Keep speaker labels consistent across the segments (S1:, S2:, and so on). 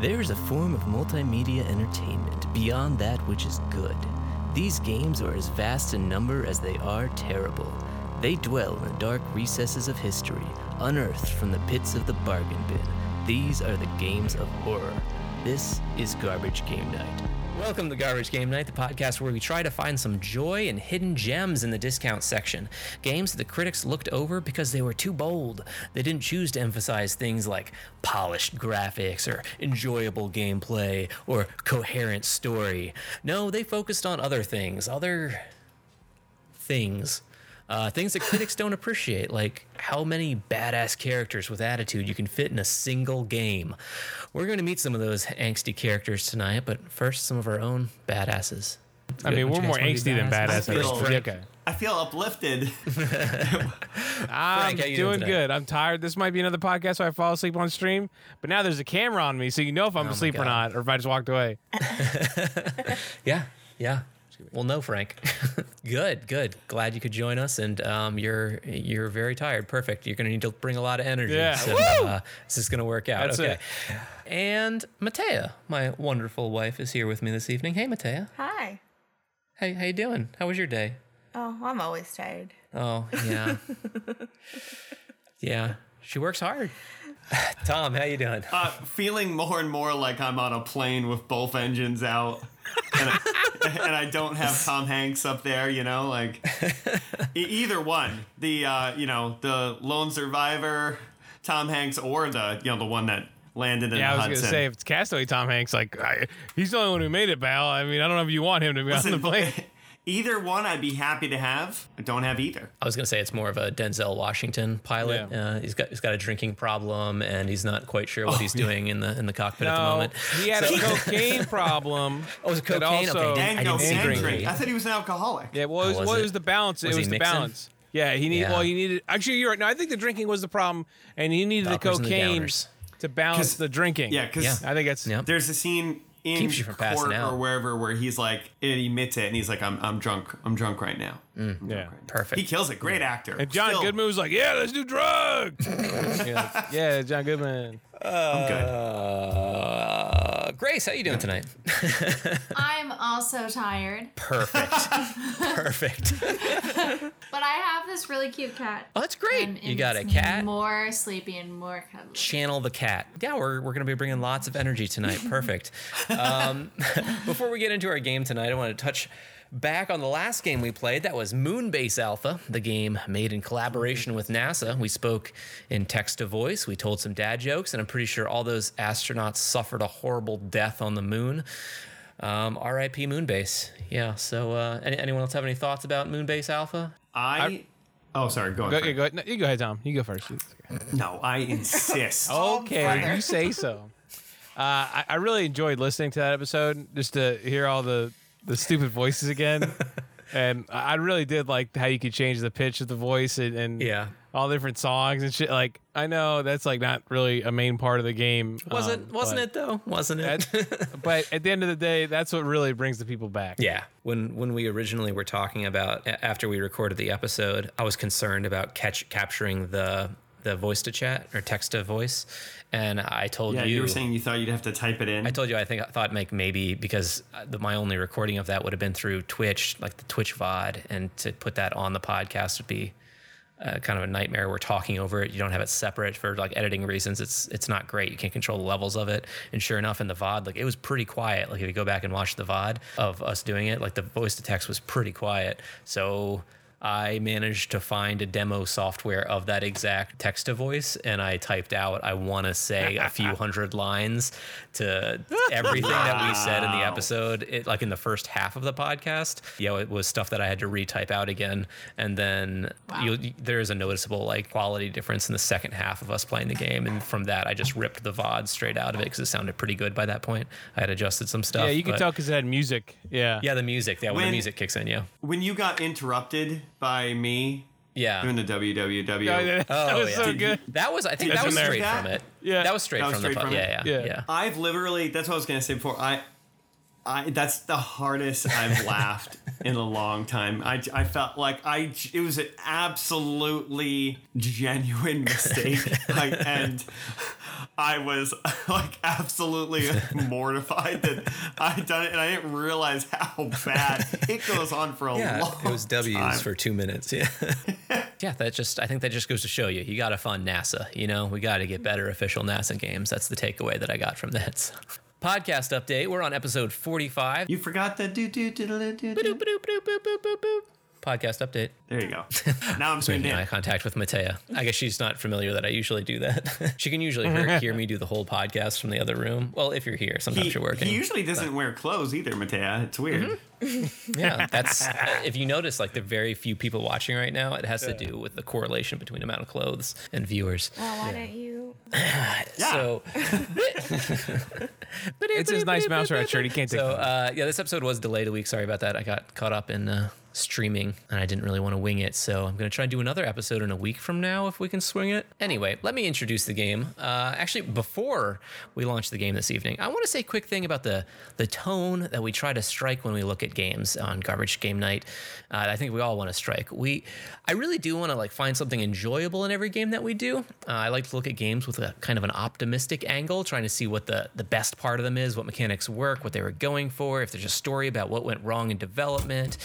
S1: There is a form of multimedia entertainment beyond that which is good. These games are as vast in number as they are terrible. They dwell in the dark recesses of history, unearthed from the pits of the bargain bin. These are the games of horror. This is Garbage Game Night.
S2: Welcome to Garbage Game Night, the podcast where we try to find some joy and hidden gems in the discount section. Games that the critics looked over because they were too bold. They didn't choose to emphasize things like polished graphics or enjoyable gameplay or coherent story. No, they focused on other things, other things. Uh, things that critics don't appreciate, like how many badass characters with attitude you can fit in a single game. We're going to meet some of those angsty characters tonight, but first, some of our own badasses.
S3: I mean, we're more angsty than badass.
S4: I feel-
S3: Frank, okay.
S4: I feel uplifted.
S3: I'm
S2: how you doing
S3: doing
S2: today?
S3: good. I'm tired. This might be another podcast where I fall asleep on stream, but now there's a camera on me, so you know if I'm asleep or
S2: Oh God.
S3: not, or if I just walked away.
S2: Yeah, yeah. Well, no, Frank. good, good. Glad you could join us, and um, you're you're very tired. Perfect. You're going to need to bring a lot of energy.
S3: Yeah.
S2: So, Uh, this is going to work out.
S3: That's
S2: okay. And Matea, my wonderful wife, is here with me this evening. Hey, Matea.
S5: Hi.
S2: Hey, how you doing? How was your day?
S5: Oh, I'm always tired.
S2: Oh yeah, yeah. She works hard. Tom, how you doing?
S4: Uh, feeling more and more like I'm on a plane with both engines out, and I, and I don't have Tom Hanks up there. You know, like e- either one, the uh, you know the lone survivor, Tom Hanks, or the you know the one that landed in
S3: Yeah, I
S4: the
S3: was
S4: Hudson.
S3: gonna say if it's Castaway Tom Hanks, like I, he's the only one who made it, pal. I mean, I don't know if you want him to be on the plane.
S4: either one, I'd be happy to have. I don't have either.
S2: I was gonna say it's more of a Denzel Washington pilot.
S3: Yeah. Oh,
S2: Uh, he's got he's got a drinking problem and he's not quite sure what he's doing in the in the cockpit at the moment.
S3: he had a cocaine problem.
S2: Oh, it was
S3: that
S2: cocaine?
S3: also-
S2: Okay, I
S4: And
S2: didn't
S4: go
S2: see
S4: and
S2: green.
S4: drink. I thought he was an alcoholic.
S3: Yeah, well, it was,
S2: was
S3: well, it?
S2: it?
S3: was the balance.
S2: Was
S3: it
S2: he
S3: was the
S2: mixing?
S3: balance. Yeah, he needed.
S2: Yeah.
S3: Well, he needed. Actually, you're right. No, I think the drinking was the problem, and he needed
S2: Uppers
S3: the
S2: and the
S3: cocaine
S2: downers.
S3: to balance
S4: 'Cause-
S3: the drinking.
S4: Yeah, because
S2: Yeah.
S3: I think that's.
S2: Yep.
S4: There's a scene in
S2: Keeps you from
S4: court
S2: passing out.
S4: or wherever where he's like, it emits it, and he's like, I'm, I'm drunk. I'm drunk right now.
S3: Yeah.
S2: Mm. Perfect.
S4: He kills it. Great actor.
S3: And John
S4: Still,
S3: Goodman was like, "Yeah, let's do drugs." yeah, yeah, John Goodman.
S4: I'm good.
S2: Uh, Grace, how you doing tonight?
S6: I'm also tired,
S2: Perfect. Perfect.
S6: but I have this really cute cat.
S2: Oh, that's great.
S6: And
S2: you got a
S6: it's
S2: cat.
S6: More sleepy and more cuddly.
S2: Channel the cat. Yeah, we're, we're going to be bringing lots of energy tonight. Perfect. Um, before we get into our game tonight, I want to touch back on the last game we played. That was Moonbase Alpha, the game made in collaboration with NASA. We spoke in text to voice, we told some dad jokes, and I'm pretty sure all those astronauts suffered a horrible death on the moon. Um, RIP Moonbase. Yeah. So, uh, any, anyone else have any thoughts about Moonbase Alpha?
S4: I, Oh, sorry. Go on.
S3: Go,
S4: Frank.
S3: yeah, go ahead. No, you go ahead, Tom. You go first. It's okay.
S4: No, I insist.
S3: Okay, you say so. Uh, I, I really enjoyed listening to that episode just to hear all the, the stupid voices again. and I I really did like how you could change the pitch of the voice and, and
S2: Yeah.
S3: all different songs and shit. Like, I know that's like not really a main part of the game.
S2: Wasn't wasn't it though? Wasn't it?
S3: it? But at the end of the day, that's what really brings the people back.
S2: Yeah. When when we originally were talking about a- after we recorded the episode, I was concerned about catch capturing the the voice to chat or text to voice, and I told
S4: yeah,
S2: you.
S4: you. were saying you thought you'd have to type it in.
S2: I told you I think I thought make maybe because uh, the, my only recording of that would have been through Twitch, like the Twitch VOD, and to put that on the podcast would be uh, kind of a nightmare. We're talking over it. You don't have it separate for like editing reasons. It's it's not great. You can't control the levels of it. And sure enough, in the VOD, like it was pretty quiet. Like if you go back and watch the VOD of us doing it, like the voice to text was pretty quiet. So. I managed to find a demo software of that exact text to voice, and I typed out, I want to say a few hundred lines to everything that we said in the episode, it, like in the first half of the podcast. Yeah, it was stuff that I had to retype out again, and then you'll, there is a noticeable like quality difference in the second half of us playing the game, and from that, I just ripped the VOD straight out of it because it sounded pretty good by that point. I had adjusted some stuff.
S3: Yeah, you can
S2: but-
S3: tell because it had music. Yeah.
S2: Yeah, the music. Yeah, when, the
S4: When-
S2: music kicks in. Yeah,
S4: when you got interrupted by me
S2: yeah.
S4: doing the WWW.
S3: Oh, yeah, that
S2: Oh,
S3: was
S2: yeah.
S3: so
S2: Did
S3: good.
S2: That was, I think, that
S3: That's
S2: was
S3: in there.
S2: straight from
S4: That-
S2: it.
S3: Yeah.
S2: that was straight
S4: That was
S2: from the
S4: straight
S2: po-
S4: from
S2: yeah,
S4: it?
S2: yeah,
S3: Yeah.
S2: yeah.
S4: I've literally. That's what I was gonna say before. I, I. That's the hardest I've laughed in a long time. I, I felt like I. j- It was an absolutely genuine mistake. like and. I was like absolutely mortified that I'd done it, and I didn't realize how bad it goes on for a
S2: Yeah,
S4: long.
S7: It was W's
S4: time.
S7: for two minutes. Yeah.
S2: Yeah, that just I think that just goes to show you you got to fund NASA. You know, we got to get better official NASA games. That's the takeaway that I got from that. So, Podcast update. We're on episode forty-five.
S4: You forgot the do do do do do.
S2: Boop,
S4: do.
S2: boop, boop, boop, boop, boop, boop. Podcast update.
S4: There you go. Now I'm tuned
S2: Making eye
S4: in.
S2: contact with Matea. I guess she's not familiar that I usually do that. she can usually hear, hear me do the whole podcast from the other room. Well, if you're here, sometimes
S4: He,
S2: you're working.
S4: he usually doesn't wear clothes either, Matea. It's weird.
S2: yeah, that's uh, if you notice, like the very few people watching right now, it has to do with the correlation between amount of clothes and viewers.
S5: Well, Oh, why don't you?
S4: Yeah.
S2: So
S3: It's his nice mouse rat shirt. He can't take
S2: So
S3: it.
S2: uh, yeah, this episode was delayed a week. Sorry about that. I got caught up in uh, streaming and I didn't really want to wing it. So I'm gonna try and do another episode in a week from now if we can swing it. Anyway, let me introduce the game. Uh, actually, before we launch the game this evening, I want to say a quick thing about the the tone that we try to strike when we look at games on Garbage Game Night. Uh, I think we all want to strike. We, I really do want to like find something enjoyable in every game that we do. Uh, I like to look at games with a kind of an optimistic angle, trying to see what the the best part of them is, what mechanics work, what they were going for, if there's a story about what went wrong in development,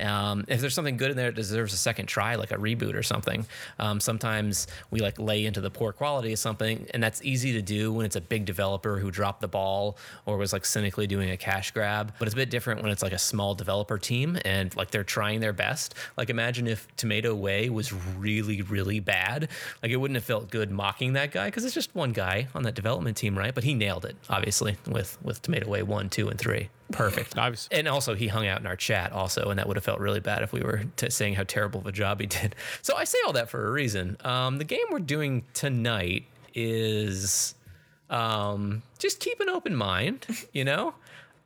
S2: um, if there's something good in there that deserves a second try, like a reboot or something. Um, sometimes we like lay into the poor quality of something, and that's easy to do when it's a big developer who dropped the ball or was like cynically doing a cash grab. But it's a bit different when it's like a small developer team and like they're trying their best. Like imagine if Tomato Way was really, really bad. Like it wouldn't have felt good mocking that guy because it's just one guy on that development team, right? But he nailed it, obviously, with with Tomato Way one, two, and three. Perfect.
S3: Obvious.
S2: And also, he hung out in our chat also, and that would have felt really bad if we were t- saying how terrible of a job he did. So I say all that for a reason. Um, the game we're doing tonight is um, just keep an open mind, you know?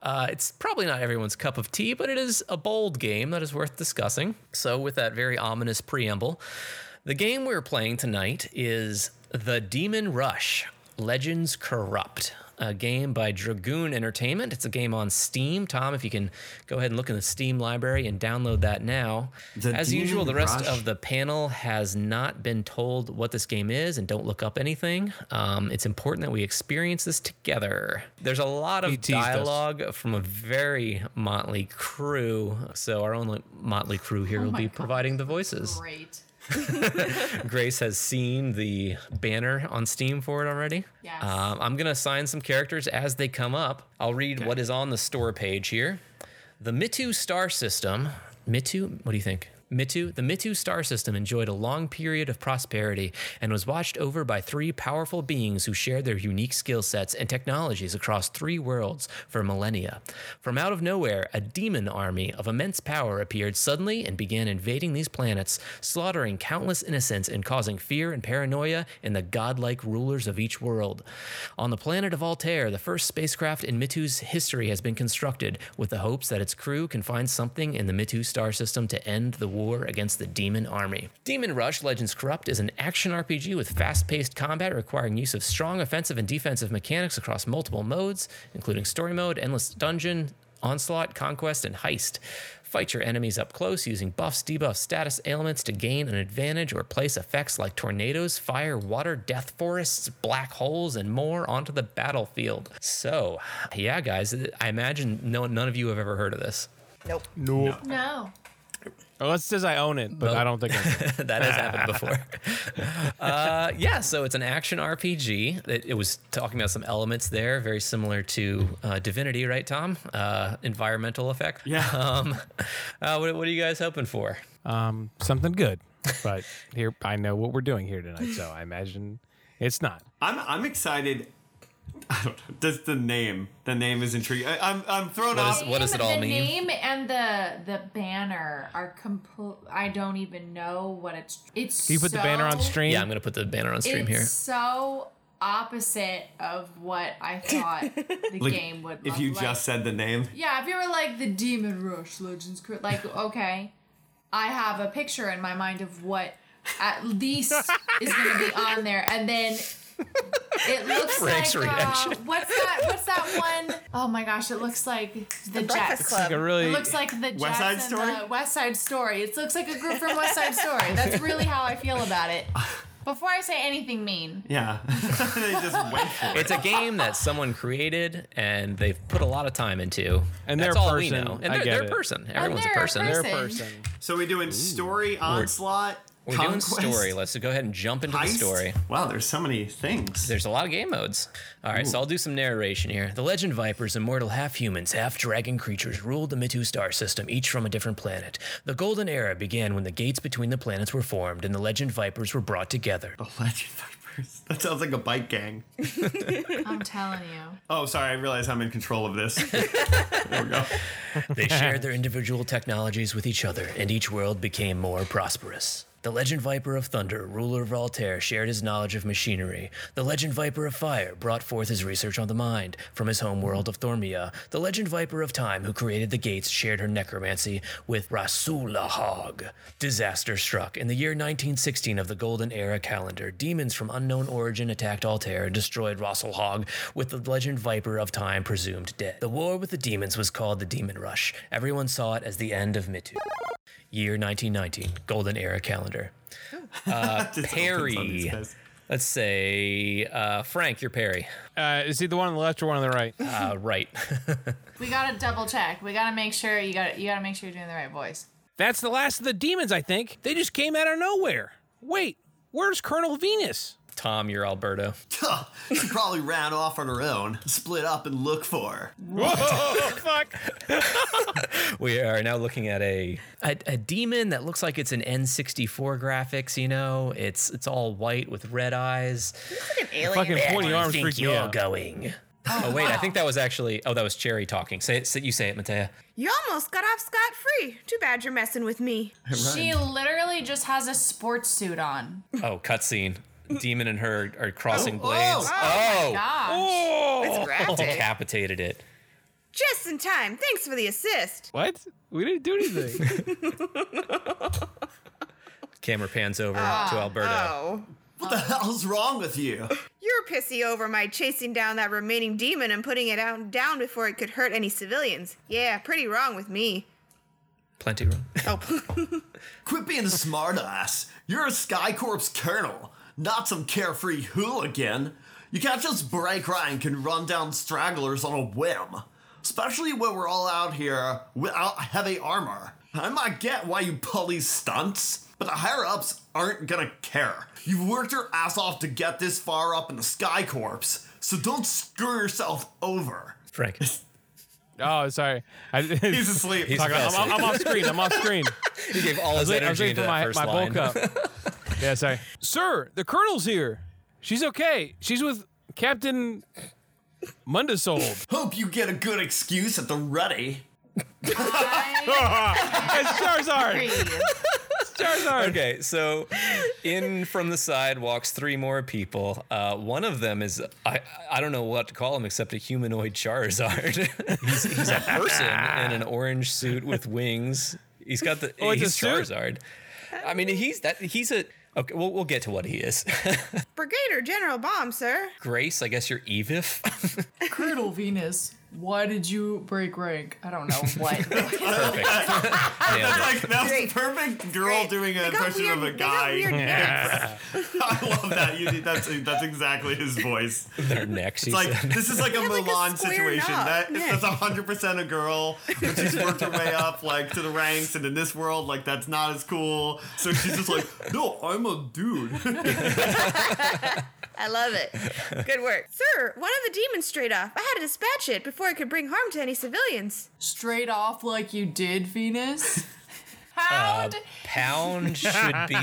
S2: Uh, it's probably not everyone's cup of tea, but it is a bold game that is worth discussing. So, with that very ominous preamble, the game we're playing tonight is The Demon Rush Legends Corrupt, a game by Dragoon Entertainment. It's a game on Steam. Tom, if you can go ahead and look in the Steam library and download that now.
S4: The
S2: As
S4: Demon
S2: usual, the rest
S4: Rush?
S2: of the panel has not been told what this game is and don't look up anything. Um, it's important that we experience this together. There's a lot of
S3: teased us.
S2: dialogue from a very motley crew. So, our own like, motley crew here will
S6: Oh my
S2: be
S6: God.
S2: providing the voices.
S6: Great.
S2: Grace has seen the banner on Steam for it already.
S6: Yes.
S2: Um, I'm going to assign some characters as they come up. I'll read what is on the store page here. The Mitu star system. Mitu, what do you think? Mitu, the Mitu star system enjoyed a long period of prosperity and was watched over by three powerful beings who shared their unique skill sets and technologies across three worlds for millennia. From out of nowhere, a demon army of immense power appeared suddenly and began invading these planets, slaughtering countless innocents and causing fear and paranoia in the godlike rulers of each world. On the planet of Altair, the first spacecraft in Mitu's history has been constructed with the hopes that its crew can find something in the Mitu star system to end the war against the demon army. Demon Rush Legends Corrupt is an action RPG with fast paced combat requiring use of strong offensive and defensive mechanics across multiple modes, including story mode, endless dungeon, onslaught, conquest, and heist. Fight your enemies up close using buffs, debuffs, status ailments to gain an advantage or place effects like tornadoes, fire, water, death forests, black holes, and more onto the battlefield. So, yeah, guys, I imagine no, none of you have ever heard of this.
S3: Nope.
S6: No.
S3: Unless it says I own it, but I don't think I do.
S2: that has happened before. uh, yeah, so it's an action RPG. It, it was talking about some elements there, very similar to uh, Divinity, right, Tom? Uh, environmental effect.
S4: Yeah.
S2: Um, uh, what, what are you guys hoping for?
S3: Um, something good. But here, I know what we're doing here tonight, so I imagine it's not.
S4: I'm I'm excited. I don't know. Just the name. The name is intriguing. I, I'm I'm thrown
S2: What
S4: off.
S2: is- what does it all
S6: the
S2: mean?
S6: name and the the banner are complete. I don't even know what it's. It's.
S3: Can you put the banner on
S6: so-
S3: stream?
S2: Yeah, I'm going to put the banner on stream
S6: it's
S2: here.
S6: so opposite of what I thought the
S4: Like,
S6: game would.
S4: If
S6: look
S4: you
S6: like.
S4: just said the name,
S6: yeah, if you were like the Demon Rush Legends, Cru- like okay, I have a picture in my mind of what at least is going to be on there, and then. It looks
S2: Frank's
S6: like
S2: reaction.
S6: Uh, what's that? What's that one? Oh my gosh! It looks like the
S5: Breakfast
S6: Jets.
S5: Club.
S3: Like a really.
S6: It looks like the Jets
S4: West Side
S6: and
S4: Story?
S6: the West Side Story. It looks like a group from West Side Story. That's really how I feel about it. Before I say anything mean,
S4: Yeah. they just wait for it.
S2: It's a game that someone created and they've put a lot of time into.
S3: And
S2: that's
S3: they're a
S2: all we
S3: person.
S2: know.
S3: I
S2: And they're,
S3: get
S2: they're a
S3: it.
S2: person. Everyone's
S6: they're
S2: a
S6: a
S2: person.
S3: They're a
S6: Person.
S3: person.
S4: So we're doing story onslaught.
S2: We're
S4: conquest,
S2: doing story. Let's go ahead and jump into the
S4: heist.
S2: story.
S4: Wow, there's so many things.
S2: There's a lot of game modes. All right, so I'll do some narration here. The Legend Vipers, immortal half humans, half dragon creatures, ruled the Mitu star system, each from a different planet. The Golden Era began when the gates between the planets were formed and the Legend Vipers were brought together.
S4: The Legend Vipers. That sounds like a bike gang.
S6: I'm telling you.
S4: Oh, sorry. I realize I'm in control of this. there we go.
S2: They shared their individual technologies with each other, and each world became more prosperous. The Legend Viper of Thunder, ruler of Altair, shared his knowledge of machinery. The Legend Viper of Fire brought forth his research on the mind from his home world of Thormia. The Legend Viper of Time, who created the gates, shared her necromancy with Rasula Hog. Disaster struck. In the year 1916 of the Golden Era calendar, demons from unknown origin attacked Altair and destroyed Russell Hogg, with the legend Viper of Time presumed dead. The war with the demons was called the Demon Rush. Everyone saw it as the end of Mitu. Year 1919, Golden Era calendar.
S4: Just opens on these
S2: uh, Perry.
S4: guys.
S2: Let's say, uh, Frank, you're Perry.
S3: Uh, is he the one on the left or one on the right?
S2: Uh, right.
S6: We gotta double check. We gotta make sure you got to you gotta make sure you're doing the right voice.
S3: That's the last of the demons, I think. They just came out of nowhere. Wait, where's Colonel Venus?
S2: Tom, you're Alberto.
S4: Huh, she probably ran off on her own, split up and look for her.
S3: Whoa, fuck.
S2: We are now looking at a, a a demon that looks like it's an N64 graphics. You know, it's it's all white with red eyes.
S5: An alien.
S3: Fucking
S5: man.
S3: pointy arms freak me out.
S2: going? Oh, wait, I think that was actually. Oh, that was Cherry talking. Say it. Say, you say it, Matea.
S5: You almost got off scot free. Too bad you're messing with me.
S6: She literally just has a sports suit on.
S2: Oh, cutscene. Demon and her are crossing
S4: Oh,
S2: blades.
S4: oh.
S2: Oh,
S6: Gosh.
S5: It's graphic.
S2: decapitated it.
S5: Just in time. Thanks for the assist.
S3: What? We didn't do anything.
S2: Camera pans over to Alberto.
S5: Oh.
S4: What the hell's wrong with you?
S5: You're pissy over my chasing down that remaining demon and putting it out down before it could hurt any civilians. Yeah, pretty wrong with me.
S2: Plenty room.
S5: Oh,
S4: Quit being a smartass. You're a Skycorp's colonel, not some carefree hooligan. You can't just break rank and run down stragglers on a whim, especially when we're all out here without heavy armor. I might get why you pull these stunts, but the higher ups aren't gonna care. You've worked your ass off to get this far up in the Skycorps, so don't screw yourself over.
S2: Frank.
S3: oh, sorry. I,
S4: He's asleep.
S3: Fuck, I'm, I'm- I'm off screen. I'm off screen.
S2: He gave all his
S3: I was
S2: energy
S3: waiting
S2: to
S3: for
S2: that
S3: my,
S2: first
S3: my
S2: line.
S3: bulk up. yeah, sorry. Sir, the Colonel's here. She's okay. She's with Captain Mundasold.
S4: Hope you get a good excuse at the ready.
S6: I
S3: it's Charizard.
S6: breathe.
S3: Charizard.
S2: Okay, so in from the side walks three more people. Uh, one of them is I I don't know what to call him except a humanoid Charizard. he's, he's a person in an orange suit with wings. He's got the
S3: Oh, it's a
S2: he's
S3: suit?
S2: Charizard. I mean, he's that he's a okay. We'll we'll get to what he is.
S5: Brigadier General Bomb, sir.
S2: Grace, I guess you're Evif.
S6: Colonel Venus, why did you break rank? I don't know what.
S2: Perfect. Nailed it.
S4: Like that's
S5: Great.
S4: perfect girl
S5: Great.
S4: doing an
S5: They got
S4: impression
S5: weird-
S4: of a
S5: they got
S4: guy.
S5: weird
S4: I love that. You, that's that's exactly his voice.
S2: They're next. He
S4: It's like
S2: said.
S4: this is like a
S5: like a
S4: Milan
S5: square
S4: situation.
S5: knob.
S4: That
S5: Yeah.
S4: that's hundred percent a girl, but she's worked her way up like to the ranks, and in this world, like that's not as cool. So she's just like, no, I'm a dude.
S5: I love it. Good work. Sir, one of the demons straight off. I had to dispatch it before it could bring harm to any civilians.
S6: Straight off like you did, Venus. How?
S2: Uh, pound should be.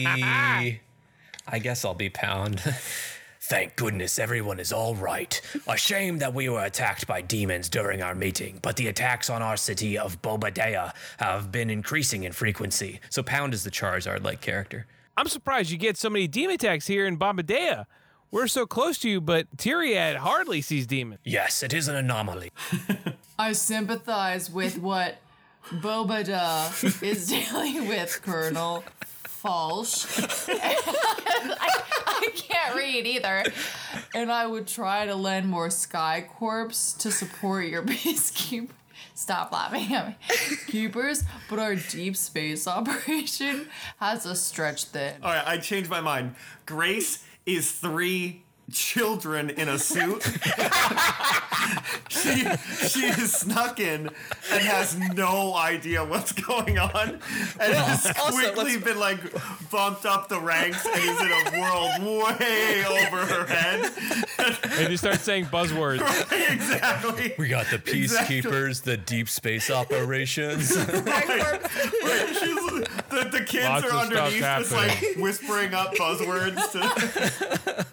S2: I guess I'll be pound. Thank goodness everyone is all right. A shame that we were attacked by demons during our meeting, but the attacks on our city of Bobadea have been increasing in frequency. So Pound is the Charizard like character.
S3: I'm surprised you get so many demon attacks here in Bombadea. We're so close to you, but Tyriad hardly sees demons.
S2: Yes, it is an anomaly.
S6: I sympathize with what Bobada is dealing with, Colonel Falsh. I, I can't read either. And I would try to lend more Sky Corps to support your peacekeeper. Stop laughing at me. Keepers, but our deep space operation has a stretch thin.
S4: All right, I changed my mind. Grace is three children in a suit. she she is snuck in and has no idea what's going on, and has
S2: also,
S4: quickly
S2: let's-
S4: been like bumped up the ranks and is in a world way over her head.
S3: And you start saying buzzwords.
S4: exactly.
S2: We got the
S4: Exactly.
S2: peacekeepers, the deep space operations.
S4: Right, she's- the, the kids
S3: Lots
S4: are
S3: of stuff's
S4: underneath just like whispering up buzzwords to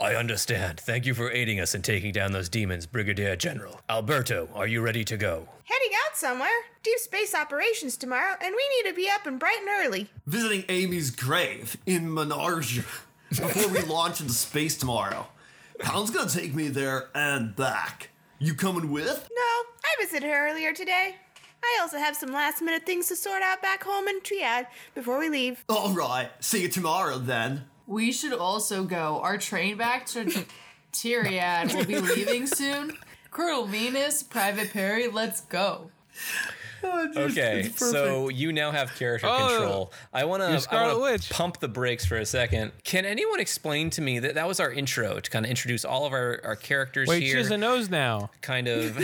S2: I understand. Thank you for aiding us in taking down those demons, Brigadier General. Alberto, are you ready to go?
S5: Heading out somewhere. Deep space operations tomorrow, and we need to be up and bright and early.
S4: visiting Amy's grave in Menarge before we launch into space tomorrow. Colin's gonna take me there and back. You coming with?
S5: No, I visited her earlier today. I also have some last minute things to sort out back home in Triad before we leave.
S4: All right. See you tomorrow then.
S6: We should also go. Our train back to Tyriad will be leaving soon. Colonel Venus, Private Perry, let's go. Oh,
S2: Okay, so you now have character
S3: Oh,
S2: control. I want
S3: you're
S2: to
S3: Scarlet Witch.
S2: pump the brakes for a second. Can anyone explain to me that that was our intro to kind of introduce all of our, our characters
S3: Wait, she
S2: here?
S3: has a nose now.
S2: kind of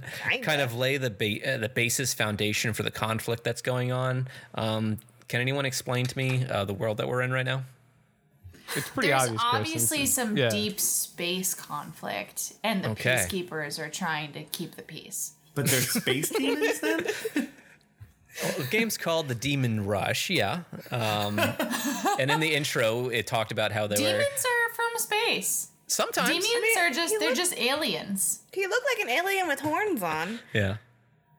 S2: kind of lay the ba- uh, the basis foundation for the conflict that's going on. Um, can anyone explain to me uh, the world that we're in right now?
S3: It's pretty
S6: There's
S3: obvious. Kristen.
S6: obviously some
S3: Yeah.
S6: deep space conflict, and the
S2: Okay.
S6: peacekeepers are trying to keep the peace.
S4: But there's space demons then?
S2: The game's called The Demon Rush, yeah. Um, and in the intro, it talked about how they were
S6: Demons are from space.
S2: sometimes
S6: Demons
S5: mean,
S6: are just
S5: you
S6: they're
S5: look-
S6: just aliens.
S5: He looked like an alien with horns on
S2: yeah.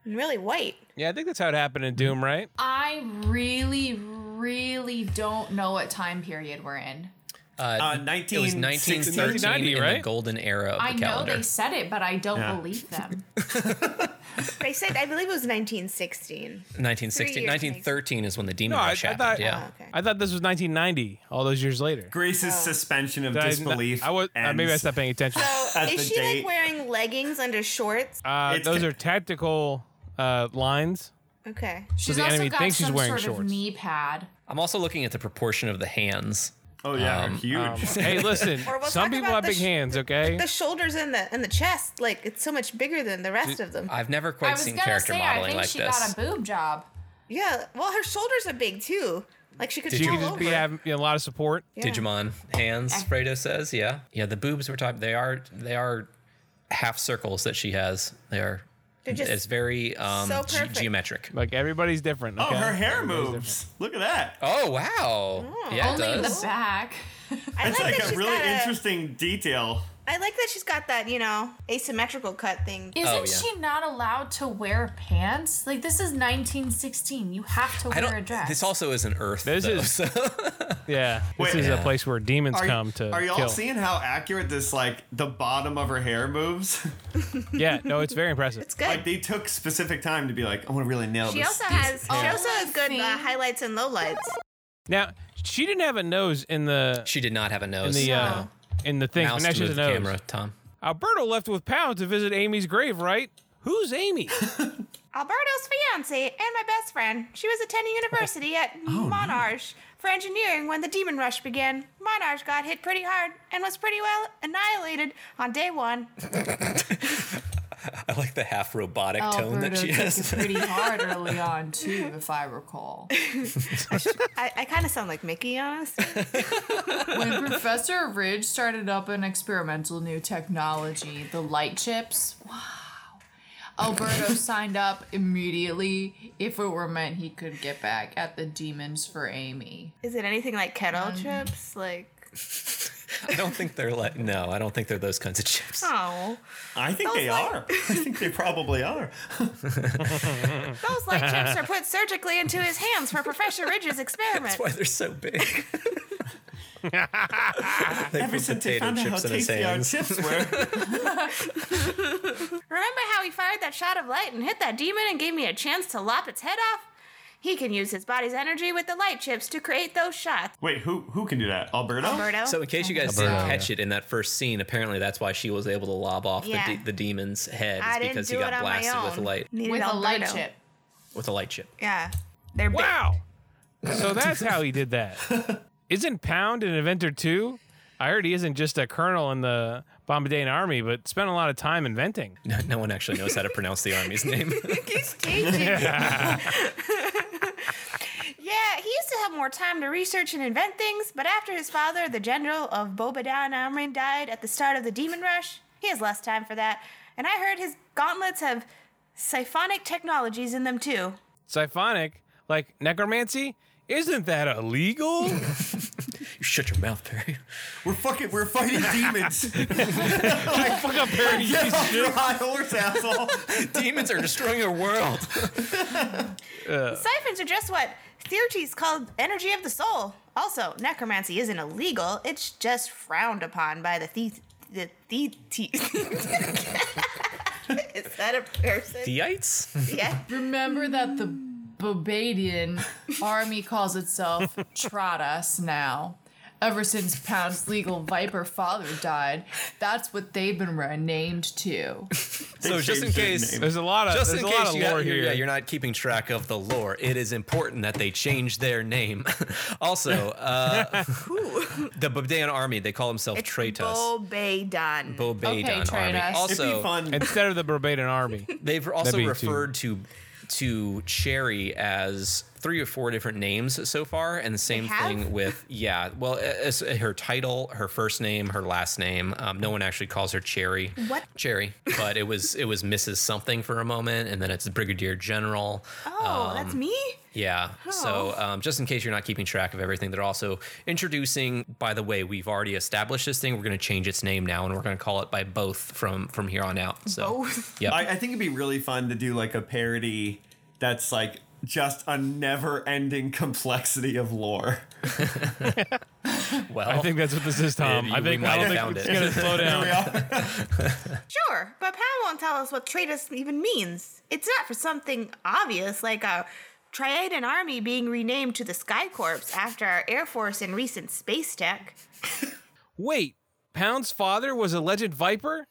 S5: and really white.
S3: Yeah, I think that's how it happened in Doom, right?
S6: I really, really don't know what time period we're in.
S2: Uh, it
S4: 19,
S2: was 1913 in the
S3: right?
S2: golden era of
S6: I
S2: the calendar.
S6: know they said it, but I don't
S4: Yeah.
S6: believe them.
S5: They said, I believe it was 1916.
S2: 1916,
S5: Three years
S2: 1913 is when the Demon
S3: No, I-
S2: Rush
S3: I
S2: happened.
S3: thought-
S2: yeah.
S5: Oh, okay. Oh.
S3: I thought this was 1990. All those years later.
S4: Grace's suspension of
S3: Did I-
S4: disbelief.
S3: I, was uh, maybe I
S4: ends-
S3: stopped paying attention.
S5: So,
S4: At
S5: is
S4: the
S5: she like
S4: date-
S5: wearing leggings under shorts?
S3: Uh,
S4: It's
S3: those
S4: con-
S3: are tactical uh, lines.
S5: Okay.
S6: She's
S3: the
S6: also
S3: enemy
S6: got
S3: thinks she's
S6: some
S3: wearing
S6: sort of
S3: shorts.
S6: knee pad.
S2: I'm also looking at the proportion of the hands.
S4: Oh yeah,
S2: Um,
S4: huge.
S3: Um, hey, listen,
S5: Or we'll
S3: some
S5: talk
S3: people
S5: about
S3: have
S5: the
S3: big
S5: sh-
S3: hands, okay?
S5: The shoulders and the and the chest, like it's so much bigger than the rest of them.
S2: I've never
S6: I
S2: quite
S6: was
S2: seen
S6: gonna
S2: character
S6: say I
S2: modeling
S6: think
S2: like
S6: she
S2: this.
S6: got a boob job.
S5: Yeah. Well, her shoulders are big too. Like she could
S2: Did
S3: you
S5: fall
S3: can just
S5: over.
S3: be having you know, a lot of support.
S5: Yeah. Eh.
S2: Digimon hands, Fredo says. Yeah, yeah. The boobs we're talking. They are they are half circles that she has. They are.
S5: They're just
S2: it's very um,
S5: so
S2: ge-
S5: perfect.
S2: geometric.
S3: Like everybody's different.
S4: oh,
S3: Okay?
S4: her hair moves. Look at that.
S2: Oh wow!
S5: Mm,
S2: Yeah, it
S6: Only in the
S2: does.
S6: back.
S5: I like,
S4: It's like
S5: that
S4: a
S5: she's
S4: really
S5: got a-
S4: interesting detail.
S5: I like that she's got that, you know, asymmetrical cut thing.
S6: Isn't
S2: yeah.
S6: she not allowed to wear pants? Like this is 1916. You have to
S2: I
S6: wear a
S2: don't.
S6: dress.
S2: This also is an Earth.
S3: This
S2: though,
S3: is-
S2: so-
S3: Yeah, this
S4: Wait.
S3: is
S2: Yeah.
S3: a place where demons
S4: Are,
S3: come to
S4: are y'all
S3: kill.
S4: seeing how accurate this like the bottom of her hair moves?
S3: Yeah, no, it's very impressive.
S5: It's good.
S4: like they took specific time to be like, I want to really
S2: Oh,
S4: nail
S5: she
S4: this.
S5: also has she
S6: hair.
S5: also has good
S6: Thing.
S5: uh, highlights and lowlights.
S3: Now she didn't have a nose in the
S2: she did not have a
S3: in
S2: nose.
S3: the uh,
S2: no.
S3: in the thing. but
S2: Mouse
S3: Now
S2: to
S3: she has
S2: move
S3: a
S2: the
S3: nose.
S2: camera, Tom.
S3: Alberto left with Pound to visit Amy's grave, right? Who's Amy?
S5: Alberto's fiance and my best friend. She was attending university at
S2: Oh,
S5: Monarch for engineering when the demon rush began. Monarch got hit pretty hard and was pretty well annihilated on day one.
S2: I like the half robotic
S5: Oh,
S2: tone that she has.
S6: pretty hard early on too, if I recall.
S5: I, I kind of sound like Mickey, honestly.
S6: When Professor Ridge started up an experimental new technology, the light chips. Wow. Alberto signed up immediately. If it were meant, he could get back at the demons for Amy.
S5: Is it anything like kettle chips? Like,
S2: I don't think they're like. No, I don't think they're those kinds of chips.
S5: oh,
S4: I think they
S5: like-
S4: are. I think they probably are.
S5: those light chips are put surgically into his hands for Professor Ridge's experiment.
S2: That's why they're so big. they
S4: Ever
S2: put
S4: since they
S2: potato
S4: found out how
S2: chips in his
S4: tasty our
S2: hands.
S4: chips were.
S5: Remember how he fired that shot of light and hit that demon and gave me a chance to lop its head off? He can use his body's energy with the light chips to create those shots.
S4: Wait, who who can do that? Alberto?
S5: Alberto?
S2: So, in case you guys
S3: Alberto,
S2: didn't catch
S3: yeah.
S2: it in that first scene, apparently that's why she was able to lob off
S5: Yeah.
S2: the, de- the demon's head is
S5: I didn't
S2: because
S5: do
S2: he
S5: it
S2: got
S5: on
S2: blasted
S5: my own.
S2: with a light
S5: Needed
S8: with a light
S5: Alberto.
S8: chip.
S2: with a light chip.
S5: Yeah. They're big.
S3: Wow. So that's how he did that. Isn't Pound an inventor too? I heard he isn't just a colonel in the Bombadane army, but spent a lot of time inventing.
S2: No, no one actually knows how to pronounce the army's name.
S5: He's teaching. yeah, he used to have more time to research and invent things, but after his father, the general of Bobadan Amrin, died at the start of the Demon Rush, he has less time for that. And I heard his gauntlets have siphonic technologies in them too.
S3: Siphonic, like necromancy, isn't that illegal?
S2: you shut your mouth, Perry.
S4: We're fucking we're fighting demons.
S3: Fuck up, Perry. you
S4: Get
S3: piece of
S4: off your
S3: shit.
S4: high horse, asshole.
S2: Demons are destroying our world. Uh.
S3: Uh,
S5: Siphons are just what Theurtes called energy of the soul. Also, necromancy isn't illegal, it's just frowned upon by the the The, the, Is that a person?
S2: Theites?
S5: yeah.
S8: Remember that the Bobadian army calls itself Trotas now. Ever since Pound's legal viper father died, that's what they've been renamed to.
S2: So
S4: changed
S2: just in
S4: their
S2: case-
S4: name.
S3: There's a lot of
S2: Just
S3: there's a
S2: in
S3: lot
S2: case
S3: of
S2: you
S3: lore
S2: are
S3: here.
S2: yeah, you're not keeping track of the lore, it is important that they change their name. also, uh, the Bobdan army, they call themselves Tratus.
S5: Bobadan.
S2: Bobadan
S8: Okay,
S2: army.
S8: Tratus.
S4: It'd be
S2: Also,
S4: fun.
S3: Instead of the Barbadian army,
S2: they've also
S3: be too-
S2: referred to to Cherry as three or four different names so far, and the same
S5: have?
S2: thing with yeah. Well, as her title, her first name, her last name. Um, no one actually calls her Cherry.
S5: What?
S2: Cherry, but it was it was Mrs. Something for a moment, and then it's Brigadier General. Um,
S5: oh, that's me?
S2: Yeah. So, um, just in case you're not keeping track of everything, they're also introducing. By the way, we've already established this thing. We're going to change its name now, and we're going to call it by both from from here on out. So, yeah.
S4: I, I think it'd be really fun to do like a parody that's like just a never-ending complexity of lore.
S2: well,
S3: I think that's what this is, Tom.
S2: You-
S3: I
S2: we
S3: think
S2: might
S3: I don't
S2: have
S3: think
S2: found
S3: it's
S2: it.
S3: gonna slow down.
S5: Sure, but Pam won't tell us what Tratus even means. It's not for something obvious like a Triadan army being renamed to the Sky Corps after our Air Force and recent space tech.
S3: Wait, Pound's father was a legend viper?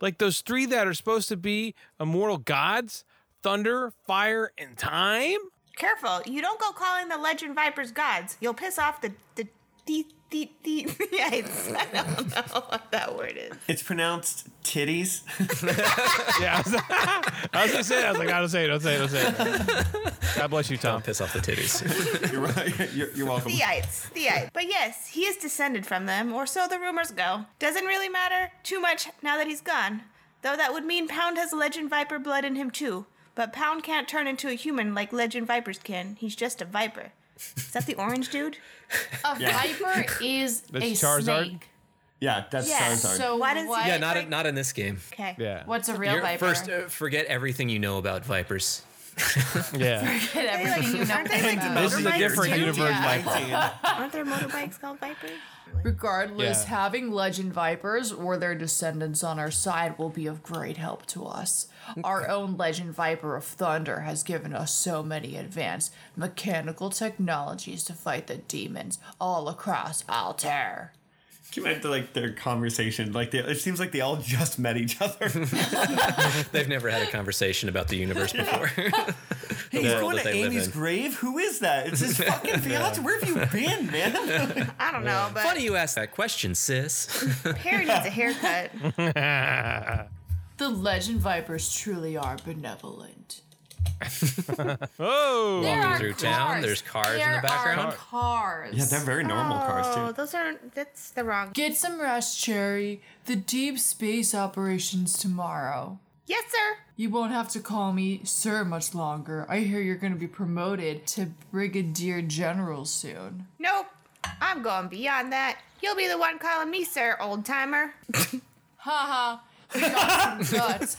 S3: Like those three that are supposed to be immortal gods? Thunder, fire, and time?
S5: Careful, you don't go calling the Legend Vipers gods. You'll piss off the the the the, the yeah, it's, I don't know what that word is.
S4: It's pronounced titties.
S3: Yeah, I was, I was gonna say it. I was like, I don't say it, don't say it, don't say it. God bless you, Tom.
S2: piss off the titties.
S4: You're, right. you're, you're welcome.
S5: Theites, theites. But yes, he is descended from them, or so the rumors go. Doesn't really matter too much now that he's gone. Though that would mean Pound has Legend Viper blood in him too. But Pound can't turn into a human like Legend Vipers can. He's just a viper. Is that the orange dude?
S8: A viper is a
S3: That's Charizard?
S8: snake.
S4: Yeah, that's
S5: Yeah,
S4: Charizard.
S8: So
S5: Why does-
S8: what?
S2: yeah, not in- not in this game.
S5: Okay.
S3: Yeah.
S8: What's a real
S2: You're-
S8: viper?
S2: First, uh, forget everything you know about vipers.
S3: Yeah.
S8: Hit
S5: They, like,
S8: everything you know
S5: aren't they, like,
S8: about.
S3: This is a
S5: motorbikes
S3: different
S5: too?
S3: universe
S8: Yeah.
S3: viper.
S5: Aren't there motorbikes called vipers?
S8: Regardless,
S3: Yeah.
S8: having legend vipers or their descendants on our side will be of great help to us. Our own legend viper of thunder has given us so many advanced mechanical technologies to fight the demons all across Altair.
S4: Can you imagine, like their conversation? Like they, it seems like they all just met each other.
S2: They've never had a conversation about the universe before.
S4: He's
S2: world
S4: going
S2: that
S4: to
S2: they live
S4: Amy's
S2: in.
S4: grave. Who is that? It's his fucking fiance. Where have you been, man?
S5: I don't know, but
S2: Funny you ask that question, sis.
S5: Perry needs a haircut.
S8: The legend vipers truly are benevolent.
S3: Oh.
S8: There are
S2: through town,
S8: cars.
S2: there's cars in the
S8: There are
S2: background.
S8: cars.
S4: yeah, they're very normal cars
S5: Oh,
S4: too.
S5: those aren't. That's the wrong.
S8: Get some rest, Cherry. The deep space operations tomorrow.
S5: Yes, sir.
S8: You won't have to call me sir much longer. I hear you're going to be promoted to brigadier general soon.
S5: Nope. I'm going beyond that. You'll be the one calling me sir, old timer.
S8: Haha. You got some guts.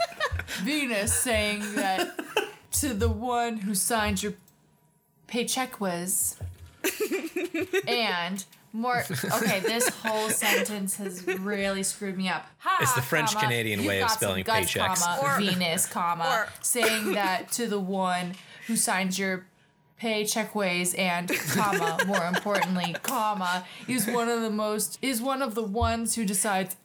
S8: Venus saying that to the one who signed your paycheck was. and more. Okay, this whole sentence has really screwed me up. Ha,
S2: It's the French
S8: comma,
S2: Canadian
S8: you
S2: way of
S8: got some
S2: spelling
S8: guts,
S2: paychecks.
S8: Comma, Venus, comma
S5: or-
S8: saying that to the one who signed your paycheck ways and comma more importantly comma is one of the most is one of the ones who decides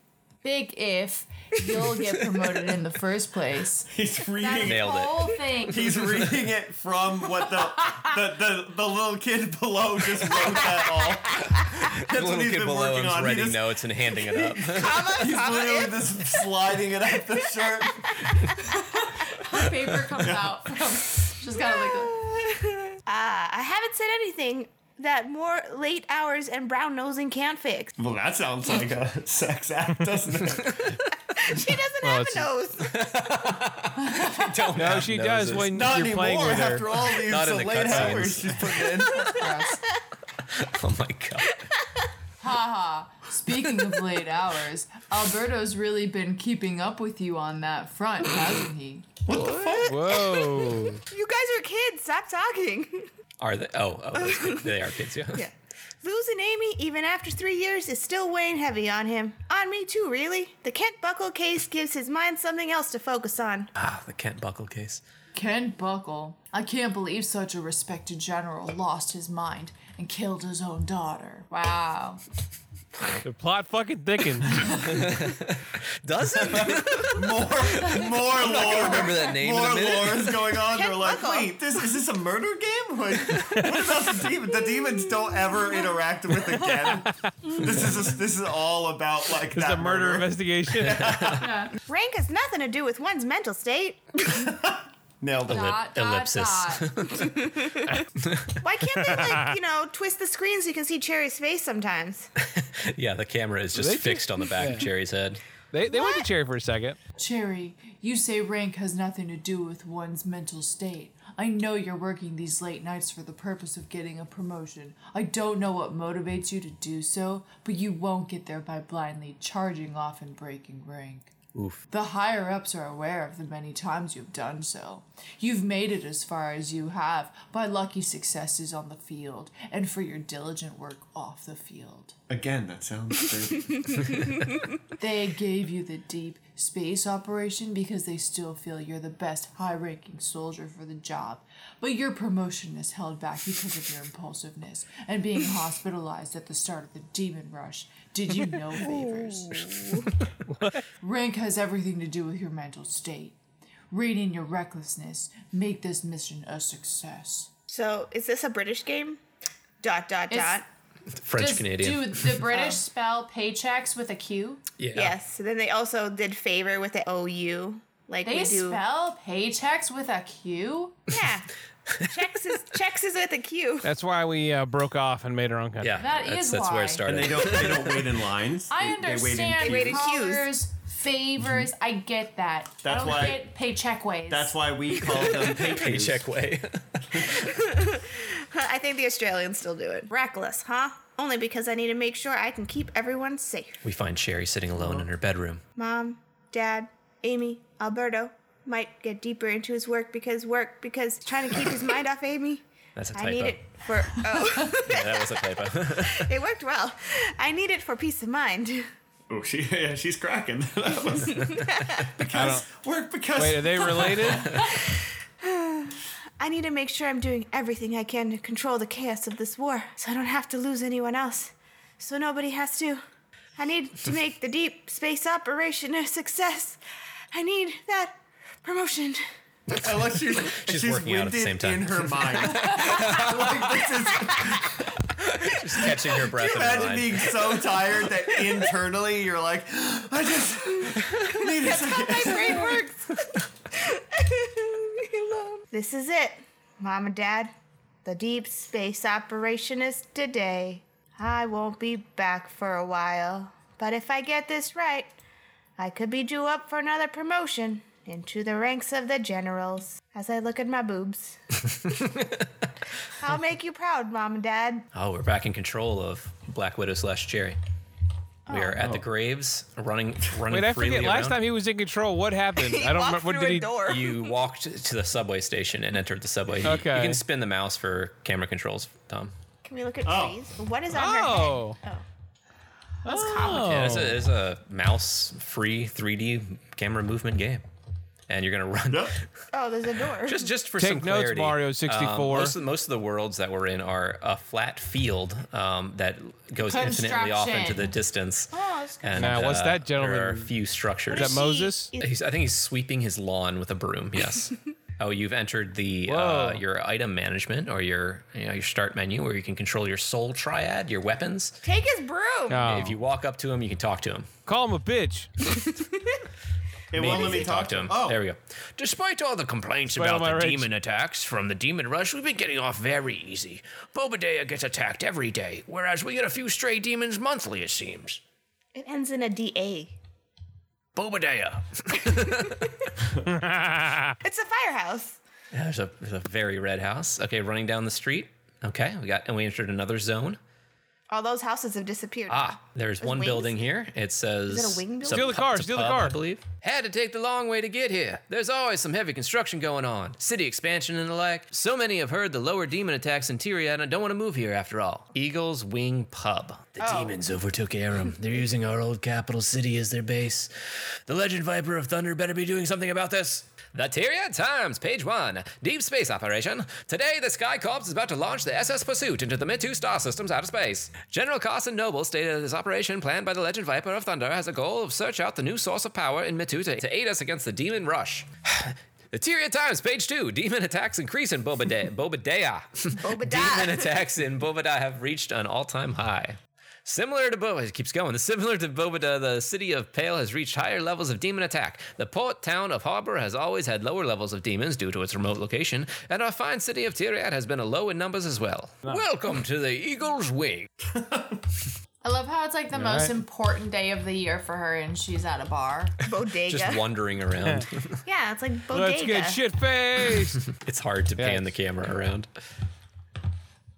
S8: big if you'll get promoted in the first place
S4: He's
S8: that
S4: reading it.
S2: Nailed it.
S8: whole thing
S4: He's reading it from what the the, the, the little kid below just wrote that all. That's
S2: The
S4: what
S2: little
S4: he's
S2: kid
S4: been
S2: below
S4: working
S2: him's
S4: on. He
S2: writing
S4: just-
S2: notes and handing it up.
S4: He's literally just sliding it up the shirt.
S8: paper comes out from just got like a,
S5: Ah, I haven't said anything that more late hours and brown nosing can't fix.
S4: Well, that sounds like a sex act, doesn't it?
S5: She doesn't have a nose.
S2: Don't
S3: No,
S2: have
S3: she does
S2: noses.
S3: when
S4: Not
S3: you're playing
S4: anymore.
S3: with her.
S4: After all these
S2: Not in the
S4: late
S2: cutscenes.
S4: hours she's putting in.
S2: Oh my god.
S8: Speaking of late hours, Alberto's really been keeping up with you on that front, hasn't he?
S3: Whoa.
S5: You guys are kids. Stop talking.
S2: Are they? Oh, oh those kids- they are kids. Yeah.
S5: Yeah. Losing Amy, even after three years, is still weighing heavy on him. On me, too, really. The Kent Buckle case gives his mind something else to focus on.
S2: Ah, the Kent Buckle case.
S8: Ken Buckle. I can't believe such a respected general lost his mind and killed his own daughter. Wow.
S3: the plot fucking thickens.
S2: Does it? I
S4: More, more lore.
S2: remember that name
S4: More
S2: in a minute.
S4: lore is going on.
S5: Can't
S4: They're like,
S5: buckle.
S4: wait, this is this a murder game? Like, what about the demons? The demons don't ever interact with again. This is just, this is all about like
S3: It's
S4: that
S3: a murder investigation.
S5: Rank has nothing to do with one's mental state.
S4: Nailed it.
S8: Dot, dot,
S2: ellipsis.
S8: dot.
S5: Why can't they, like, you know, twist the screen so you can see Cherry's face sometimes?
S2: Yeah, the camera is just
S3: They just-
S2: fixed on the back
S3: yeah.
S2: of Cherry's head.
S3: They, they went to Cherry for a second.
S8: Cherry, you say rank has nothing to do with one's mental state. I know you're working these late nights for the purpose of getting a promotion. I don't know what motivates you to do so, but you won't get there by blindly charging off and breaking rank.
S2: Oof.
S8: The higher ups are aware of the many times you've done so. You've made it as far as you have by lucky successes on the field and for your diligent work off the field.
S4: Again, that sounds. dirty.
S8: They gave you the deep space operation because they still feel you're the best high ranking soldier for the job. But your promotion is held back because of your impulsiveness and being hospitalized at the start of the demon rush. Did you know favors? Rank has everything to do with your mental state. Rein in your recklessness. Make this mission a success.
S5: So, is this a British game? Dot, dot,
S8: It's-
S5: dot. Oh.
S2: French Canadian.
S8: the British spell paychecks with a Q?
S2: yeah.
S5: Yes. Then they also did favor with the OU. Like
S8: They
S5: we do.
S8: spell paychecks with a Q?
S5: Yeah. checks is checks is with a Q.
S3: That's why we uh, broke off and made our own country.
S2: Yeah.
S8: That
S2: that's,
S8: is
S2: that's where
S8: why.
S2: it started.
S4: and they don't they don't wait in lines.
S8: I
S4: They- they wait in
S8: understand
S4: queues.
S5: wait in queues.
S8: colors, favors. I get that. I
S4: That's
S8: don't
S4: why-
S8: get paycheck ways.
S4: That's why we call them pay
S2: Paycheck way.
S5: I think the Australians still do it. Reckless, huh? Only because I need to make sure I can keep everyone safe.
S2: we find Cherry sitting alone in her bedroom.
S5: Mom, Dad, Amy, Alberto might get deeper into his work because work because trying to keep his mind off Amy.
S2: That's a typo.
S5: I need it for oh,
S2: Yeah, that was a typo.
S5: it worked well. I need it for peace of mind.
S4: Oh, she yeah, she's cracking. That was- because work because
S3: Wait, are they related?
S5: I need to make sure I'm doing everything I can to control the chaos of this war so I don't have to lose anyone else. So nobody has to. I need to make the deep space operation a success. I need that promotion.
S4: unless she's
S2: She's working out at the
S4: winded
S2: same time.
S4: in her mind. like this is
S2: Just catching her breath in her
S4: imagine
S2: mind.
S4: being so tired that internally you're like, I just need a second.
S5: My brain works. this is it, Mom and Dad. The deep space operation is today. I won't be back for a while, but if I get this right, I could be due up for another promotion into the ranks of the generals. As I look at my boobs, I'll make you proud, Mom and Dad.
S2: Oh, we're back in control of Black Widow slash Cherry. We are at the graves, running, running
S3: Oh. Wait, I
S2: freely
S3: forget. Last
S2: around.
S3: time he was in control, what happened? I don't remember. What did he?
S2: you walked to the subway station and entered the subway. You-
S3: Okay.
S2: You can spin the mouse for camera controls, Tom.
S5: Can we look at
S4: Oh.
S5: trees? What is on
S3: Oh.
S5: her head? Oh.
S3: Oh.
S4: Oh.
S2: Yeah, it's a, it's a mouse-free 3D camera movement game, and you're gonna run.
S4: Yep.
S5: Oh, there's a door.
S2: Just just for
S3: Take
S2: some
S3: notes,
S2: clarity,
S3: Mario
S2: um,
S3: 64.
S2: most, of, most of the worlds that we're in are a flat field um, that goes infinitely off into
S6: Construction.
S2: the distance.
S5: Oh, it's good.
S2: And
S3: Now, what's
S2: uh,
S3: that gentleman-
S2: There are a few structures.
S3: Is that Moses?
S5: She is-
S2: He's, I think he's sweeping his lawn with a broom. Yes. oh, you've entered the
S3: Whoa.
S2: uh, your item management or your you know, your start menu where you can control your soul triad, your weapons.
S5: Take his broom.
S3: Oh.
S2: If you walk up to him, you can talk to him.
S3: Call him a bitch.
S4: It won't
S2: Maybe
S4: let me
S2: they
S4: talk, to him. Oh,
S2: There we go. Despite all the complaints
S3: Despite all
S2: about
S3: my
S2: the
S3: rage.
S2: demon attacks from the demon rush, we've been getting off very easy. Bobadea gets attacked every day, whereas we get a few stray demons monthly, it seems.
S5: It ends in a DA.
S2: Bobadea.
S5: It's a firehouse.
S2: There's a, there's a very red house. Okay, running down the street. Okay, we got and we entered another zone.
S5: All those houses have disappeared.
S2: Ah, there's one
S5: wings?
S2: building here. It says
S5: Is it a wing
S2: it's
S5: building?
S3: Steal the
S2: pu-
S3: car,
S2: it's a
S3: steal the
S2: pub,
S3: car.
S2: I believe. Had to take the long way to get here. There's always some heavy construction going on, city expansion and the like. So many have heard the lower demon attacks in Tyria, and I don't want to move here after all. Eagles Wing Pub. The
S5: Oh.
S2: demons overtook Aram. They're using our old capital city as their base. The legend Viper of Thunder better be doing something about this. The Tyria Times, page one. Deep space operation. Today, the Sky Corps is about to launch the SS Pursuit into the mid two star systems outer space. General Carson Noble stated that this operation, planned by the Legend Viper of Thunder, has a goal of search out the new source of power in Mitu to, to aid us against the Demon Rush. The Tyria Times, page two. Demon attacks increase in Bobadea. Bobadea.
S5: Bobadea.
S2: Demon attacks in Bobadea have reached an all time high. Similar to Boba, it keeps going. Similar to Bobada, the city of Pale has reached higher levels of demon attack. The port town of Harbor has always had lower levels of demons due to its remote location, and our fine city of Tiriat has been a low in numbers as well. Welcome to the Eagle's Wing.
S6: I love how it's like the most
S3: right.
S6: important day of the year for her, and she's at a bar.
S5: bodega.
S2: Just wandering around.
S5: Yeah, it's like bodega.
S3: Let's get shit faced.
S2: it's hard to
S3: Yes.
S2: pan the camera around.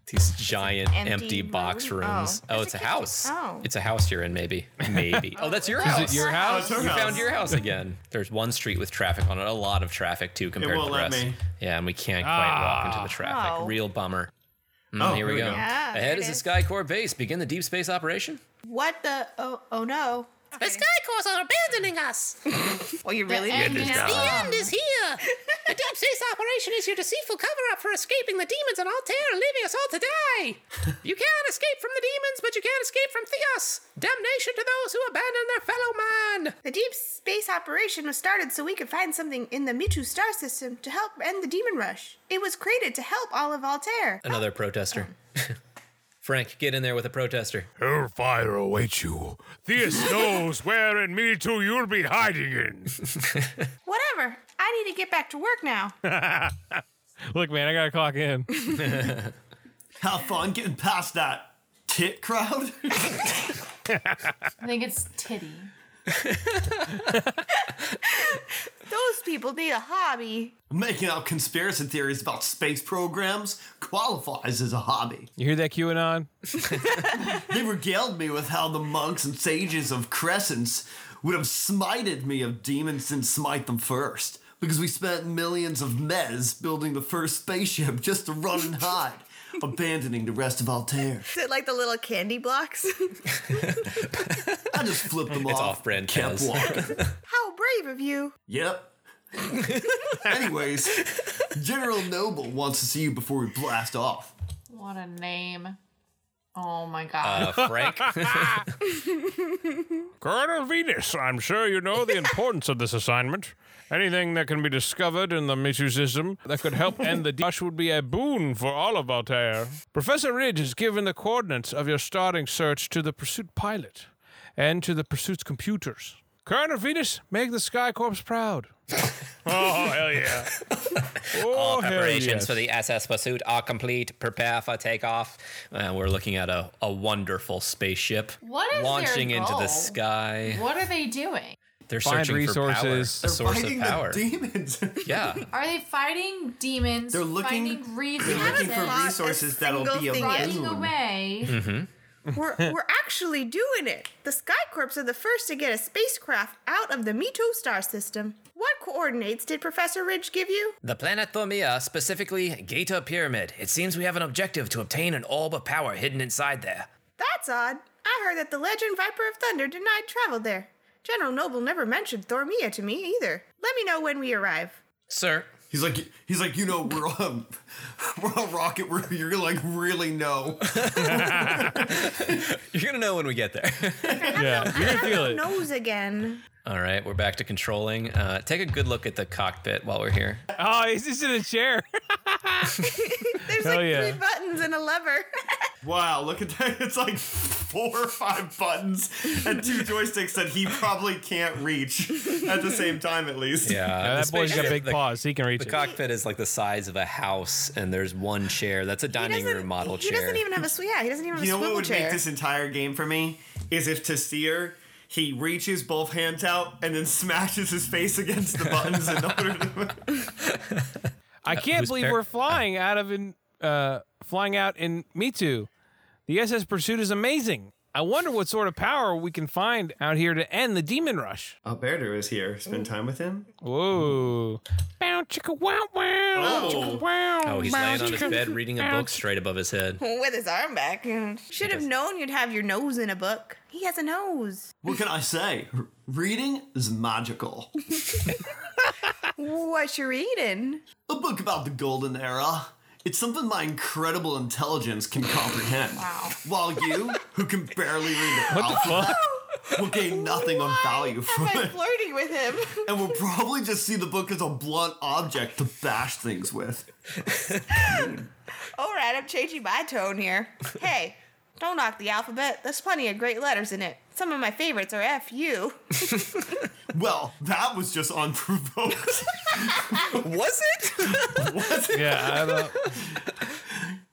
S2: These giant
S5: empty
S2: empty, box
S5: room?
S2: rooms.
S5: Oh.
S2: Oh,
S5: There's
S2: it's
S5: a
S2: a
S5: kitchen.
S2: house.
S5: Oh.
S2: It's a house you're in, maybe. Maybe. oh, that's your
S5: Is it
S2: house.
S3: Is it your
S5: Oh,
S3: house?
S5: it's her
S2: You
S4: house.
S2: found your house again. There's one street with traffic on it, a lot of traffic too compared
S4: won't
S2: to the
S4: let
S2: rest.
S4: me.
S2: Yeah, and we can't quite walk into the traffic.
S5: Oh.
S2: Real bummer. Mm,
S4: Oh,
S2: here we go.
S5: Yeah, there
S2: Ahead
S5: it is.
S2: is the Skycore base. Begin the deep space operation.
S5: What the? Oh, oh no.
S7: The Sky Corps are abandoning us. The
S5: Well, you really
S6: The end is
S2: now.
S6: dumb.
S7: end is here. The deep space operation is your deceitful cover up for escaping the demons on Altair and leaving us all to die. You can't escape from the demons, but you can't escape from Theos. Damnation to those who abandon their fellow man.
S5: The deep space operation was started so we could find something in the Mitu star system to help end the demon rush. It was created to help all of Altair.
S2: Another protester. Frank, get in there with a protester.
S9: Hellfire awaits you. Theus knows where and me too you'll be hiding in.
S5: Whatever. I need to get back to work now.
S3: Look, man, I gotta clock in.
S4: Have fun getting past that tit crowd.
S6: I think it's titty.
S5: Those people need a hobby.
S4: Making out conspiracy theories about space programs qualifies as a hobby.
S3: You hear that QAnon?
S4: They regaled me with how the monks and sages of Crescents would have smited me of demons and smite them first. Because we spent millions of mez building the first spaceship just to run and hide, abandoning the rest of Altair.
S5: Is it like the little candy blocks?
S4: I just flipped them off.
S2: off-brand
S4: Kept
S2: Mez.
S4: walking.
S5: How brave of you.
S4: Yep. Anyways, General Noble wants to see you before we blast off.
S6: What a name. Oh my god.
S2: Uh, Frank,
S9: Colonel Venus, I'm sure you know the importance of this assignment.
S3: Anything that can be discovered in the Mitu system that could help end the rush would be a boon for all of Altair. Professor Ridge has given the coordinates of your starting search to the pursuit pilot and to the pursuit's computers. Colonel Venus, make the Sky Corps proud. oh, hell yeah. Oh,
S2: all
S3: hell
S2: preparations
S3: yes.
S2: for the SS pursuit are complete. Prepare for takeoff. Uh, we're looking at a, a wonderful spaceship
S6: What is their
S2: launching into the
S6: goal?
S2: sky.
S6: what are they doing?
S2: They're
S3: Find
S2: searching
S3: resources.
S2: for power, a source of
S4: Fighting
S2: power.
S4: the demons.
S2: yeah,
S6: Are they fighting demons?
S4: They're looking-
S6: finding reasons.
S4: looking for
S5: Not a
S4: resources that'll
S5: single
S4: be
S5: thing yet.
S6: running
S4: balloon.
S6: away.
S2: Hmm. Mm-hmm.
S5: We're, we're actually doing it. The Sky Corps are the first to get a spacecraft out of the Mito star system. What coordinates did Professor Ridge give you?
S2: the planet Thormia, specifically Gator Pyramid. It seems we have an objective to obtain an orb of power hidden inside there.
S5: That's odd. I heard that the legend Viper of Thunder denied travel there. General Noble never mentioned Thormia to me either. Let me know when we arrive.
S2: Sir,
S4: He's like, he's like, you know, we're on, we're on rocket. Room. You're like, really no.
S2: you're going to know when we get there.
S3: Yeah, you can feel it.
S5: Nose again.
S2: All right, we're back to controlling. Uh, take a good look at the cockpit while we're here.
S3: Oh, he's just in a chair.
S5: There's
S3: Hell
S5: like
S3: yeah.
S5: three buttons and a lever.
S4: Wow, look at that. It's like four or five buttons and two joysticks that he probably can't reach at the same time, at least.
S2: Yeah,
S3: Uh,
S2: the
S3: that boy's got
S2: spaceship-
S3: big
S2: the,
S3: paws. He can reach
S2: The
S3: it.
S2: cockpit is like the size of a house, and there's one chair. That's a dining room model
S5: he
S2: chair.
S5: doesn't even have a sw- yeah. He doesn't even have
S4: You
S5: a
S4: know what
S5: swivel
S4: would
S5: chair.
S4: make this entire game for me? Is if to steer, he reaches both hands out and then smashes his face against the buttons in order to.
S3: I can't
S2: Uh, who's
S3: believe
S2: par-
S3: we're flying out of in uh, flying out in Me Too. The SS Pursuit is amazing. I wonder what sort of power we can find out here to end the demon rush.
S4: Alberto is here. Spend time with him.
S3: Whoa! Bow chicka wow wow.
S4: Oh.
S3: Chicka wow.
S2: oh, he's
S3: wow,
S2: laying on his
S3: chicka-
S2: bed reading a book straight above his head.
S5: With his arm back. Should have known you'd have your nose in a book. He has a nose.
S4: What can I say? R- Reading is magical.
S5: What you reading?
S4: A book about the golden era. It's something my incredible intelligence can comprehend. While you, who can barely read the alphabet, will gain nothing of value from
S5: Am I
S4: it.
S5: flirting with him?
S4: And we'll probably just see the book as a blunt object to bash things with.
S5: All right, I'm changing my tone here. Hey, don't knock the alphabet. There's plenty of great letters in it. Some of my favorites are F U.
S4: Well, that was just unprovoked.
S2: Was it?
S3: Yeah, I don't-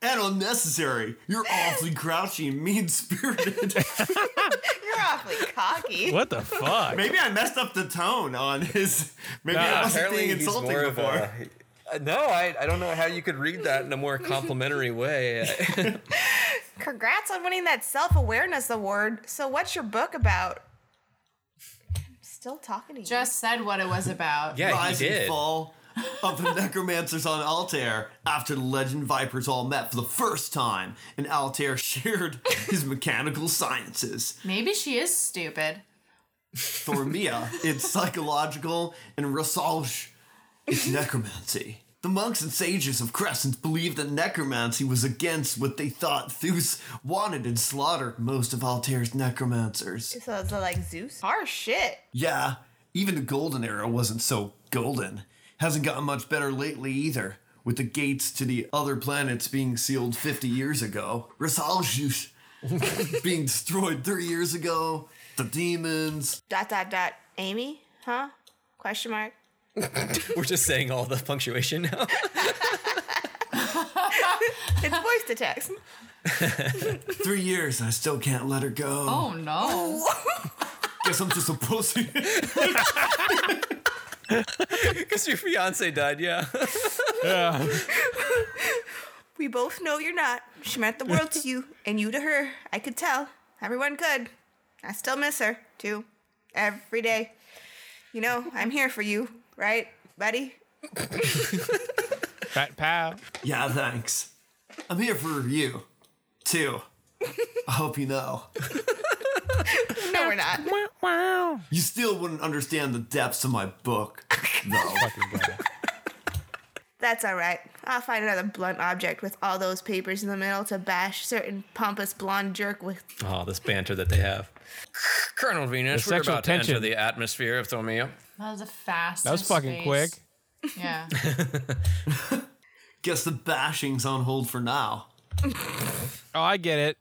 S4: and unnecessary. You're awfully grouchy and mean spirited.
S5: You're awfully cocky.
S3: what the fuck?
S4: Maybe I messed up the tone on his. Maybe I wasn't being insulting before.
S2: Uh, no, I, I don't know how you could read that in a more complimentary way.
S5: Congrats on winning that self awareness award. So, what's your book about? I'm still talking to you.
S6: Just said what it was about.
S2: yeah, he
S4: rise and
S2: did.
S4: fall of the necromancers on Altair after the legend vipers all met for the first time and Altair shared his mechanical sciences.
S6: Maybe she is stupid.
S4: Thormia, it's psychological, and Rasalj, it's necromancy. The monks and sages of Crescent believed that necromancy was against what they thought Zeus wanted and slaughtered most of Altair's necromancers.
S5: So, is it like Zeus? Our shit.
S4: Yeah, even the golden era wasn't so golden. Hasn't gotten much better lately either, with the gates to the other planets being sealed 50 years ago, Rasaljush being destroyed 30 years ago, the demons.
S5: Dot, dot, dot. Amy? Huh? Question mark.
S2: We're just saying all the punctuation now.
S5: It's voice to text.
S4: Three years, and I still can't let her go.
S6: Oh no.
S4: Guess I'm just a pussy.
S2: Because your fiance died, yeah.
S5: We both know you're not. She meant the world to you, and you to her. I could tell. Everyone could. I still miss her, too. Every day. You know, I'm here for you, right, buddy?
S3: Pat pow.
S4: yeah, thanks. I'm here for you, too. I hope you know.
S5: No, we're not.
S3: Wow wow.
S4: You still wouldn't understand the depths of my book, though.
S5: That's all right. I'll find another blunt object with all those papers in the middle to bash certain pompous blonde jerk with.
S2: Oh, this banter that they have. Colonel Venus,
S3: The
S2: we're
S3: sexual
S2: about to enter
S3: tension.
S2: the atmosphere of Thormia.
S6: That was a fast.
S3: That was fucking quick.
S6: Yeah.
S4: Guess the bashing's on hold for now.
S3: Oh, I get it.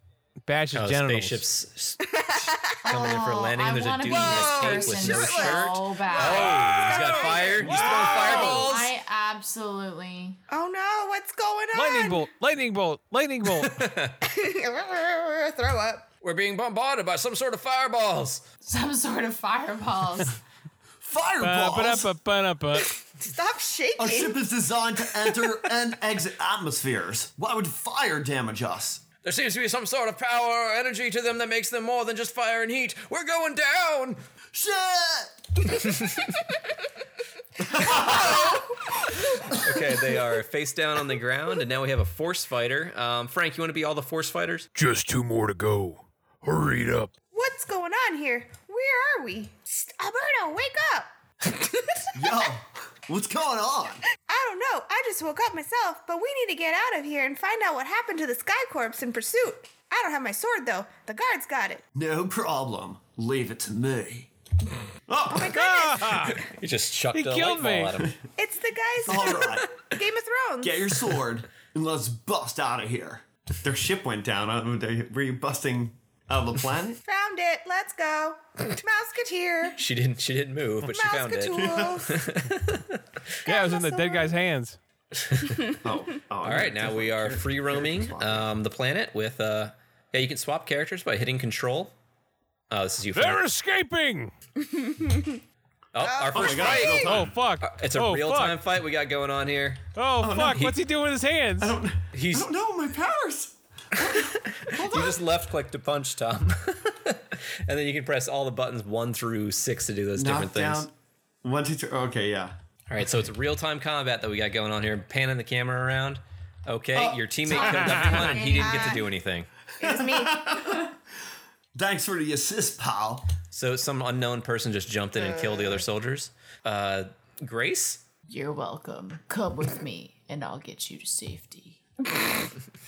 S3: Bash his
S2: Oh,
S3: genitals.
S2: spaceships s- s- coming in for a landing.
S6: I
S2: There's a
S6: want to
S2: dude
S6: be
S2: in a
S6: this
S2: cape
S6: person
S2: with no
S5: shirtless.
S2: shirt.
S6: so bad.
S2: Oh, He's got fire. He's throwing fireballs.
S6: I absolutely.
S5: Oh no, what's going on?
S3: Lightning bolt. Lightning bolt. Lightning bolt.
S5: Throw up.
S2: We're being bombarded by some sort of fireballs.
S6: Some sort of fireballs.
S4: Fireballs!
S3: Ba-ba-da-ba-ba-da-ba.
S5: Stop
S4: Our
S5: shaking.
S4: ship is designed to enter and exit atmospheres. Why would fire damage us?
S2: There seems to be some sort of power or energy to them that makes them more than just fire and heat. We're going down.
S4: Shit!
S2: Okay, they are face down on the ground, and now we have a force fighter. Um, Frank, you want to be all the force fighters?
S9: Just two more to go. Hurry it up.
S5: What's going on here? Where where are we? Psst, Alberto, wake up!
S4: Yo, what's going on?
S5: I don't know. I just woke up myself, but we need to get out of here and find out what happened to the Sky Corps in pursuit. I don't have my sword though. The guards got it.
S4: No problem. Leave it to me. Oh,
S5: My goodness,
S2: He just chucked
S3: He
S2: a light
S3: killed
S2: ball
S3: me.
S2: at him.
S5: it's the guys
S4: all
S5: from
S4: right.
S5: Game of Thrones.
S4: Get your sword and let's bust out of here. Their ship went down. Uh, they- Were you busting out of the planet?
S5: Found it. Let's go. Mouseketeer.
S2: She didn't. She didn't move, but she found it.
S5: Mousecatools.
S3: Yeah, it was in the dead guy's hands.
S4: Oh, oh
S2: All right, now we are free roaming um, the planet with. Uh, yeah, you can swap characters by hitting Control. Oh, this is you.
S9: They're
S2: Frank.
S9: escaping!
S2: Oh, our
S4: Oh my
S2: first
S4: god,
S2: fight. Uh,
S4: it's
S3: Oh
S4: real time.
S3: fuck!
S2: It's a
S3: oh,
S2: real
S3: fuck.
S2: time fight we got going on here.
S3: Oh,
S4: no,
S3: fuck!
S4: he-
S3: What's he doing with his hands?
S4: I don't, I
S2: He's
S4: don't know my powers.
S2: you just left click to punch, Tom, and then you can press all the buttons one through six to do those different
S4: Knock
S2: things.
S4: down. One, two, three. Okay, yeah.
S2: All right, so it's real time combat that we got going on here. Panning the camera around. Okay,
S4: Oh,
S2: your teammate killed everyone, and he didn't get to do anything.
S5: it was me.
S4: Thanks for the assist, pal.
S2: So some unknown person just jumped in and killed the other soldiers. Uh, Grace.
S6: You're welcome. Come with me, and I'll get you to safety.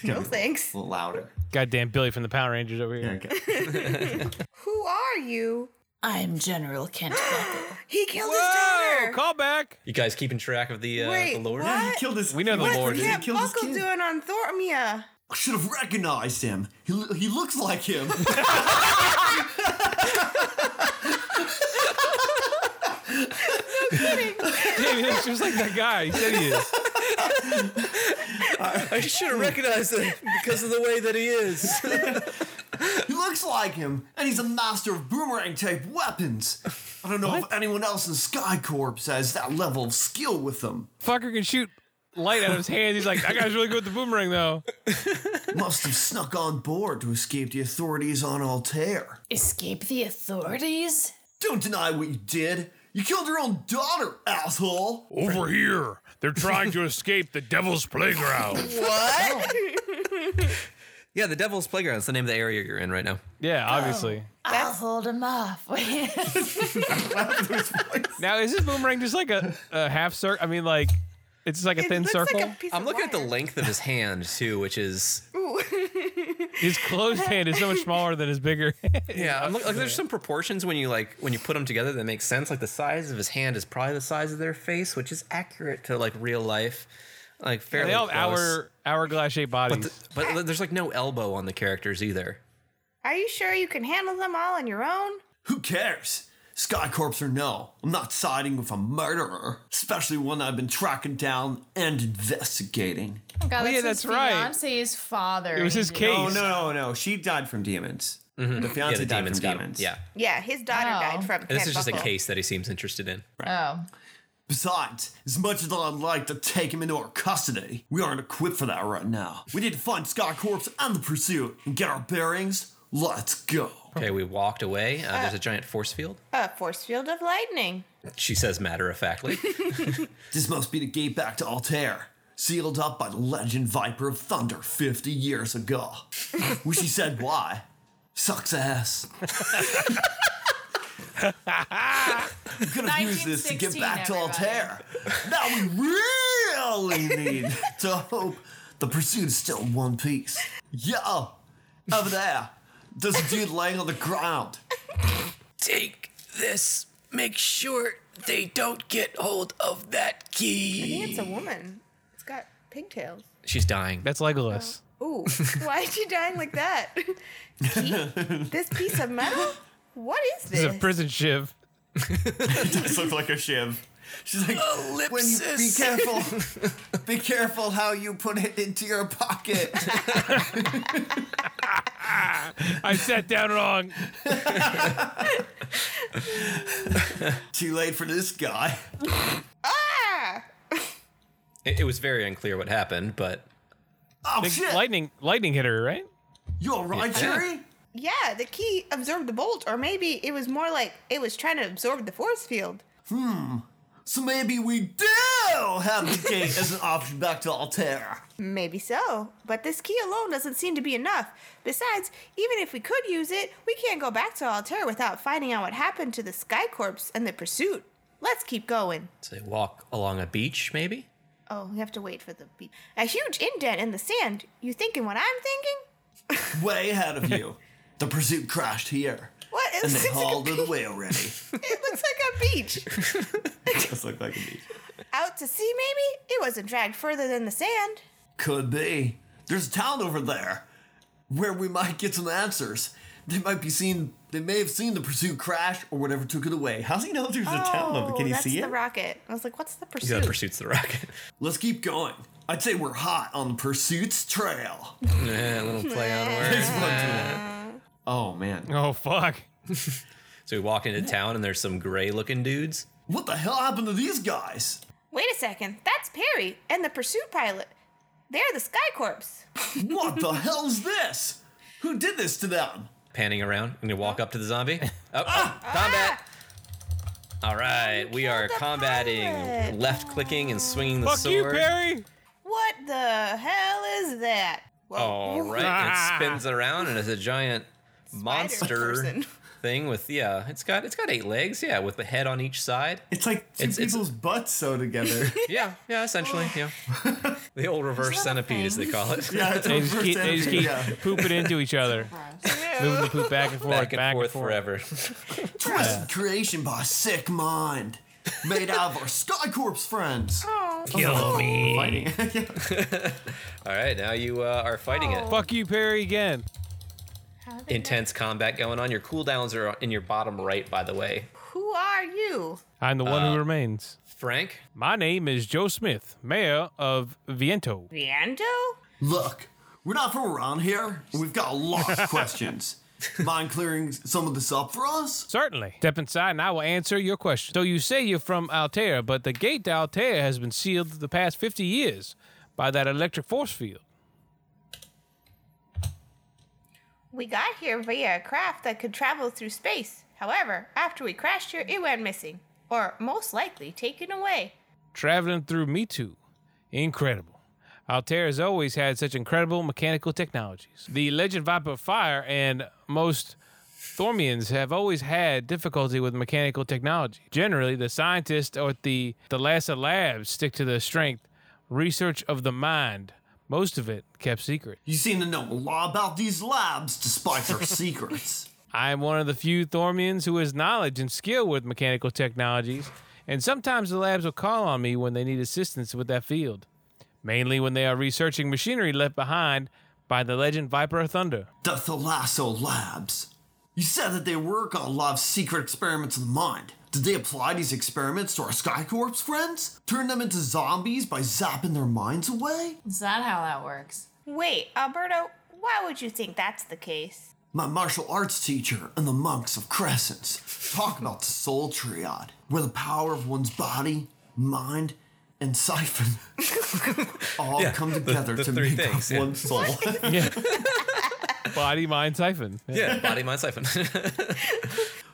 S5: No thanks.
S4: A little louder.
S3: Goddamn Billy from the Power Rangers over here.
S4: Okay.
S5: Who are you?
S6: I'm General Kent Buckle.
S5: He killed
S3: Whoa!
S5: his daughter.
S3: Call back.
S2: You guys keeping track of the uh,
S5: Wait,
S2: the lord?
S5: what?
S4: He killed his.
S3: We know the
S4: what
S3: Lord.
S4: He
S5: What's
S4: killed his
S5: Buckle
S4: kid.
S5: doing on Thormia?
S4: I should have recognized him. He, lo- he looks like him.
S3: Damn, he's just like that guy. He said he is.
S2: I should have recognized it because of the way that he is.
S4: he looks like him, and he's a master of boomerang type weapons. I don't know if anyone else in Sky Corps has that level of skill with them.
S3: Fucker can shoot light out of his hands. He's like, that guy's really good with the boomerang though.
S4: Must have snuck on board to escape the authorities on Altair.
S6: Escape the authorities?
S4: Don't deny what you did. You killed your own daughter, asshole.
S9: Over here! They're trying to escape the devil's playground.
S2: yeah, the Devil's Playground is the name of the area you're in right now.
S3: Yeah, obviously.
S6: I'll hold him off.
S3: Now is this boomerang just like a, a half circle? I mean, like it's just like a
S5: It
S3: thin
S5: looks
S3: circle.
S5: Like a piece
S2: I'm
S5: of
S2: looking at the
S5: wire.
S2: length of his hand too, which is
S3: His closed hand is so much smaller than his bigger.
S2: yeah. I'm look, like there's some proportions when you like when you put them together that make sense. Like the size of his hand is probably the size of their face, which is accurate to like real life. Like fairly
S3: they all have
S2: close.
S3: hour hourglass shaped bodies.
S2: But, th- but there's like no elbow on the characters either.
S5: Are you sure you can handle them all on your own?
S4: Who cares? Sky Corps or no, I'm not siding with a murderer, especially one I've been tracking down and investigating.
S6: Oh, God,
S3: Oh, yeah, that's right.
S6: Fiance's father.
S3: it was his case.
S4: Oh no, no, no! She died from demons. The
S2: Mm-hmm. Yeah,
S4: fiance
S2: the
S4: died
S2: demons
S4: from
S2: got
S4: demons.
S2: him.
S5: Yeah,
S2: Yeah,
S5: his daughter
S6: Oh.
S5: died from.
S2: And this
S5: Ken
S2: is just a
S5: Buckle.
S2: case that he seems interested in.
S6: Oh,
S4: Besides, as much as I'd like to take him into our custody, we aren't equipped for that right now. We need to find Sky Corps and the pursuit and get our bearings. Let's go.
S2: Okay, we walked away. Uh, there's a giant force field.
S5: A force field of lightning.
S2: She says matter of factly.
S4: This must be the gate back to Altair, sealed up by the legend Viper of Thunder 50 years ago. Wish he said why. Sucks ass. I'm gonna use this to get
S6: 1916,
S4: back to
S6: everybody.
S4: Altair. Now we really need to hope the pursuit is still in one piece. Yo, over there, there's a dude laying on the ground.
S2: Take this. Make sure they don't get hold of that
S5: I
S2: key.
S5: think it's a woman. It's got pigtails.
S2: She's dying.
S3: That's Legolas.
S5: Ooh, why is she dying like that? Gee, this piece of metal? What is
S3: This
S5: this?
S3: is a prison shiv.
S4: This looks like a shiv. She's like, when you, be
S2: Ellipsis.
S4: careful. be careful how you put it into your pocket.
S3: I sat down wrong.
S4: Too late for this guy.
S5: ah!
S2: It, it was very unclear what happened, but
S4: Oh
S3: Big
S4: shit!
S3: lightning, lightning hit her, right?
S4: you all right, Jerry?
S5: Yeah, the key
S4: Hmm.
S5: absorbed the bolt, or maybe it was more like it was trying to absorb the force field.
S4: So maybe we do Oh, have the gate as an option back to Altera.
S5: Maybe so, but this key alone doesn't seem to be enough. Besides, even if we could use it, we can't go back to Altair without finding out what happened to the Sky Corps and the pursuit. Let's keep going.
S2: So they walk along a beach, maybe?
S5: Oh, we have to wait for the beat. A huge indent in the sand. You thinking what I'm thinking?
S4: Way ahead of you. the pursuit crashed here.
S5: What? It
S4: And
S5: looks,
S4: they hauled
S5: like,
S4: it away already.
S5: a, it looks like a beach.
S7: Just look like a beach.
S5: Out to sea, maybe? It wasn't dragged further than the sand.
S4: Could be. There's a town over there where we might get some answers. They might be seen. They may have seen the pursuit crash or whatever took it away.
S7: How's he know there's a town over? Can he
S5: Oh, that's
S7: see
S5: the
S7: it?
S5: rocket. I was like, what's the pursuit?
S2: Yeah, the pursuit's the rocket.
S4: Let's keep going. I'd say we're hot on the pursuit's trail.
S2: yeah, a little play on words.
S7: Oh man.
S3: Oh fuck.
S2: So we walk into town and there's some gray looking dudes.
S4: What the hell happened to these guys?
S5: Wait a second. That's Perry and the pursuit pilot. They're the Sky Corps.
S4: What the hell's this? Who did this to them?
S2: panning around. I'm gonna walk up to the zombie. Oh,
S4: Ah!
S2: oh, combat! All right, we are
S5: the pilot.
S2: combating, left clicking and swinging the
S3: Fuck you,
S2: sword.
S3: Perry.
S5: What the hell is that?
S2: All right, and it spins around and it's a giant monster
S5: person.
S2: thing with yeah, it's got it's got eight legs, yeah, with the head on each side.
S7: It's like two
S2: It's- it's-
S7: people's butts sewed together.
S2: Yeah, yeah, essentially, yeah. The old reverse centipede, as they call it.
S7: yeah, it's
S3: They
S7: a
S3: just
S7: first
S3: keep, they just keep
S7: centipede, yeah.
S3: pooping into each other, moving the poop back and forth,
S2: Back and forth
S3: forth.
S2: forever.
S4: Twisted creation by a sick mind. Made out of our Sky Corps friends.
S5: Oh.
S2: Kill me.
S7: Oh, Fighting.
S2: All right, now you uh, are fighting it.
S3: Fuck you, Perry again.
S2: Intense combat going on. Your cooldowns are in your bottom right, by the way.
S5: Who are you?
S3: I'm the one who remains.
S2: Frank,
S3: My name is Joe Smith, mayor of Viento.
S5: Viento?
S4: Look, we're not from around here. and We've got a lot of questions. Mind clearing some of this up for us?
S3: Certainly. Step inside and I will answer your question. So you say you're from Altair, but the gate to Altair has been sealed the past 50 years by that electric force field.
S5: We got here via a craft that could travel through space. However, after we crashed here, it went missing. Or most likely taken away.
S3: Traveling through Me Too. Incredible. Altair has always had such incredible mechanical technologies. The Legend Viper of Fire and most Thormians have always had difficulty with mechanical technology. Generally, the scientists or the Thalassa Labs stick to the strength, research of the mind, most of it kept secret.
S4: You seem to know a lot about these labs despite their secrets.
S3: I am one of the few Thormians who has knowledge and skill with mechanical technologies, and sometimes the labs will call on me when they need assistance with that field, mainly when they are researching machinery left behind by the legend Viper of Thunder.
S4: The Thalasso Labs. You said that they work on a lot of secret experiments of the mind. Did they apply these experiments to our Sky Corps friends? Turn them into zombies by zapping their minds away?
S10: Is that how that works?
S5: Wait, Alberto, why would you think that's the case?
S4: My martial arts teacher and the monks of Crescents talk about the soul triad, where the power of one's body, mind, and siphon all come together
S2: the
S4: to
S2: three
S4: make
S2: things,
S4: up
S2: yeah.
S4: one soul.
S3: Body, mind, siphon.
S2: yeah, body mind siphon.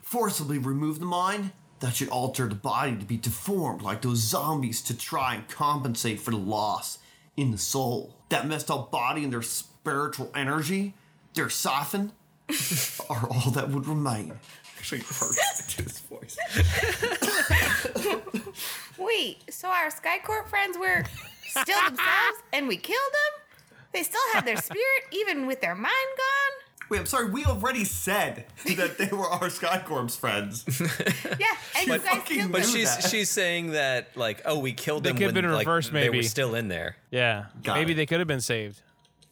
S4: Forcibly remove the mind. That should alter the body to be deformed like those zombies to try and compensate for the loss in the soul. That messed up body and their spiritual energy, their siphon, are all that would remain.
S7: Actually, hurts to his voice.
S5: Wait, so our Sky Corps friends were still themselves and we killed them? They still had their spirit, even with their mind gone?
S7: Wait, I'm sorry. We already said that they were our Skycorps friends.
S5: Yeah, and you guys
S7: fucking
S5: killed
S2: But
S5: them.
S7: knew
S2: she's
S7: that.
S2: she's saying that like, oh, we killed
S3: They
S2: them
S3: could've
S2: when
S3: been in
S2: like,
S3: reverse,
S2: they were
S3: maybe.
S2: still in there.
S3: Yeah.
S4: Got
S3: Maybe
S4: it.
S3: they could have been saved.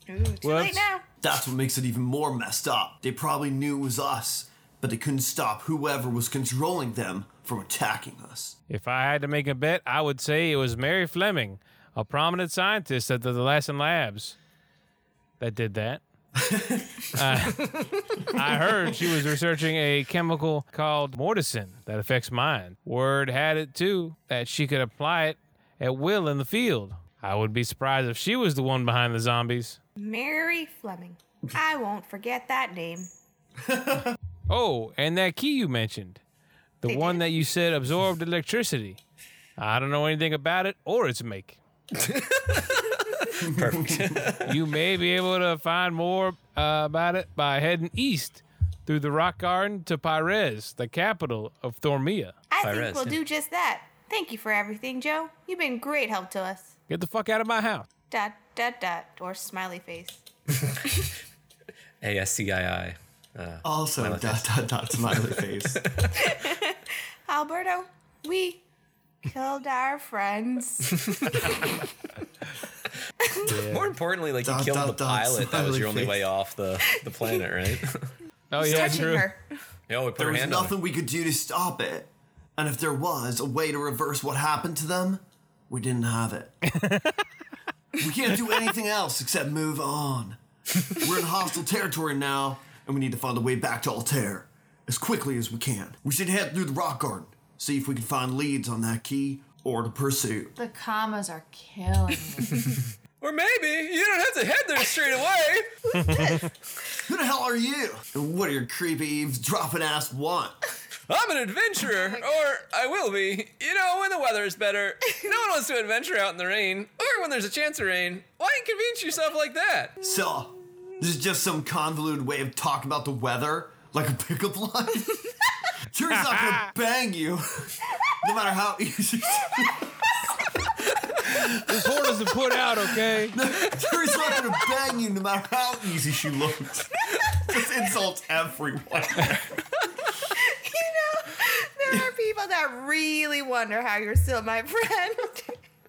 S5: Ooh, too
S3: Whoops.
S5: late now.
S4: That's what makes it even more messed up. They probably knew it was us, but they couldn't stop whoever was controlling them from attacking us.
S3: If I had to make a bet, I would say it was Mary Fleming, a prominent scientist at the Lassen Labs, that did that. Uh, I heard she was researching a chemical called mortison that affects mind. Word had it, too, that she could apply it at will in the field. I would be surprised if she was the one behind the zombies.
S5: Mary Fleming. I won't forget that name.
S3: Oh, and that key you mentioned, the one that you said absorbed electricity. I don't know anything about it or its make. Perfect. you may be able to find more uh, about it by heading east through the rock garden to Pires, the capital of Thormia.
S5: I
S2: Pyrez,
S5: think we'll
S2: yeah.
S5: do just that. Thank you for everything, Joe. You've been great help to us.
S3: Get the fuck out of my house.
S5: Dot, dot, dot, or smiley face.
S2: ASCII. uh,
S4: Also, dot dot dot smiley face.
S5: Alberto, we killed our friends.
S2: More importantly, like you
S4: Dot,
S2: killed
S4: dot,
S2: the
S4: dot,
S2: pilot. That was your only
S4: smiley
S2: way off the, the planet, right?
S3: Oh yeah,
S5: Touching
S3: true.
S5: her.
S2: no, we put
S4: There
S2: our
S4: was
S2: hand on
S4: nothing we could do to stop it. And if there was a way to reverse what happened to them, we didn't have it. we can't do anything else except move on. We're in hostile territory now, and we need to find a way back to Altair as quickly as we can. We should head through the rock garden, see if we can find leads on that key or the pursuit.
S6: The commas are killing me.
S2: it. Or maybe you don't have to head there straight away.
S4: Who the hell are you? And what do your creepy eavesdropping ass want?
S2: I'm an adventurer, or I will be. You know, when the weather is better. No one wants to adventure out in the rain, or when there's a chance of rain. Why inconvenience yourself like that?
S4: So, this is just some convoluted way of talking about the weather, like a pickup line. You're not gonna bang you, no matter how easy.
S3: This horn isn't put out, okay?
S4: Jerry's not gonna bang you, no matter how easy she looks. Just insults everyone.
S5: you know, there are people that really wonder how you're still my friend.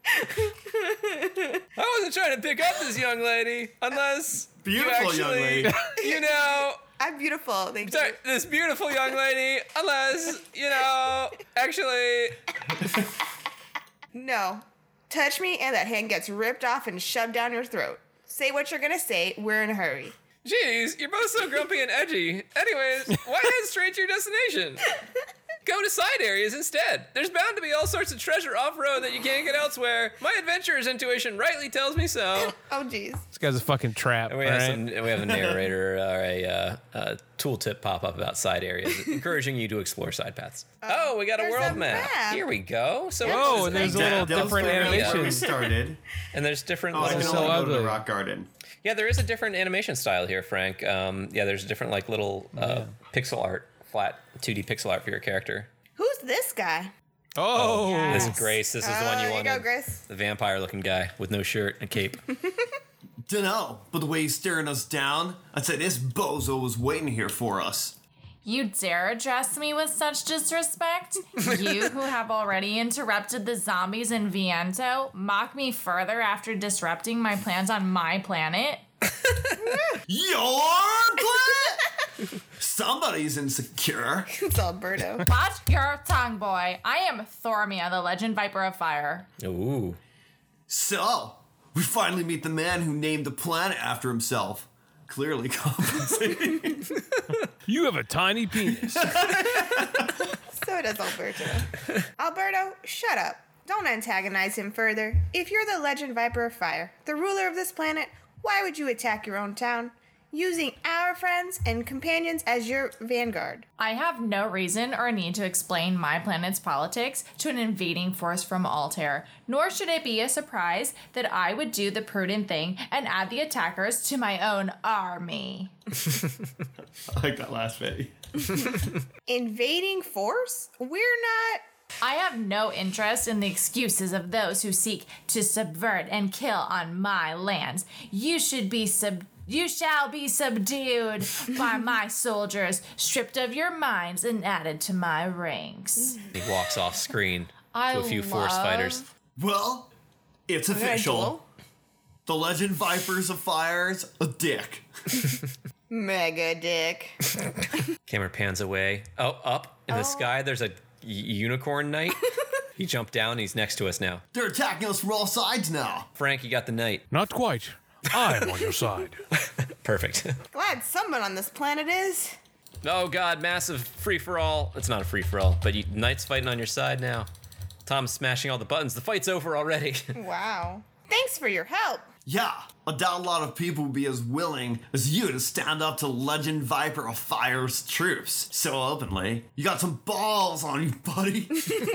S2: I wasn't trying to pick up this young lady, unless
S4: Beautiful
S2: you actually,
S4: young lady.
S2: You know,
S5: I'm beautiful. Thank
S2: sorry, this beautiful young lady, unless you know, actually,
S5: you. No. Touch me and that hand gets ripped off and shoved down your throat. Say what you're gonna say. We're in a hurry.
S2: Jeez, you're both so grumpy and edgy. Anyways, why head straight to your destination? Go to side areas instead. There's bound to be all sorts of treasure off road that you can't get elsewhere. My adventurer's intuition rightly tells me so.
S5: Oh, jeez.
S3: This guy's a fucking trap.
S2: We
S3: all
S2: have,
S3: right?
S2: some, we have a narrator or a uh, uh, tooltip pop up about side areas, encouraging you to explore side paths. oh, we got a
S5: there's
S2: world
S5: a
S2: map.
S5: map.
S2: Here we go. So,
S3: Oh, and there's a little
S4: That- that was
S3: different
S4: where we- where we
S3: animation.
S4: started.
S2: and there's different.
S4: Oh, I
S2: little-
S4: can
S3: so
S4: only go to the
S3: ugly.
S4: rock garden.
S2: Yeah, there is a different animation style here, Frank. Um, yeah, there's a different like little uh, pixel art, flat 2D pixel art for your character.
S5: Who's this guy?
S3: Oh,
S2: This is Grace. This is the one
S5: Oh, there
S2: you
S5: you
S2: wanted.
S5: go, Grace.
S2: The vampire-looking guy with no shirt and cape.
S4: Dunno, but the way he's staring us down, I'd say this bozo was waiting here for us.
S6: You dare address me with such disrespect? You who have already interrupted the zombies in Viento, mock me further after disrupting my plans on my planet?
S4: Your planet? Somebody's insecure.
S5: It's Alberto.
S6: Watch your tongue, boy. I am Thormia, the legend viper of fire.
S2: Ooh.
S4: So, we finally meet the man who named the planet after himself. Clearly compensating.
S3: you have a tiny penis.
S5: so does Alberto. Alberto, shut up. Don't antagonize him further. If you're the legend Viper of Fire, the ruler of this planet, why would you attack your own town? Using our friends and companions as your vanguard.
S6: I have no reason or need to explain my planet's politics to an invading force from Altair, nor should it be a surprise that I would do the prudent thing and add the attackers to my own army.
S4: I like that last bit.
S5: Invading force? We're not.
S6: I have no interest in the excuses of those who seek to subvert and kill on my lands. You should be sub you shall be subdued by my soldiers, stripped of your minds and added to my ranks.
S2: He walks off screen
S6: I
S2: to a few force
S6: love-
S2: fighters.
S4: Well, it's official.
S5: duel?
S4: The legend Vipers of Fire's a dick.
S5: Mega dick.
S2: Camera pans away. Oh, up in the sky, there's a y- unicorn knight. he jumped down. He's next to us now.
S4: They're attacking us from all sides now.
S2: Frank, you got the knight.
S11: Not quite. I'm on your side.
S2: Perfect.
S5: Glad someone on this planet is.
S2: oh God, massive free for all. It's not a free for all, but you, knight's fighting on your side now. Tom's smashing all the buttons. The fight's over already.
S5: Wow. Thanks for your help.
S4: Yeah,
S12: I doubt a lot of people would be as willing as you to stand up to Legend Viper of Fire's troops so openly. You got some balls on you, buddy.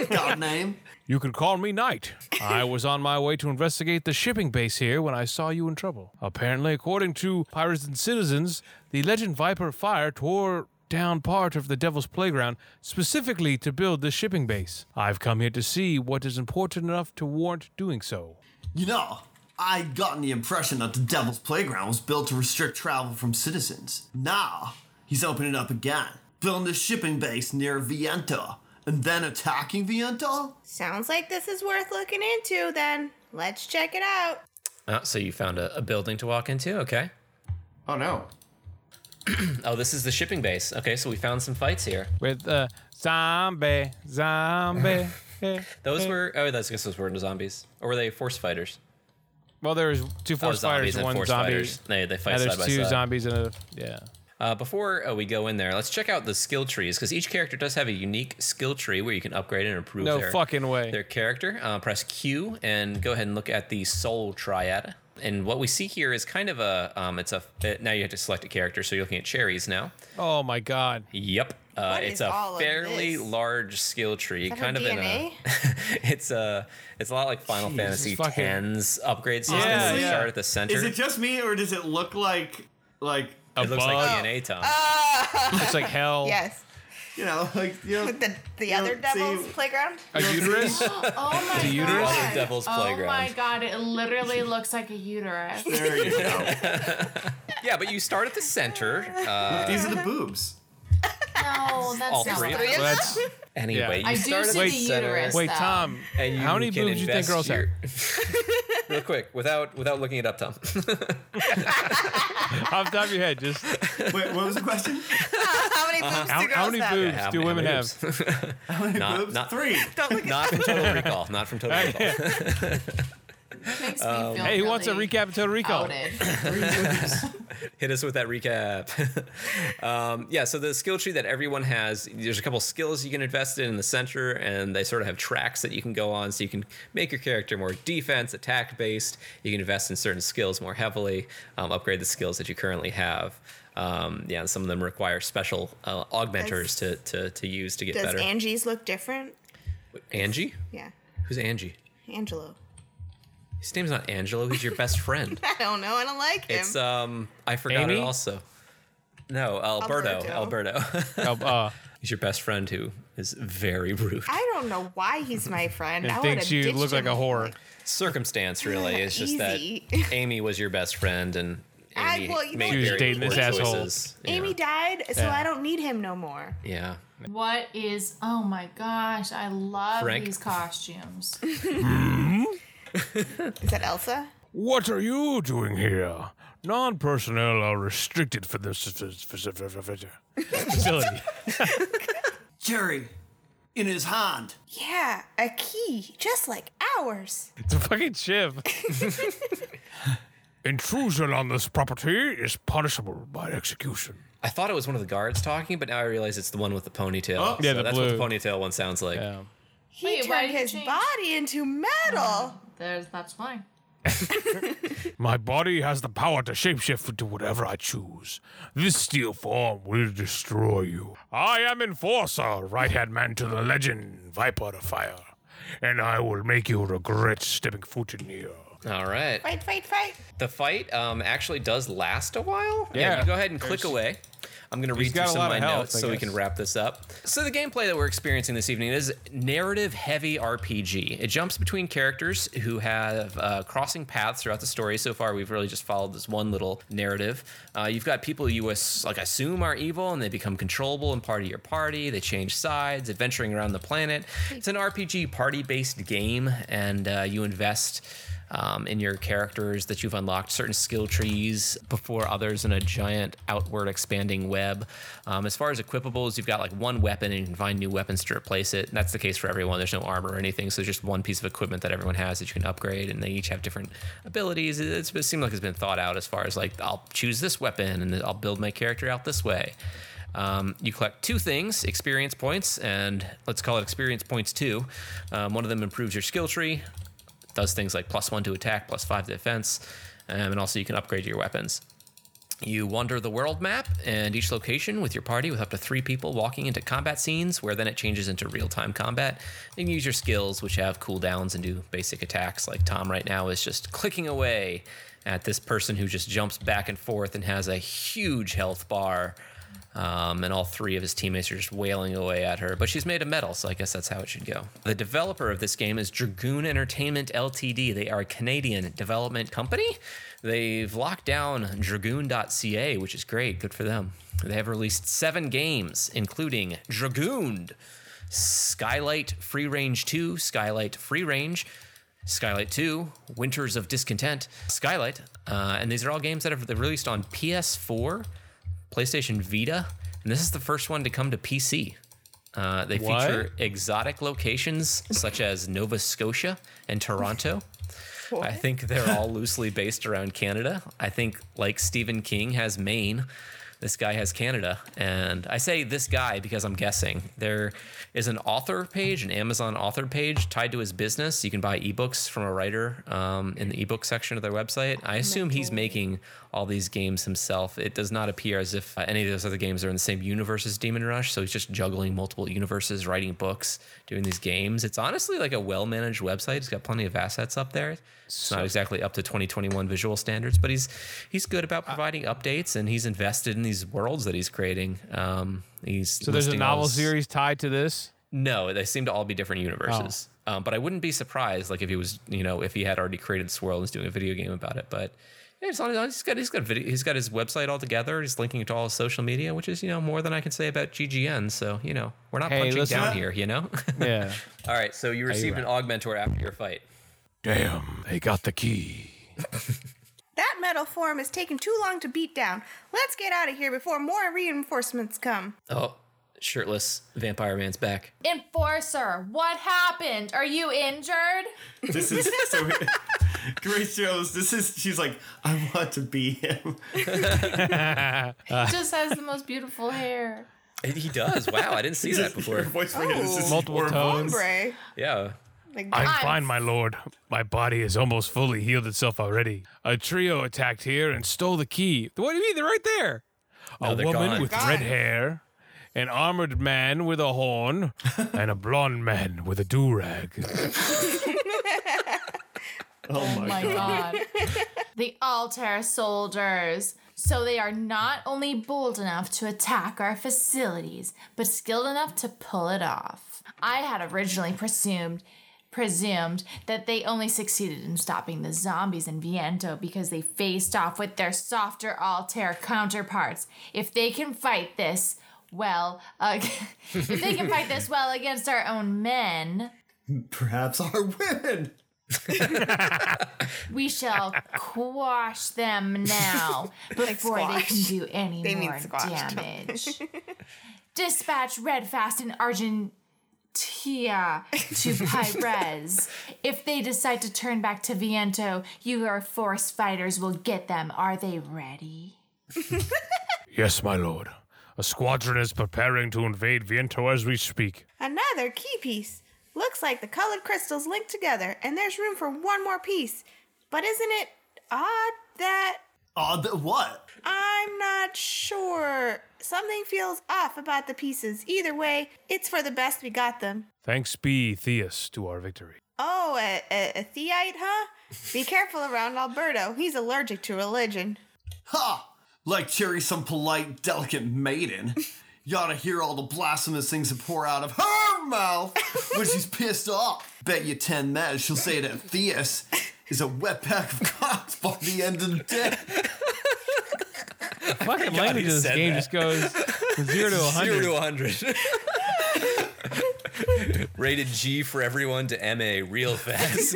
S12: God name.
S3: You can call me Knight. I was on my way to investigate the shipping base here when I saw you in trouble. Apparently, according to Pirates and Citizens, the Legend Viper Fire tore down part of the Devil's Playground specifically to build this shipping base. I've come here to see what is important enough to warrant doing so.
S12: You know, I'd gotten the impression that the Devil's Playground was built to restrict travel from citizens. Now, he's opening up again, building a shipping base near Viento, and then attacking Viento?
S5: Sounds like this is worth looking into then. Let's check it out.
S2: Oh, so you found a, a building to walk into. Okay.
S4: Oh no.
S2: Oh, this is the shipping base. Okay, so we found some fights here.
S3: With a zombie, zombie. eh.
S2: Those were oh, that's, I guess those were zombies, or were they force fighters?
S3: well, there was two
S2: Oh,
S3: force fighters, one zombie.
S2: They they
S3: Yeah,
S2: fight
S3: there's
S2: side by
S3: two
S2: side.
S3: zombies and a yeah.
S2: Uh, before uh, we go in there, let's check out the skill trees because each character does have a unique skill tree where you can upgrade and improve.
S3: No
S2: their,
S3: fucking way.
S2: Their character. Uh, press Q and go ahead and look at the soul triad. And what we see here is kind of a um, it's a it, now you have to select a character, so you're looking at cherries now.
S3: Oh my god.
S2: Yep. Uh,
S5: What
S2: it's
S5: is
S2: a
S5: all of
S2: fairly
S5: this?
S2: large skill tree,
S5: that her
S2: kind of in a. it's a. It's a lot like Final Fantasy
S3: fucking-
S2: X's upgrade system.
S3: Yeah,
S2: where you
S3: yeah.
S2: Start at the center.
S4: Is it just me or does it look like like
S2: It looks like
S3: bug?
S2: DNA, Tom.
S5: Oh,
S3: Looks like hell.
S5: Yes.
S4: you know like you know
S5: The, the
S4: You
S5: other
S4: don't see-
S5: devil's playground?
S3: A uterus.
S6: Oh my
S3: uterus?
S6: god.
S2: Other devil's
S6: oh my
S2: playground.
S6: god, it literally looks like a uterus.
S4: there you go.
S2: yeah, but you start at the center. Uh,
S4: These are the boobs.
S6: No, that's
S2: All
S6: not
S2: three of them?
S6: what that-
S3: Well, that's-
S2: anyway,
S6: I
S2: you
S6: do
S2: start at
S6: see
S2: the
S6: the
S2: center.
S6: uterus.
S3: wait,
S6: though.
S3: Tom.
S2: And you
S3: How many
S2: can
S3: boobs do you think
S2: invest
S3: girls
S2: your- Real quick, without without looking it up, Tom.
S3: Off the top of your head, just
S4: Wait, what was the question?
S5: How many boobs
S3: Uh-huh. how,
S5: do girls
S3: how many
S5: have?
S3: boobs
S2: How
S3: do
S2: many
S3: women have?
S2: boobs?
S4: How many
S2: Not-
S4: boobs?
S2: not-
S4: Three.
S2: Not from Total Recall. Not from Total Recall. Um,
S6: Makes me feel
S3: Hey, who wants a
S6: really
S3: recap of Total Recall?
S6: outed.
S2: Hit us with that recap. um, yeah, so the skill tree that everyone has, there's a couple skills you can invest in in the center, and they sort of have tracks that you can go on. So you can make your character more defense, attack based. You can invest in certain skills more heavily, um, upgrade the skills that you currently have. Um, yeah, and some of them require special uh, augmenters to, to, to use to get
S5: Does
S2: better.
S5: Angie's look different?
S2: Angie?
S5: Yeah.
S2: Who's Angie?
S5: Angelo.
S2: His name's not Angelo. He's your best friend.
S5: I don't know. I don't like him.
S2: It's um, I forgot
S3: Amy?
S2: it also. No, Alberto.
S5: Alberto.
S2: Alberto.
S3: Oh, uh,
S2: He's your best friend who is very rude.
S5: I don't know why he's my friend.
S3: and
S5: I
S3: thinks
S5: would've
S3: you
S5: ditched
S3: look like
S5: him.
S3: a whore.
S2: Circumstance really is just
S5: Easy.
S2: that Amy was your best friend and
S5: I-
S2: Amy
S5: well, you know
S2: made
S5: what? She was
S2: very
S3: dating this
S2: poor
S3: asshole.
S2: choices. Yeah.
S5: Amy died, so
S3: Yeah.
S5: I don't need him no more.
S2: Yeah.
S6: What is? Oh my gosh, I love
S2: Frank?
S6: these costumes.
S5: Is that Elsa?
S9: What are you doing here? Non personnel are restricted for this facility.
S12: Jerry, in his hand.
S5: Yeah, a key, just like ours.
S3: It's a fucking chip.
S9: Intrusion on this property is punishable by execution.
S2: I thought it was one of the guards talking, but now I realize it's the one with the ponytail. Oh,
S3: Yeah,
S2: so
S3: the
S2: that's
S3: blue.
S2: what the ponytail one sounds like.
S3: Yeah.
S5: He
S6: Wait, why
S5: turned
S6: did it
S5: his
S6: change?
S5: body into metal.
S6: There's that's fine.
S9: My body has the power to shapeshift into whatever I choose. This steel form will destroy you. I am Enforcer, right hand man to the legend, Viper of Fire, and I will make you regret stepping foot in here.
S2: All right.
S5: Fight, fight, fight.
S2: The fight um, actually does last a while.
S3: Yeah.
S2: you go ahead and click away. I'm going to read through
S3: got a
S2: some
S3: lot
S2: of
S3: of
S2: my
S3: health,
S2: notes
S3: I
S2: so we can
S3: guess.
S2: wrap this up. So, the gameplay that we're experiencing this evening is narrative heavy RPG. It jumps between characters who have uh, crossing paths throughout the story. So far, we've really just followed this one little narrative. Uh, you've got people you ass- like assume are evil and they become controllable and part of your party. They change sides, adventuring around the planet. It's an RPG party based game, and uh, you invest um, in your characters that you've unlocked certain skill trees before others in a giant outward expanding web. Um, as far as equipables, you've got like one weapon and you can find new weapons to replace it. And that's the case for everyone. There's no armor or anything. So there's just one piece of equipment that everyone has that you can upgrade and they each have different abilities. It- It's, it seemed like it's been thought out as far as like, I'll choose this weapon and I'll build my character out this way. Um, you collect two things experience points, and let's call it experience points two. Um, one of them improves your skill tree, does things like plus one to attack, plus five to defense. um, and also you can upgrade your weapons. You wander the world map and each location with your party with up to three people walking into combat scenes, where then it changes into real time combat. And you use your skills, which have cooldowns and do basic attacks. Like Tom right now is just clicking away at this person who just jumps back and forth and has a huge health bar. Um, and all three of his teammates are just wailing away at her. But she's made of metal, so I guess that's how it should go. The developer of this game is Dragoon Entertainment Ltd. They are a Canadian development company. They've locked down Dragoon.ca, which is great. Good for them. They have released seven games, including Dragoon, Skylight Free Range 2, Skylight Free Range, Skylight 2, Winters of Discontent, Skylight. Uh, and these are all games that have they've released on PS4, PlayStation Vita, and this is the first one to come to PC. Uh, they
S3: What?
S2: feature exotic locations such as Nova Scotia and Toronto. I think they're all loosely based around Canada. I think, like Stephen King has Maine, this guy has Canada. And I say this guy because I'm guessing there is an author page, an Amazon author page tied to his business. You can buy ebooks from a writer um, in the ebook section of their website. I assume he's making all these games himself. It does not appear as if uh, any of those other games are in the same universe as Demon Rush. So he's just juggling multiple universes, writing books, doing these games. It's honestly like a well managed website. It's got plenty of assets up there. It's not exactly up to 2021 visual standards, but he's he's good about providing updates and he's invested in these worlds that he's creating. Um, he's
S3: So there's a novel series tied to this. Oh.
S2: No, they seem to all be different universes. Um, but I wouldn't be surprised, like if he was, you know, if he had already created this world and is doing a video game about it. But yeah, it's on, he's got he's got video, he's got his website all together. He's linking it to all his social media, which is you know more than I can say about GGN. So you know we're not
S3: Hey,
S2: punching
S3: listen-
S2: down here, you know.
S3: Yeah.
S2: all right, so you received an augmentor after your fight.
S9: Damn, they got the key.
S5: That metal form is taking too long to beat down. Let's get out of here before more reinforcements come.
S2: Oh, shirtless vampire man's back.
S6: Enforcer, what happened? Are you injured?
S4: This is so Grace Jones, this is she's like, I want to be him.
S6: Just has the most beautiful hair.
S2: He does. Wow, I didn't see that
S4: Your
S2: before.
S4: voice for him is just
S3: Multiple
S4: horrible.
S3: tones.
S5: Hombre.
S2: Yeah.
S5: Like,
S9: I'm
S6: I'm-
S9: fine, my lord. My body is almost fully healed itself already.
S3: A trio attacked here and stole the key. What do you mean? They're right there.
S2: No,
S9: a
S2: they're
S9: woman
S2: gone.
S9: with red hair, an armored man with a horn, and a blonde man with a do rag.
S4: Oh my,
S6: My
S4: god.
S6: god. the Altair soldiers. So they are not only bold enough to attack our facilities, but skilled enough to pull it off. I had originally presumed presumed that they only succeeded in stopping the zombies in Viento because they faced off with their softer Altair counterparts. If they can fight this well, uh, if they can fight this well against our own men,
S12: Perhaps our women.
S6: We shall quash them now before they can
S5: squash.
S6: do any
S5: They mean
S6: more
S5: squashed.
S6: damage. Dispatch Redfast and Argentia to Pyrez. if they decide to turn back to Viento, your force fighters will get them. Are they ready?
S9: yes, my lord. A squadron is preparing to invade Viento as we speak.
S5: Another key piece. Looks like the colored crystals linked together, and there's room for one more piece. But isn't it odd that
S12: Uh, th- what?
S5: I'm not sure? Something feels off about the pieces. Either way, it's for the best we got them.
S9: Thanks be, Theus, to our victory.
S5: Oh, a, a, a theite, huh? Be careful around Alberto. He's allergic to religion.
S12: Ha! Like cherry some polite, delicate maiden. You ought to hear all the blasphemous things that pour out of her mouth when she's pissed off. Bet you 10 men she'll say that Theus is a wet pack of cocks by the end of the day.
S3: Fucking language
S2: he
S3: in this
S2: said
S3: game
S2: that.
S3: just goes from zero to
S2: Zero
S3: 100.
S2: to 100. Rated G for everyone to MA real fast.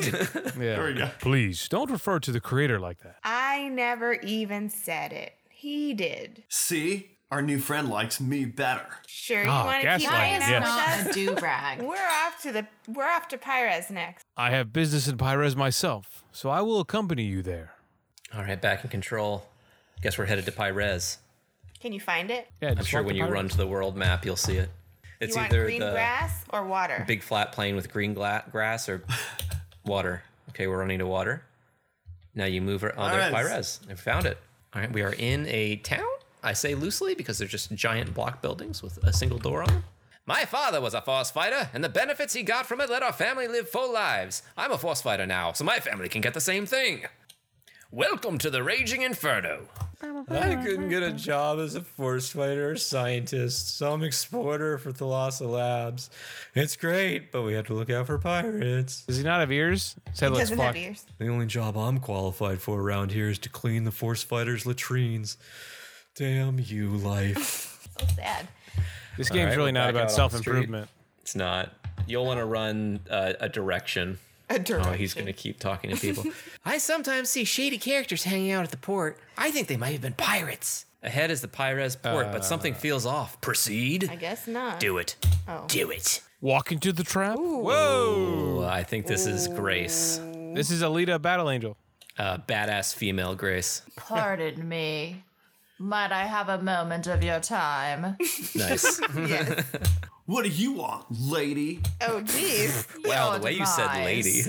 S3: Yeah.
S9: Please don't refer to the creator like that.
S5: I never even said it. He did.
S12: See? Our new friend likes me better.
S5: Sure, you
S9: Ah,
S5: want to keep
S9: gaslighting,
S5: hanging out
S9: yes.
S5: with
S6: Not a
S5: us?
S6: do rag.
S5: We're off to the we're off to Pyres next.
S3: I have business in Pyrez myself, so I will accompany you there.
S2: All right, back in control. Guess we're headed to Pyrez.
S5: Can you find it?
S3: Yeah,
S2: I'm sure when you run to the world map, you'll see it. It's
S5: you want
S2: either
S5: green
S2: the
S5: grass or water?
S2: big flat plain with green gla- grass or water. Okay, we're running to water. Now you move her on their
S4: Alright.
S2: Pyrez. I found it. All right, we are in a town. I say loosely because they're just giant block buildings with a single door on them. My father Ah, was a force fighter, and the benefits he got from it let our family live full lives. I'm a force fighter now, so my family can get the same thing. Welcome to the Raging Inferno.
S13: I couldn't get a job as a force fighter or scientist, so I'm exporter for Thalassa Labs. It's great, but we have to look out for pirates.
S3: Does he not have ears? His head looks
S5: Doesn't have
S3: fucked.
S5: ears.
S13: The only job I'm qualified for around here is to clean the force fighters' latrines. Damn you, life.
S5: So sad.
S3: This game's
S2: right,
S3: really
S2: we're
S3: not
S2: back out on
S3: about
S2: the
S3: self improvement.
S2: It's not. You'll want to run uh, a direction.
S6: A direction.
S2: Oh, he's going to keep talking to people.
S7: I sometimes see shady characters hanging out at the port. I think they might have been pirates.
S2: Ahead is the Pyrez port,
S3: Uh,
S2: but something feels off. Proceed.
S5: I guess not.
S2: Do it.
S5: Oh.
S2: Do it.
S3: Walk into the trap.
S2: Ooh, I think this is Grace.
S3: This is Alita Battle Angel.
S2: Uh, badass female Grace.
S6: Pardon me. Might I have a moment of your time?
S2: Nice.
S5: Yes.
S12: What do you want, lady?
S5: oh, jeez.
S2: wow,
S6: Your
S2: the way you said lady.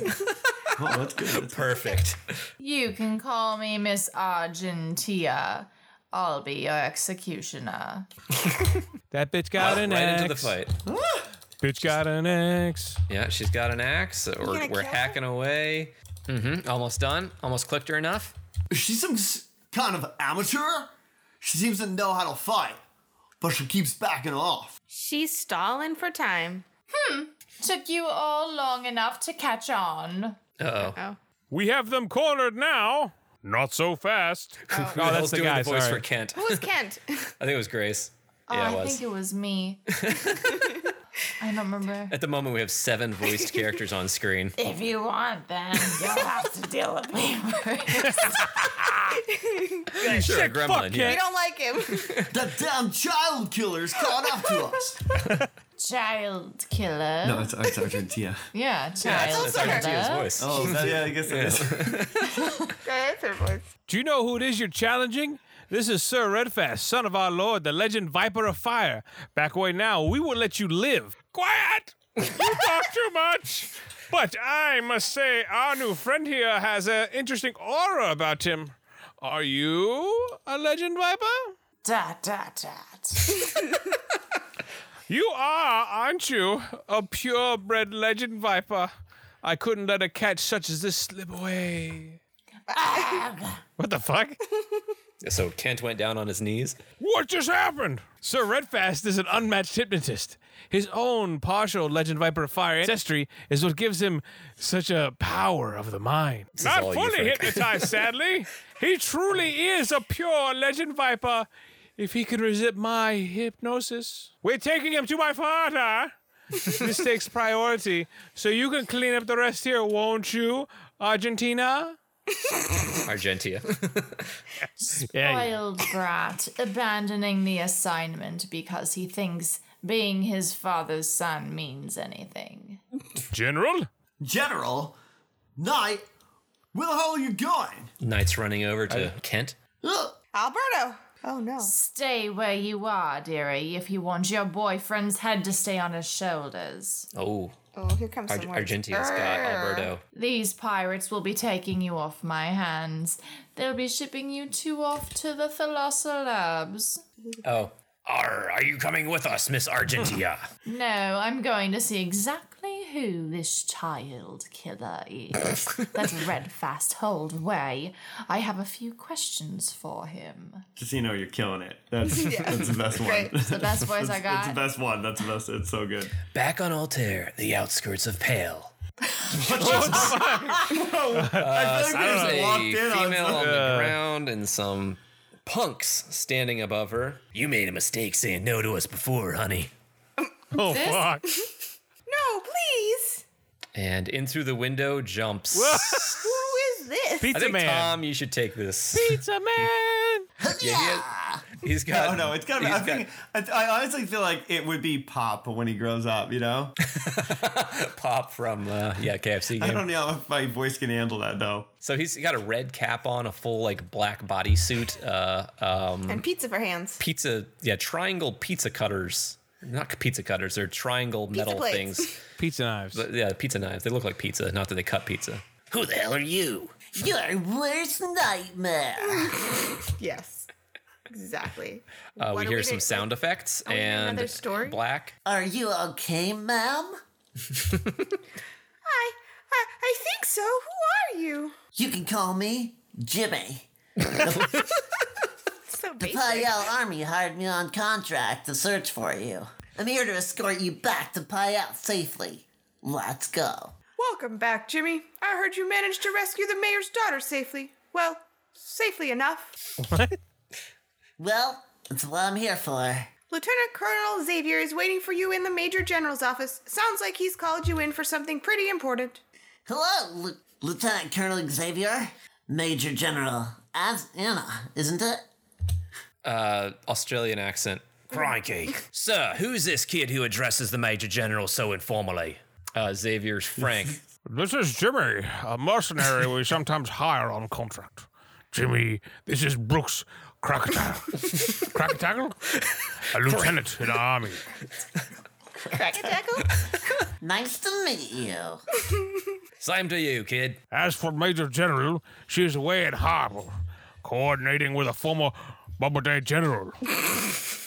S12: Oh, that's good.
S2: Perfect.
S6: You can call me Miss Argentia. I'll be your executioner.
S3: That bitch got an
S2: right
S3: axe.
S2: into the fight.
S3: Bitch got an axe.
S2: Yeah, she's got an axe. We're,
S5: gonna
S2: we're
S5: kill her?
S2: hacking away. hmm Almost done. Almost clicked her enough.
S12: She's some s- kind of amateur. She seems to know how to fight, but she keeps backing off.
S5: She's stalling for time.
S6: Hmm. Took you all long enough to catch on.
S2: Uh-oh.
S9: We have them cornered now. Not so fast.
S2: Oh,
S3: that's the
S2: doing
S3: guy,
S2: the voice
S3: sorry.
S2: for Kent.
S5: Who was Kent?
S2: I think it was Grace. yeah,
S6: oh,
S2: it
S6: I
S2: was.
S6: think it was me. I don't remember.
S2: At the moment, we have seven voiced characters on screen.
S6: If you want them, you'll have to deal with me first.
S2: sure, a gremlin.
S5: we
S2: Yeah.
S5: don't like him.
S12: That damn child killer's caught up to us.
S6: Child killer.
S12: it's, it's Argentina.
S6: Yeah, child
S2: That's
S5: also her.
S6: killer.
S2: Argentina's voice.
S12: Oh, that, yeah, I guess it is.
S5: That's her voice.
S3: Do you know who it is you're challenging? This is Sir Redfast, son of our lord, the legend Viper of Fire. Back away now, we will let you live.
S9: Quiet! You talk too much. But I must say, our new friend here has an interesting aura about him. Are you a legend viper?
S6: Dot, dot, dot.
S9: You are, aren't you? A purebred legend viper. I couldn't let a catch such as this slip away.
S3: What the fuck?
S2: So Kent went down on his knees.
S9: What just happened?
S3: Sir Redfast is an unmatched hypnotist. His own partial legend Viper of Fire ancestry is what gives him such a power of the mind.
S9: Not
S2: all you,
S9: fully
S2: Frank.
S9: hypnotized, sadly. he truly is a pure legend viper.
S3: If he can resist my hypnosis, we're taking him to my father. this takes priority, so you can clean up the rest here, won't you, Argentina?
S2: Argentia.
S6: Spoiled brat, abandoning the assignment because he thinks being his father's son means anything.
S9: General?
S12: General, Knight, where the hell are you going?
S2: Knight's running over to Kent.
S12: Ugh.
S5: Alberto. Oh, no.
S6: Stay where you are, dearie, if you want your boyfriend's head to stay on his shoulders.
S2: Oh,
S5: Oh, here comes
S2: Ar-
S5: some words.
S2: Argentia's got Alberto.
S6: These pirates will be taking you off my hands. They'll be shipping you two off to the Thalassa Labs.
S2: Oh. Are, are you coming with us, Miss Argentia?
S6: No, I'm going to see exactly who this child killer is. Let Redfast hold way. I have a few questions for him.
S4: Just so you know, you're killing it. That's that's the best one.
S5: Great.
S6: The best voice I
S4: It's the
S6: got.
S4: best one. That's the best. It's so good.
S2: Back on Altair, the outskirts of Pale.
S4: I feel like
S2: There's
S4: they just
S2: a
S4: walked in on
S2: Uh, female
S4: some-
S2: on the ground and some punks standing above her. You made a mistake saying no to us before, honey.
S9: Oh, fuck.
S5: No, please.
S2: And in through the window jumps.
S5: Who is this?
S2: I
S3: Pizza
S2: think
S3: Man.
S2: Tom, you should take this.
S3: Pizza Man.
S2: Yeah, he has- he's got.
S4: Oh no, it's gotta be.
S2: he's
S4: I, think, I, I honestly feel like it would be Pop when he grows up. You know,
S2: got pop from uh, yeah KFC
S4: I
S2: game.
S4: don't know if my voice can handle that though.
S2: So he's got a red cap on, a full like black bodysuit, uh, um,
S5: And pizza for hands.
S2: pizza, yeah, triangle pizza cutters. Not pizza cutters, they're triangle metal
S5: plates.
S2: things.
S3: Pizza knives.
S2: But yeah, pizza knives. They look like pizza, not that they cut pizza. Who the hell are you?
S14: Your worst nightmare.
S5: yes, exactly. Why
S2: Uh, we
S5: don't
S2: hear
S5: do-
S2: some sound effects
S5: we doing
S2: and
S5: another story?
S2: black.
S14: Are you okay, ma'am?
S5: I, I, I think so. Who are you?
S14: You can call me Jimmy.
S5: So
S14: The
S5: basic.
S14: Payel Army hired me on contract to search for you. I'm here to escort you back to Payel safely. Let's go.
S5: Welcome back, Jimmy. I heard you managed to rescue the mayor's daughter safely. Well, safely enough.
S14: Well, that's what I'm here for.
S5: Lieutenant Colonel Xavier is waiting for you in the Major General's office. Sounds like he's called you in for something pretty important.
S14: Hello, Lu- Lieutenant Colonel Xavier, Major General As Anna, isn't it?
S2: Uh, Australian accent. Mm. Crikey. Sir, who's this kid who addresses the Major General so informally? Uh, Xavier's Frank.
S9: This is Jimmy, a mercenary we sometimes hire on contract. Jimmy, this is Brooks Krakatagel. Krakatagel? A lieutenant in the army.
S14: Nice to meet you.
S2: Same to you, kid.
S9: As for Major General, she is away at harbor, coordinating with a former Bombardier General.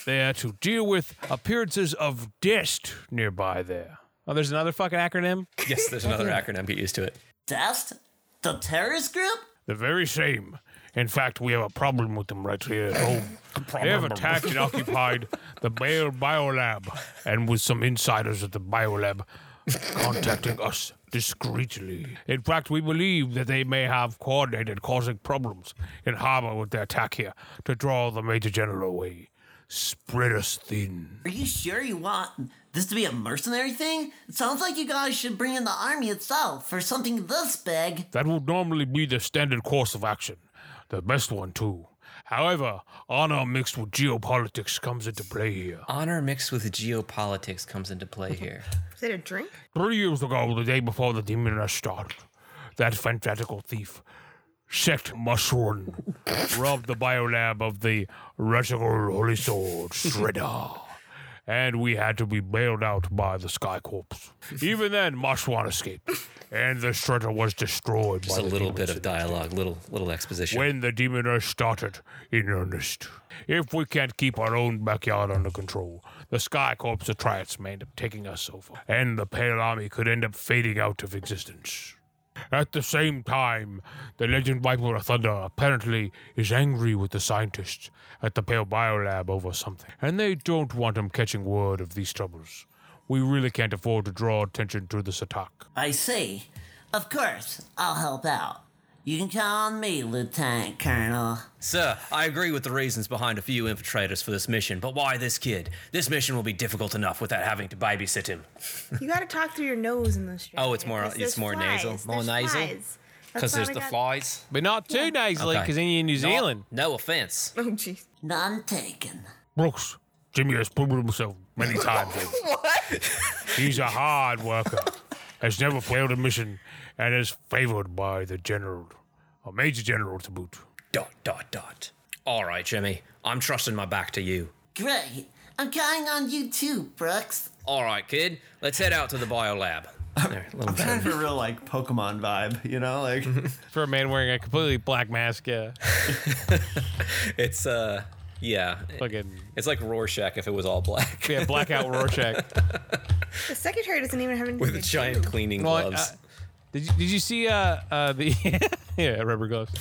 S9: they are to deal with appearances of dust nearby there.
S3: Oh, there's another fucking acronym.
S2: Yes, there's another acronym. Get used to it.
S14: Dust? The terrorist group?
S9: The very same. In fact, we have a problem with them right here at home. They have attacked and occupied the Bayer Biolab, and with some insiders at the Biolab contacting us discreetly. In fact, we believe that they may have coordinated causing problems in harbor with their attack here to draw the Major General away. Spread us thin.
S14: Are you sure you want this to be a mercenary thing? It sounds like you guys should bring in the army itself for something this big.
S9: That would normally be the standard course of action, the best one, too. However, honor mixed with geopolitics comes into play here.
S2: Honor mixed with geopolitics comes into play here.
S5: Is it a drink?
S9: Three years ago, the day before the demon rush started, that fanatical thief, Sect Mushroom, robbed the biolab of the Reticle Holy Sword, Shredder. And we had to be bailed out by the Sky Corps. Even then, Mushwan escaped, and the Shredder was destroyed
S2: Just
S9: by
S2: a
S9: the
S2: little
S9: demons
S2: bit of
S9: in the
S2: dialogue, little little exposition.
S9: when the demon rush started in earnest. If we can't keep our own backyard under control, the Sky Corps of Triads may end up taking us over, and the Pale Army could end up fading out of existence. At the same time, the legend Viper of Thunder apparently is angry with the scientists at the Pale Biolab over something, and they don't want him catching word of these troubles. We really can't afford to draw attention to this attack.
S14: I see. Of course, I'll help out. You can count on me, Lieutenant Colonel.
S2: Sir, I agree with the reasons behind a few infiltrators for this mission, but why this kid? This mission will be difficult enough without having to babysit him.
S5: You gotta talk through your nose in this.
S2: Oh, it's more- it's more nasal. More nasal? Because there's the flies.
S3: But not too nasally,
S2: Okay.
S3: because then you're in New
S2: No-
S3: Zealand.
S2: No offense.
S5: Oh, jeez.
S14: None taken.
S9: Brooks, Jimmy has proven himself many times. what? He's a hard worker, has never failed a mission, and is favored by the general, a major general to boot.
S2: Dot, dot, dot. All right, Jimmy. I'm trusting my back to you.
S14: Great. I'm counting on you too, Brooks.
S2: All right, kid. Let's head out to the biolab. There, little
S4: Kind of a real like Pokemon vibe, you know? Like
S3: For a man wearing a completely black mask, yeah.
S2: It's, uh, yeah.
S3: Fucking
S2: It's like Rorschach if it was all black.
S3: yeah, blackout Rorschach.
S5: The secretary doesn't even have anything.
S2: With
S5: to
S2: giant cleaning
S3: Well,
S2: gloves.
S3: uh, did you, did you see uh, uh the yeah rubber gloves?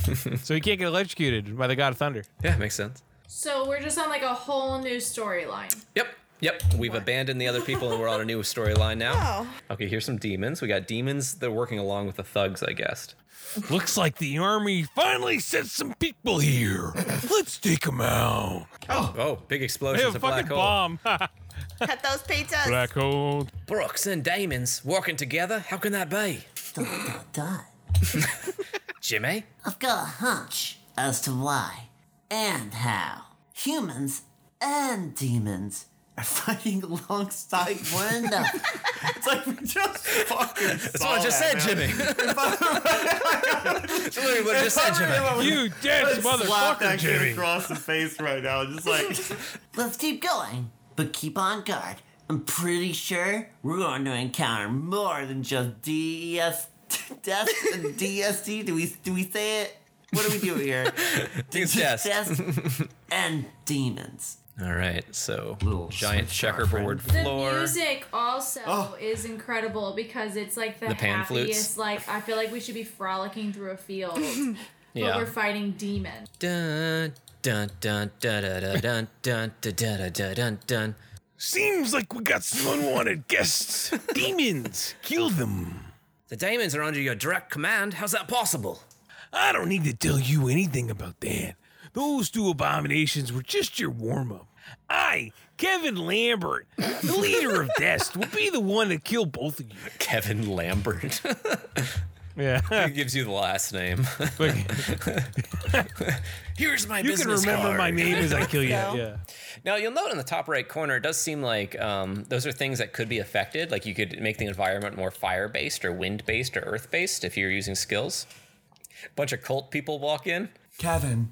S3: so he can't get electrocuted by the God of Thunder.
S2: yeah, makes sense.
S6: So we're just on like a whole new storyline.
S2: Yep. Yep, we've abandoned the other people and we're on a new storyline now.
S5: Oh.
S2: Okay, here's some demons. We got demons. They're working along with the thugs, I guessed.
S9: Looks like the army finally sent some people here. Let's take them out.
S2: Oh, big
S3: They
S2: explosion
S3: have
S2: to
S3: a
S2: black
S3: fucking
S2: hole.
S3: bomb.
S5: do. Cut those pizzas.
S9: Black hole.
S2: Brooks and Damon's working together. How can that be?
S14: Done.
S2: Jimmy?
S14: I've got a hunch as to why and how humans and demons
S4: are fighting alongside
S14: were enough.
S4: It's like we just fucking That's
S2: Jimmy. That's literally what I just said, Jimmy.
S3: you dense
S4: Slap
S3: motherfucker,
S4: that kid
S3: Jimmy.
S4: across the face right now. Just like
S14: Let's keep going, but keep on guard. I'm pretty sure we're going to encounter more than just DES E Death DSD? Do we do we say it? What are we doing here? E
S2: Dude's death.
S14: Death and demons.
S2: All right, so giant checkerboard
S15: The
S2: floor.
S15: music also is incredible because it's like the,
S2: The pan
S15: happiest. Like I feel like we should be frolicking through a field, but
S2: Yeah.
S15: we're fighting demons.
S2: Dun dun dun dun dun dun dun dun dun dun dun dun.
S9: Seems like we got some unwanted guests. Demons, kill them.
S2: The demons are under your direct command. How's that possible?
S9: I don't need to tell you anything about that. Those two abominations were just your warm up. I, Kevin Lambert, the leader of Dest, will be the one to kill both of you.
S2: Kevin Lambert.
S3: yeah.
S2: Who gives you the last name? Here's my
S9: You can
S2: business
S9: remember
S2: card.
S9: my name as I kill you. Yeah. Yeah.
S2: Now you'll note in the top right corner, it does seem like um, those are things that could be affected. Like you could make the environment more fire based or wind based or earth based if you're using skills. Bunch of cult people walk in.
S16: Kevin,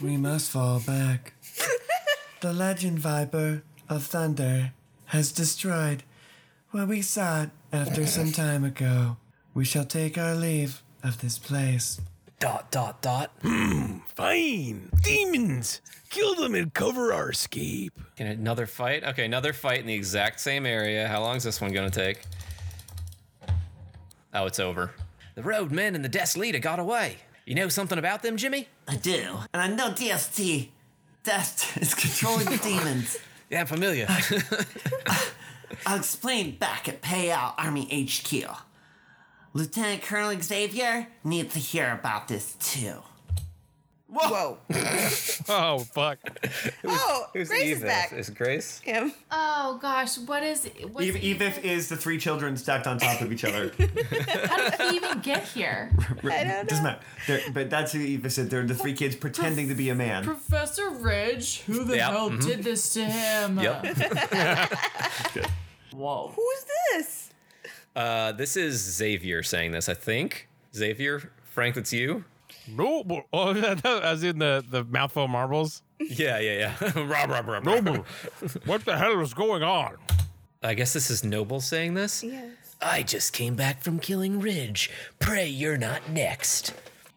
S16: we must fall back. the legend viper of thunder has destroyed what we sought after some time ago. We shall take our leave of this place.
S2: Dot dot dot.
S9: Hmm, fine. Demons, kill them and cover our escape.
S2: And another fight. Okay, another fight in the exact same area. How long is this one going to take? Oh, it's over. The roadmen and the Death Leader got away. You know something about them, Jimmy?
S14: I do. And I know DST. Death is controlling the demons.
S2: Yeah, I'm familiar.
S14: I'll explain back at Payout Army HQ. Lieutenant Colonel Xavier needs to hear about this too.
S5: Whoa.
S3: Oh fuck.
S5: Oh, Grace is back.
S2: Grace?
S5: Kim.
S15: Oh gosh, what is? What's
S4: Eve,
S15: Eve,
S4: Evif is the three children stacked on top of each other.
S15: How did he even get here?
S4: I don't Doesn't matter. They're- but that's who Eva said. They're the three kids pretending to be a man.
S6: Professor Ridge, who the
S4: Yep,
S6: hell
S4: mhm.
S6: did this to him? Whoa.
S5: Who's this?
S2: Uh, this is Xavier saying this, I think. Xavier, Frank, that's you.
S3: Noble. Oh, I was in the the mouthful marbles.
S2: Yeah, yeah, yeah. rob, rob, rob.
S3: Noble.
S9: What the hell is going on?
S2: I guess this is Noble saying this. I just came back from killing Ridge. Pray you're not next.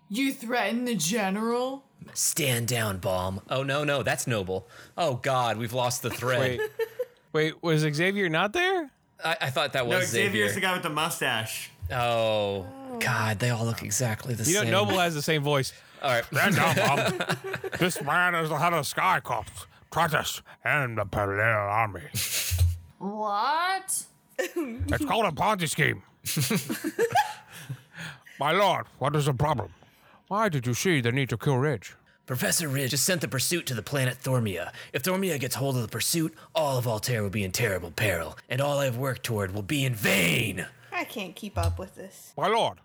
S6: You threatened the general?
S2: Stand down, bomb. Oh no, no, that's Noble. Oh God, we've lost the
S3: Wait.
S2: thread.
S3: Wait, was Xavier not there?
S2: I, I thought that was
S3: No, Xavier's
S4: the guy with the mustache.
S2: Oh, God, they all look exactly the
S3: You know,
S2: same.
S3: Noble has the same voice.
S2: All right.
S9: Stand down, Bob. this man is the head of Sky Corps, Tratus, and the Parallel Army. It's
S6: What?
S9: called a Ponzi scheme. My lord, what is the problem? Why did you see the need to kill Ridge?
S1: Professor Ridge has sent the pursuit to the planet Thormia. If Thormia gets hold of the pursuit, all of Altair will be in terrible peril, and all I've worked toward will be in vain.
S5: I can't keep up with this.
S9: My lord,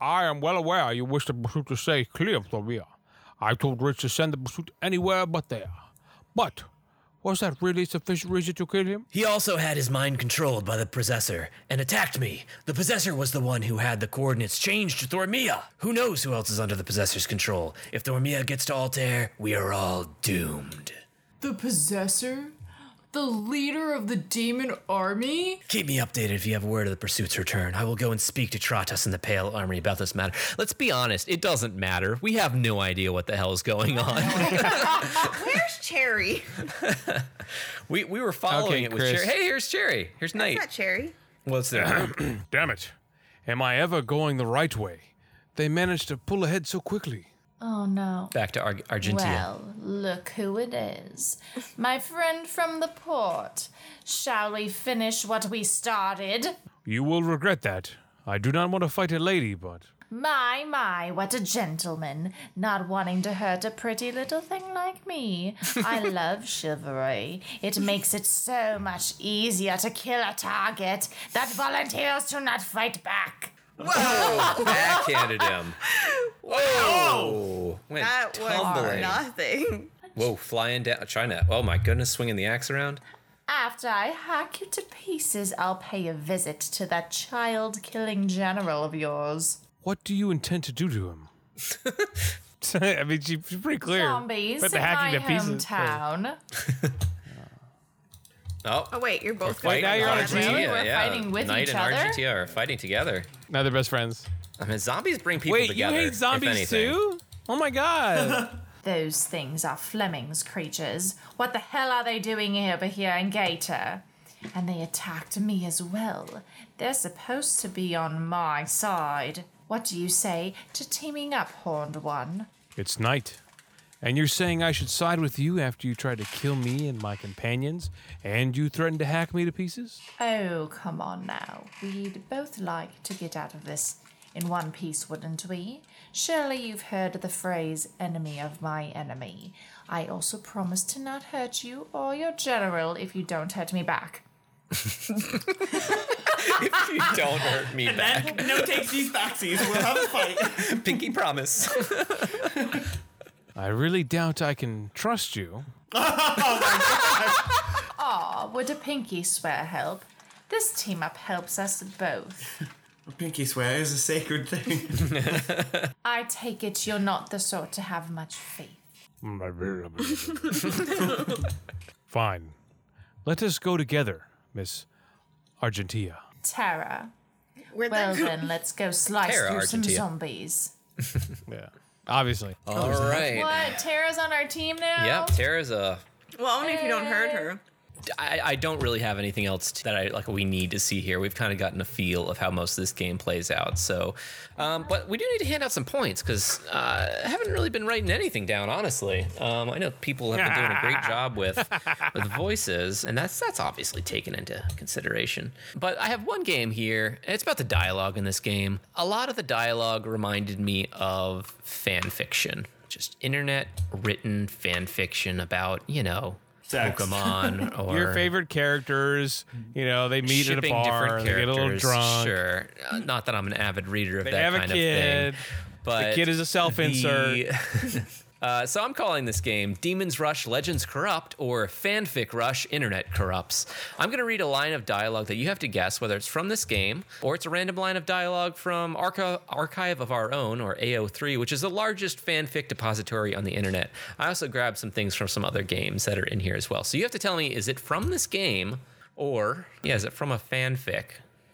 S5: I
S9: am well aware you wish the pursuit to stay clear of Thoria. I told Rich to send the pursuit anywhere but there. But was that really sufficient reason to kill him?
S1: He also had his mind controlled by the possessor and attacked me. The possessor was the one who had the coordinates changed to Thormia. Who knows who else is under the possessor's control? If Thormia gets to Altair, we are all doomed.
S6: The possessor? The leader of the demon army?
S1: Keep me updated if you have word of the pursuit's return. I will go and speak to Tratus and the Pale Army about this matter.
S2: Let's be honest, it doesn't matter. We have no idea what the hell's going on.
S5: Where's Cherry?
S2: we, we were
S9: Okay,
S2: following it with
S9: Chris.
S2: Cherry. Hey, here's Cherry. Here's Knight.
S5: That's not Cherry.
S2: What's there?
S9: Damn it. Am I ever going the right way? They managed to pull ahead so quickly.
S6: Oh no.
S2: Back to Ar- Argentina.
S6: Well, look who it is. My friend from the port. Shall we finish what we started?
S9: You will regret that. I do not want to fight a lady, but.
S6: My, my, what a gentleman. Not wanting to hurt a pretty little thing like me. I love chivalry. It makes it so much easier to kill a target that volunteers to not fight back.
S2: Whoa! Backhanded him. Whoa! Went
S5: that was
S2: tumbling.
S5: nothing.
S2: Whoa, flying down. Trying to. Oh my goodness, swinging the axe around.
S6: After I hack you to pieces, I'll pay a visit to that child killing general of yours.
S9: What do you intend to do to him?
S3: I mean, she, she's pretty clear.
S6: Zombies
S3: But the
S6: in my
S3: hacking to pieces.
S6: hometown.
S2: Oh.
S5: Oh wait, you're both
S2: Fighting
S5: fighting
S2: in
S5: on
S2: Argentina,
S5: Really?
S2: yeah.
S6: fighting with
S2: Knight
S6: each
S2: and
S6: other?
S2: Argentina are fighting together.
S3: Now they're best friends.
S2: I mean, zombies bring people
S3: Wait,
S2: together.
S3: you hate
S2: if
S3: zombies
S2: anything.
S3: too? Oh my god.
S6: Those things are Fleming's creatures. What the hell are they doing over here in Gator? And they attacked me as well. They're supposed to be on my side. What do you say to teaming up, Horned One?
S3: It's night. And you're saying I should side with you after you tried to kill me and my companions, and you threatened to hack me to pieces?
S6: Oh, come on now. We'd both like to get out of this in one piece, wouldn't we? Surely you've heard the phrase, enemy of my enemy. I also promise to not hurt you or your general if you don't hurt me back.
S2: if you don't hurt me
S4: And
S2: back.
S4: then no takes these backsies. We'll have a fight.
S2: Pinky promise.
S3: I really doubt I can trust you.
S6: Aw, would a pinky swear help? This team up helps us both.
S4: Pinky swear is a sacred thing.
S6: I take it you're not the sort to have much faith.
S3: Fine. Let us go together, Miss Argentia.
S6: Tara.
S15: Where'd
S6: well
S15: that go?
S6: then, let's go slice
S3: Tara,
S6: through some
S3: Argentia.
S6: zombies.
S3: Yeah. Obviously.
S2: All right.
S6: What? Tara's on our team now?
S2: Yep, Tara's a.
S15: Well, only if you don't hurt her.
S2: I, I don't really have anything else t- that I like. We need to see here. We've kind of gotten a feel of how most of this game plays out. So, um, but we do need to hand out some points because uh, I haven't really been writing anything down. Honestly, um, I know people have been doing a great job with with voices, and that's that's obviously taken into consideration. But I have one game here, and it's about the dialogue in this game. A lot of the dialogue reminded me of fan fiction, just internet written fan fiction about you know.
S3: Sex.
S2: Pokemon or
S3: Your favorite characters, you know, they meet at a
S2: shipping
S3: bar,
S2: different
S3: and they get a little
S2: characters.
S3: drunk.
S2: Sure, Uh, not that I'm an avid reader of
S3: They
S2: that
S3: have a
S2: kind
S3: kid.
S2: of
S3: The
S2: thing. But
S3: kid is a self-insert.
S2: the- uh, so I'm calling this game "Demons Rush: Legends Corrupt" or "Fanfic Rush: Internet Corrupts." I'm going to read a line of dialogue that you have to guess whether it's from this game or it's a random line of dialogue from Archi- Archive of Our Own or AO3, which is the largest fanfic depository on the internet. I also grabbed some things from some other games that are in here as well. So you have to tell me: is it from this game or yeah, is it from a fanfic?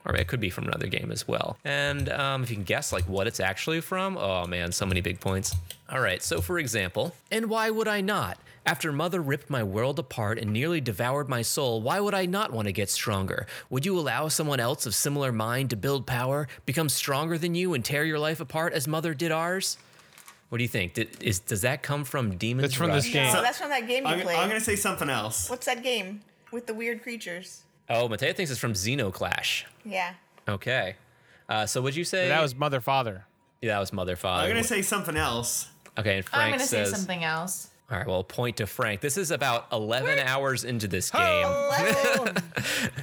S2: or it could be from another game as well. And um, if you can guess like what it's actually from, oh man, so many big points. All right, so for example, and why would I not? After mother ripped my world apart and nearly devoured my soul, why would I not want to get stronger? Would you allow someone else of similar mind to build power, become stronger than you, and tear your life apart as mother did ours? What do you think? Did, is, does that come from Demons?
S3: That's from this
S2: Rush?
S5: No, that's from that game you
S2: I'm-
S5: played.
S2: I'm gonna say something else.
S5: What's that game with the weird creatures?
S2: Oh, Mateo thinks it's from Xenoclash.
S5: Yeah.
S2: Okay. Uh, so would you say
S3: That was mother father?
S2: Yeah, that was mother father.
S4: I'm gonna
S2: say something else. Okay, and
S6: I'm
S2: Frank
S6: gonna
S2: says.
S6: say something else.
S2: All right, well, point to Frank. This is about 11 hours into this game.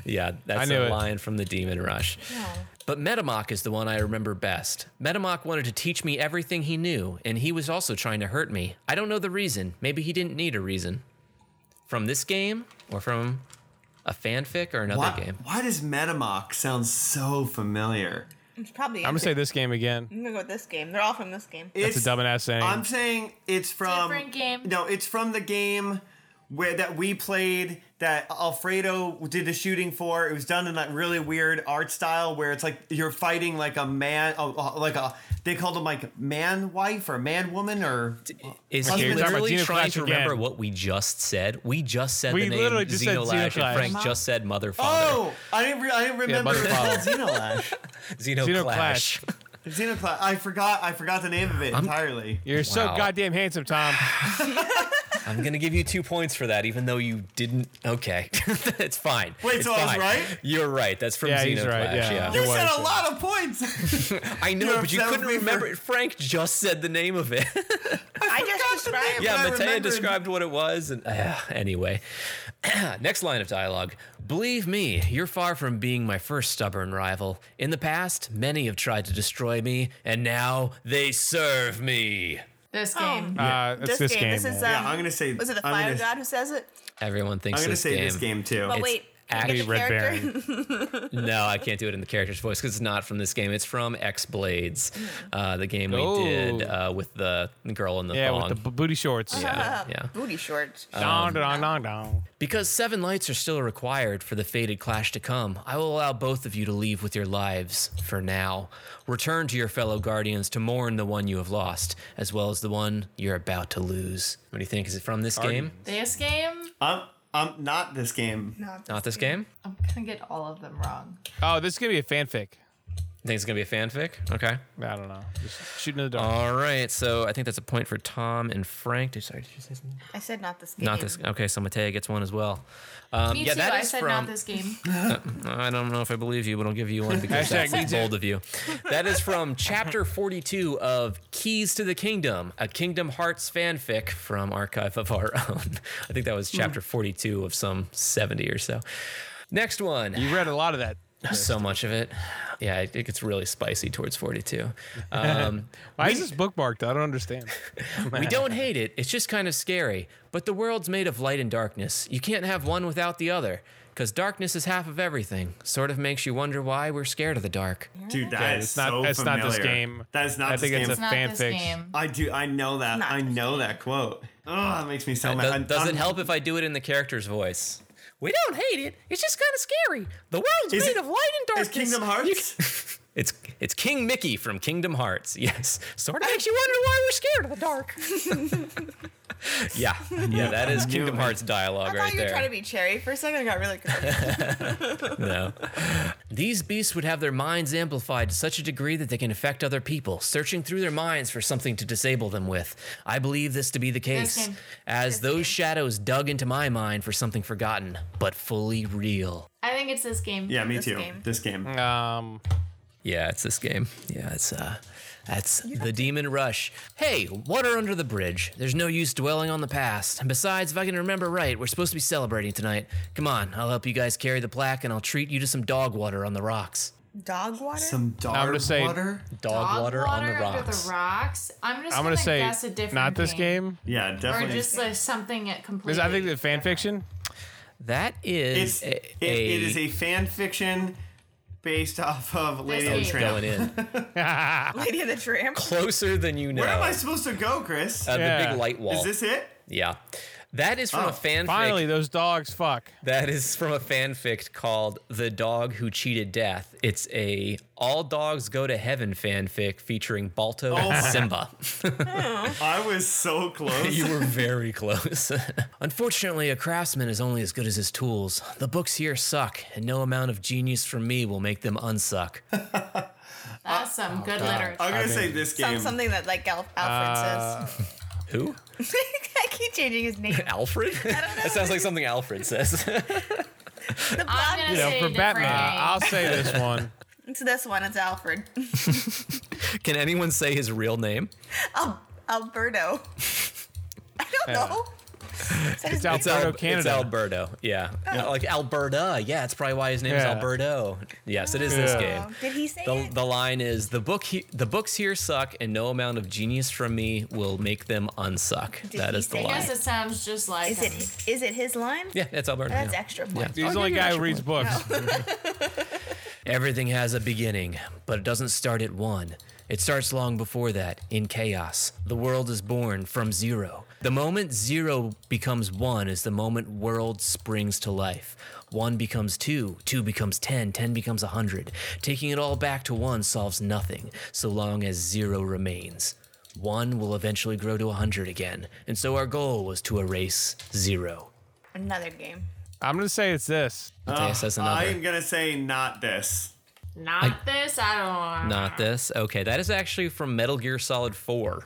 S2: yeah, that's
S3: I knew
S2: a
S3: it.
S2: line from the Demon Rush. But Metamok is the one I remember best. Metamok wanted to teach me everything he knew, and he was also trying to hurt me. I don't know the reason. Maybe he didn't need a reason. From this game, or from a fanfic, or another
S4: why,
S2: game.
S4: why does Metamok sound so familiar?
S5: It's probably.
S4: I'm gonna say this
S3: game again.
S5: I'm gonna go with this game. They're all from this game.
S4: It's-
S3: That's a dumb ass saying.
S4: I'm saying it's from
S5: Different game.
S4: No, it's from the game where that we played that Alfredo did the shooting for. It was done in that really weird art style where it's like you're fighting like a man, uh, uh, like a they called him like man wife or man woman or
S2: Is
S4: husband-
S2: he literally trying to remember what we just said? We just said
S4: We
S2: the name
S4: literally just said
S2: Xenolash,
S4: Xenoclash.
S2: and Frank just said mother father.
S4: Oh, I didn't. Re- I didn't remember
S2: mother father.
S4: Xenolash.
S2: Xenoclash.
S4: Xenoclash. I forgot. I forgot the name of it entirely.
S3: You're so
S2: Wow.
S3: goddamn handsome, Tom.
S2: I'm gonna give you two points for that, even though you didn't. Okay, it's fine.
S4: Wait,
S2: It's
S4: so I was
S2: fine.
S4: right?
S2: You're right. That's from
S3: Yeah, he's
S2: Xenoclash.
S3: right, yeah.
S2: Yeah,
S4: You said a lot of points.
S2: I know,
S4: You're
S2: but you
S4: upset
S2: couldn't
S4: with me for-
S2: remember. it. Frank just said the name of it.
S5: I, just described.
S2: yeah, Matea described what it was, and ah, anyway, next line of dialogue. Believe me, you're far from being my first stubborn rival. In the past, many have tried to destroy me, and now they serve me.
S6: This game.
S2: Uh, it's this game.
S5: Oh. This is, um,
S2: Yeah, I'm gonna say-
S5: Was it the
S2: I'm
S5: fire
S2: gonna-
S5: god who says it?
S2: Everyone thinks
S4: I'm gonna
S2: this
S4: say
S2: game.
S4: this game, too.
S5: But wait,
S1: actually
S5: Baron.
S1: no, I can't do it in the character's voice because it's not from this game. It's from X Blades, uh, the game we
S2: Oh.
S1: did uh, with the girl in the
S2: yeah,
S1: thong.
S2: with the b- booty shorts.
S1: Yeah, yeah.
S5: Booty shorts.
S1: Um,
S2: Dong, dong, dong.
S1: Because seven lights are still required for the fated clash to come, I will allow both of you to leave with your lives for now. Return to your fellow guardians to mourn the one you have lost, as well as the one you're about to lose. What do you think? Is it from this game?
S6: This game,
S4: I'm I'm not this game.
S6: Not
S1: Not this game?
S6: I'm gonna get all of them wrong.
S2: Oh, this is gonna be a fanfic.
S1: Think it's gonna be a fanfic? Okay.
S2: I don't know. Just shooting in the dark.
S1: All right. So I think that's a point for Tom and Frank. Did- Sorry, did you say something?
S5: I said not this game.
S1: Not this. Okay, so Matea gets one as well. Um,
S6: Me
S1: yeah,
S6: too.
S1: that
S6: I
S1: is
S6: said
S1: from.
S6: not this game.
S1: Uh, I don't know if I believe you, but I'll give you one because that's
S6: Hashtag me too.
S1: bold of you. That is from chapter 42 of Keys to the Kingdom, a Kingdom Hearts fanfic from Archive of Our Own. I think that was chapter 42 of some 70 or so. Next one. You
S2: read a lot of that.
S1: So much of it. Yeah, it it gets really spicy towards 42. Um,
S2: Why is this bookmarked? I don't understand.
S1: we don't hate it. It's just kind of scary. But the world's made of light and darkness. You can't have one without the other. Because darkness is half of everything. Sort of makes you wonder why we're scared of the dark.
S4: Dude, that is so familiar. That is not.
S1: I
S4: this
S1: think it's
S4: game.
S1: a It's not this fanfic. game.
S4: I do. I know that. I know that quote. Oh, that makes me so
S1: It
S4: mad.
S1: Uh, do-
S4: I'm-
S1: does
S4: I'm-
S1: it help if I do it in the character's voice?
S17: We don't hate it. It's just kind of scary. The world's
S1: Is it-
S17: made of light and darkness.
S1: Kingdom
S17: Hearts?
S1: It's it's King Mickey from Kingdom Hearts. Yes, sort of.
S17: makes you wonder why we're scared of the dark.
S1: Yeah, yeah. That is
S4: Knew
S1: Kingdom
S4: it.
S1: Hearts
S5: I
S1: dialogue
S5: thought
S1: right
S5: you were
S1: there.
S5: trying to be cherry for a second. I got really confused.
S1: no. These beasts would have their minds amplified to such a degree that they can affect other people, searching through their minds for something to disable them with. I believe this to be the
S17: This
S1: case,
S17: game.
S1: as those shadows dug into my mind for something forgotten, but fully real.
S6: I think it's this game. This game.
S4: This game.
S2: Um.
S1: Yeah, it's this game. Yeah, it's uh, that's the Demon Rush. Hey, water under the bridge. There's no use dwelling on the past. And besides, if I can remember right, we're supposed to be celebrating tonight. Come on, I'll help you guys carry the plaque, and I'll treat you to some dog water on the rocks.
S5: Dog water?
S4: Some dog
S2: I'm gonna say water?
S1: Dog, water, on the
S6: under
S1: rocks.
S6: the rocks. I'm just
S2: I'm
S6: gonna,
S2: gonna say
S6: guess a different
S2: not this game.
S4: Yeah,
S6: Or just like something at
S2: Is-
S6: completely.
S2: I think the fan fiction.
S1: That is
S4: It's, it, it is a fan fiction based off of Lady and the
S1: game.
S4: Tramp.
S1: Going in.
S5: Lady and the Tramp.
S1: Closer than you know.
S4: Where am I supposed to go, Chris?
S1: Uh, the Yeah. big light wall.
S4: Is this it?
S1: Yeah. That is from
S4: Oh,
S1: a fanfic.
S4: finally,
S2: those dogs fuck.
S1: That is from a fanfic called The Dog Who Cheated Death. It's a All Dogs Go to Heaven fanfic featuring Balto
S4: Oh
S1: and
S4: my-
S1: Simba.
S4: I was so close.
S1: you were very close. Unfortunately, a craftsman is only as good as his tools. The books here suck, and no amount of genius from me will make them unsuck.
S6: That's some good
S1: Oh, God.
S6: literature.
S1: I'm gonna I say mean- this game.
S5: Sounds something that like Al- Alfred
S2: Uh,
S1: Who?
S5: says. I keep changing his name.
S1: Alfred? that sounds like something Alfred says.
S5: The blonde
S2: You know, for Batman, I'll say this one.
S5: It's this one. It's Alfred.
S1: Can anyone say his real name?
S5: Al- Alberto. I don't
S1: Yeah.
S5: know. Is that his
S1: It's
S5: name?
S1: Alberto, It's Alberto, yeah.
S5: Oh.
S1: Like Alberta, yeah. That's probably why his name is
S2: Yeah.
S1: Alberto. Yes, it is this
S5: Oh,
S1: game.
S5: Did he say
S1: The,
S5: it?
S1: the line is the book he, the books here suck and no amount of genius from me will make them unsuck.
S5: Did
S1: that
S5: he
S1: is the
S5: say
S1: line.
S5: it
S6: sounds just like.
S5: Is it? Is it his line?
S1: Yeah, it's Alberto.
S5: That's
S1: yeah.
S5: extra
S1: Yeah.
S5: points.
S1: He's the only guy who reads
S2: books.
S1: Everything has a beginning, but it doesn't start at one. It starts long before that, in chaos. The world is born from zero. The moment zero becomes one is the moment world springs to life. One becomes two, two becomes ten, ten becomes a hundred. Taking it all back to one solves nothing, so long as zero remains. One will eventually grow to a hundred again, and so our goal was to erase zero.
S5: Another game.
S2: I'm gonna say it's this.
S1: Matthias says another.
S4: I'm gonna say not this.
S6: Not this. I don't. know.
S1: Not this. Okay, that is actually from Metal Gear Solid 4.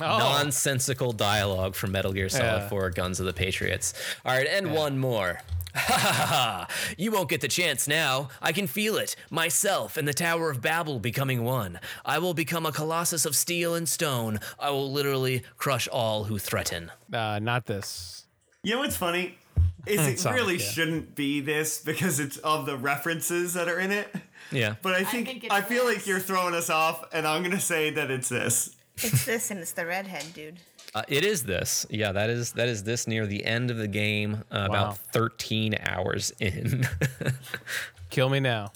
S6: Oh.
S1: Nonsensical dialogue from Metal Gear Solid
S17: Yeah.
S1: 4 Guns of the Patriots. All right, and one more. Ha ha ha! You won't get the chance now. I can feel it. Myself and the Tower of Babel becoming one. I will become a colossus of steel and stone. I will literally crush all who threaten.
S2: Uh, not this.
S4: You know what's funny? Is it
S1: Sonic,
S4: really
S1: yeah.
S4: shouldn't be this because it's of the references that are in it.
S1: Yeah.
S4: But I think I, feel like you're throwing us off, and I'm gonna say that it's this.
S5: It's this, and it's the redhead dude.
S2: Uh, it is this. Yeah, that is that is this near the end of the game,
S3: Wow.
S2: uh, about 13 hours in.
S3: Kill me now.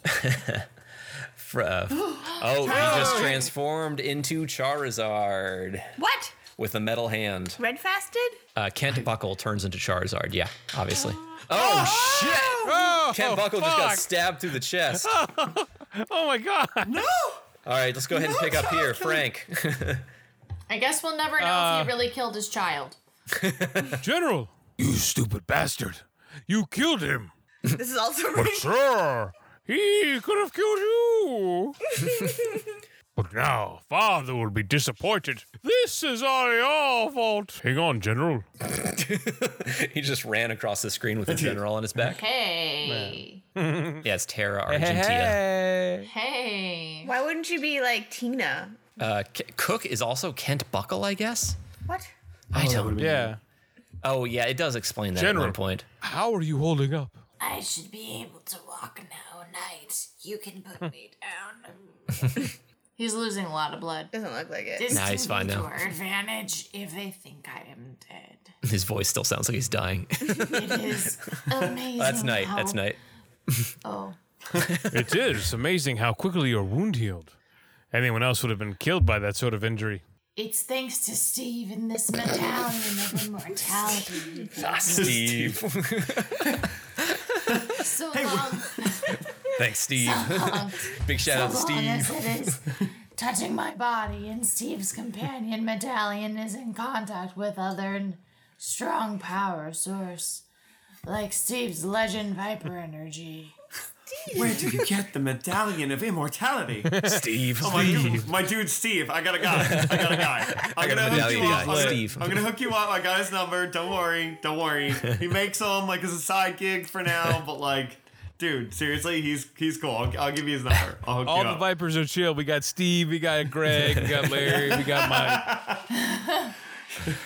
S2: Fr- uh, oh, he just transformed into Charizard
S5: What?
S2: with a metal hand.
S5: Red Fast did?
S2: Uh, Kent Buckle turns into Charizard. Yeah, obviously. Oh, shit! Kent Buckle just got
S3: oh, fuck.
S2: stabbed through the chest.
S3: oh my god.
S18: No.
S2: All right, let's go ahead and
S18: No,
S2: pick up here, Frank.
S18: I guess we'll never know
S9: Uh,
S18: if he really killed his child.
S9: General, you stupid bastard. You killed him.
S18: This is also
S9: But sir, he could have killed you. but now, father will be disappointed. This is all your fault. Hang on, General.
S2: he just ran across the screen with a general on his back.
S18: Hey.
S2: yeah, it's Terra
S3: Hey, hey,
S2: Argentina.
S18: Hey.
S5: Why wouldn't you be like Tina?
S2: Uh, K- Cook is also Kent Buckle, I guess.
S5: What?
S2: I don't.
S3: been Yeah.
S2: Oh yeah, it does explain that at
S3: General.
S2: one point.
S3: How are you holding up?
S6: I should be able to walk now, knight. You can put me down.
S18: He's losing a lot of blood.
S5: Doesn't look like it.
S6: This
S2: Nah, he's
S6: can
S2: fine
S6: be to
S2: now.
S6: our advantage if they think I am dead.
S2: His voice still sounds like he's dying.
S6: It is amazing.
S2: Oh, That's night.
S6: how-
S2: That's night.
S6: Oh.
S9: it is amazing how quickly your wound healed. Anyone else would have been killed by that sort of injury.
S6: It's thanks to Steve and this medallion of immortality.
S2: Steve.
S6: So long.
S2: Thanks, Steve. Big shout out to
S6: so long as
S2: Steve.
S6: it is touching my body, and Steve's companion medallion is in contact with other n- strong power source, like Steve's legend viper energy.
S4: Where did you get
S19: The medallion of immortality.
S2: Steve.
S4: Oh, my, dude, my dude, Steve. I got a guy. I got a guy.
S19: I got a
S4: I'm gonna hook
S19: medallion
S4: you
S19: guy,
S4: up. I'm gonna-
S19: Steve.
S4: I'm gonna hook you up. I got his number. Don't worry. Don't worry. He makes them like as a side gig for now, but like, dude, seriously, he's he's cool. I'll, I'll give you his number. I'll hook
S3: All
S4: you
S3: the
S4: up.
S3: Vipers are chill. We got Steve, we got Greg, we got Larry, we got Mike.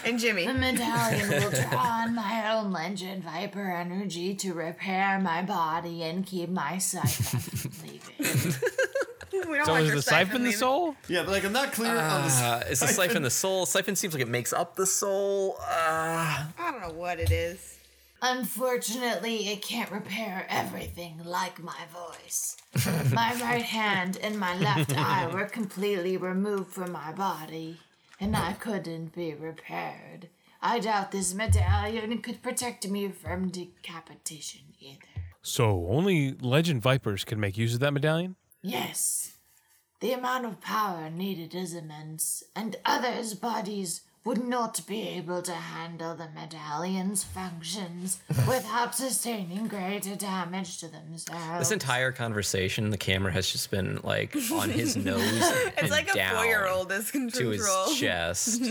S5: And Jimmy.
S6: The medallion will draw on my own legend viper energy to repair my body and keep my sight.
S5: We don't
S3: So is the siphon the soul?
S4: Yeah, but like I'm not clear
S2: Uh, it's the siphon the soul. Siphon seems like it makes up the soul. Uh,
S5: I don't know what it is.
S6: Unfortunately, it can't repair everything like my voice. my right hand and my left eye were completely removed from my body, and I couldn't be repaired. I doubt this medallion could protect me from decapitation either.
S3: So only legend vipers can make use of that medallion?
S6: Yes, the amount of power needed is immense, and others' bodies would not be able to handle the medallion's functions without sustaining greater damage to themselves.
S2: this entire conversation, the camera has just been like on his nose.
S18: It's
S2: and
S18: like a
S2: down
S18: four-year-old is in
S2: to his
S18: control.
S2: chest.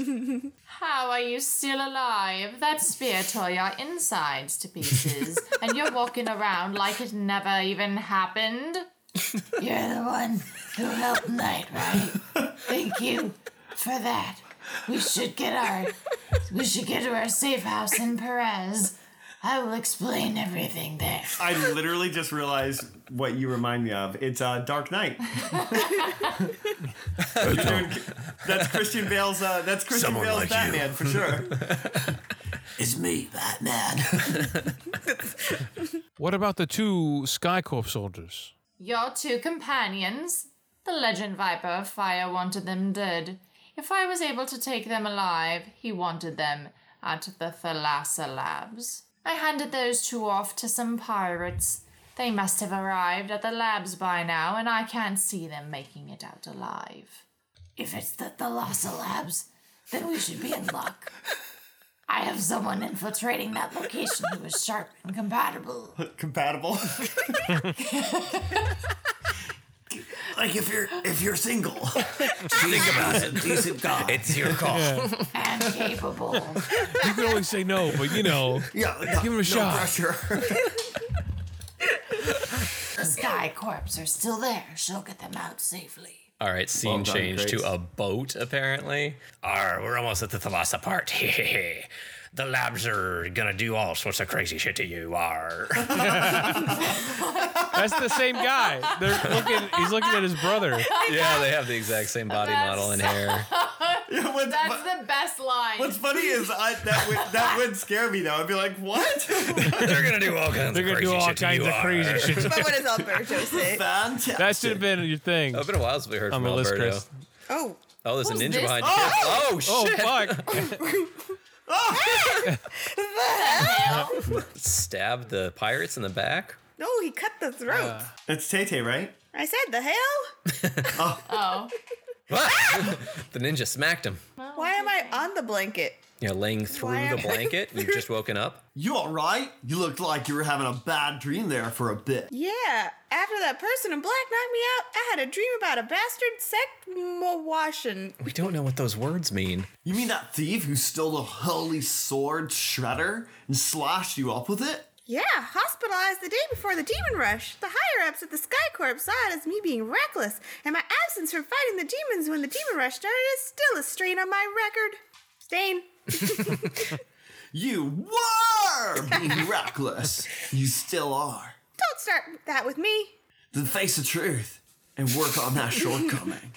S18: How are you still alive? That spear tore your insides to pieces, and you're walking around like it never even happened.
S6: You're the one who helped Knight, right? Thank you for that. We should get our we should get to our safe house in Perez. I will explain everything there.
S4: I literally just realized what you remind me of. It's uh, Dark Knight. You're doing- that's Christian Bale's. Uh, that's Christian
S14: Someone
S4: Bale's
S14: like you.
S4: Batman for sure.
S14: It's me, Batman.
S9: What about the two Skycorp soldiers?
S18: Your two companions, the legend Viper, Fire wanted them dead. If I was able to take them alive, he wanted them at the Thalassa Labs. I handed those two off to some pirates. They must have arrived at the labs by now, and I can't see them making it out alive.
S6: If it's the Thalassa Labs, then we should be in luck. I have someone infiltrating that location who is sharp and compatible.
S4: Compatible.
S19: like if you're if you're single, think about it. Decent guy.
S2: It's your call.
S6: and capable.
S9: You can always say no, but you know,
S19: Yeah, no-
S9: give him a
S19: no
S9: shot.
S6: The Sky Corps are still there. She'll get them out safely.
S2: All right, scene
S6: done,
S2: change
S6: Grace.
S2: to a boat, apparently.
S1: Arr, we're almost at the Thalassa part. the labs are gonna do all sorts of crazy shit to you. Arr.
S3: That's the same guy. They're looking he's looking at his brother.
S2: Yeah, they have the exact same body model and hair.
S14: That's the best line.
S9: What's funny is I, that would that would scare me though. I'd be like, what? They're gonna do all kinds.
S3: They're gonna do all kinds of crazy shit.
S5: But what does Alberto say?
S3: That should have been your thing.
S2: It's been a while since we heard
S3: On
S2: from
S3: my list,
S2: Alberto.
S3: Chris.
S5: Oh.
S2: Oh, there's a
S5: Who's
S2: ninja
S5: this?
S2: behind
S5: Oh!
S2: you. Oh,
S3: Oh,
S2: shit. Stabbed the pirates in the back.
S5: No, he cut the throat.
S9: It's Tay Tay, right?
S5: I said the hell.
S14: oh.
S2: Ah! The ninja smacked him.
S5: Why am I on the blanket?
S2: You're laying through
S5: Why
S2: the
S5: am-
S2: blanket. You've just woken up.
S4: You all right? You looked like you were having a bad dream there for a bit.
S5: Yeah, after that person in black knocked me out, I had a dream about a bastard sect washing.
S2: We don't know what those words mean.
S4: You mean that thief who stole the holy sword shredder and slashed you up with it?
S5: Yeah, hospitalized the day before the demon rush. The higher ups at the Sky Corp saw it as me being reckless, and my absence from fighting the demons when the demon rush started is still a strain on my record. Stain.
S4: You were being reckless. You still are.
S5: Don't start that with me.
S4: Then face the truth and work on that shortcoming.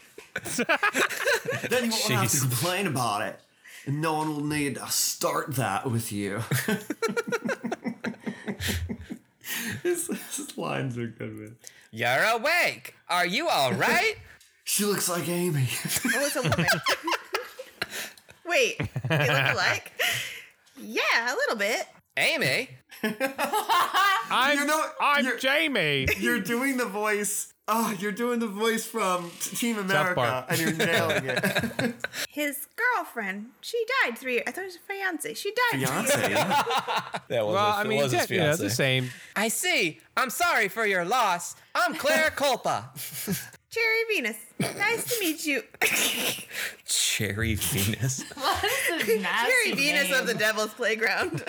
S4: then you won't have to
S5: Jeez.
S4: complain about it. And no one will need to start that with you. his, his lines are good, man.
S7: You're awake. Are you all right?
S4: she looks like Amy.
S5: Oh, it's a woman. Wait, they look alike? Yeah, a little bit.
S7: Amy?
S9: I'm, you know,
S3: I'm Jamie.
S9: You're doing the voice. Oh, you're doing the voice from T- Team
S3: South
S9: America,
S3: Park.
S9: and you're nailing it.
S5: His girlfriend, she died three years. I thought it was a fiance. She died. three
S9: Fiance,
S5: years-
S2: That
S3: was Well, his- I it mean, was his technically, that's the fiancé. same.
S7: I see. I'm sorry for your loss. I'm Claire Culpa.
S5: Cherry Venus, nice to meet you.
S2: Cherry Venus.
S5: Cherry Venus of the Devil's Playground.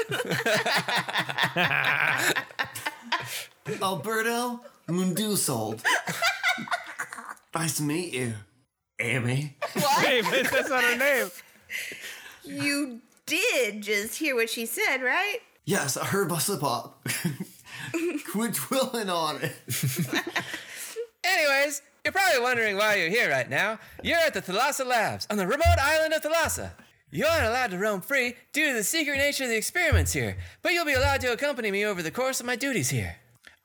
S4: Alberto Mundusold. nice to meet you, Amy.
S3: Hey, but that's not her name.
S5: you did just hear what she said, right?
S4: Yes, I heard my slip up. Quit dwelling on it.
S7: Anyways, you're probably wondering why you're here right now. You're at the Thalassa Labs on the remote island of Thalassa. You aren't allowed to roam free due to the secret nature of the experiments here, but you'll be allowed to accompany me over the course of my duties here.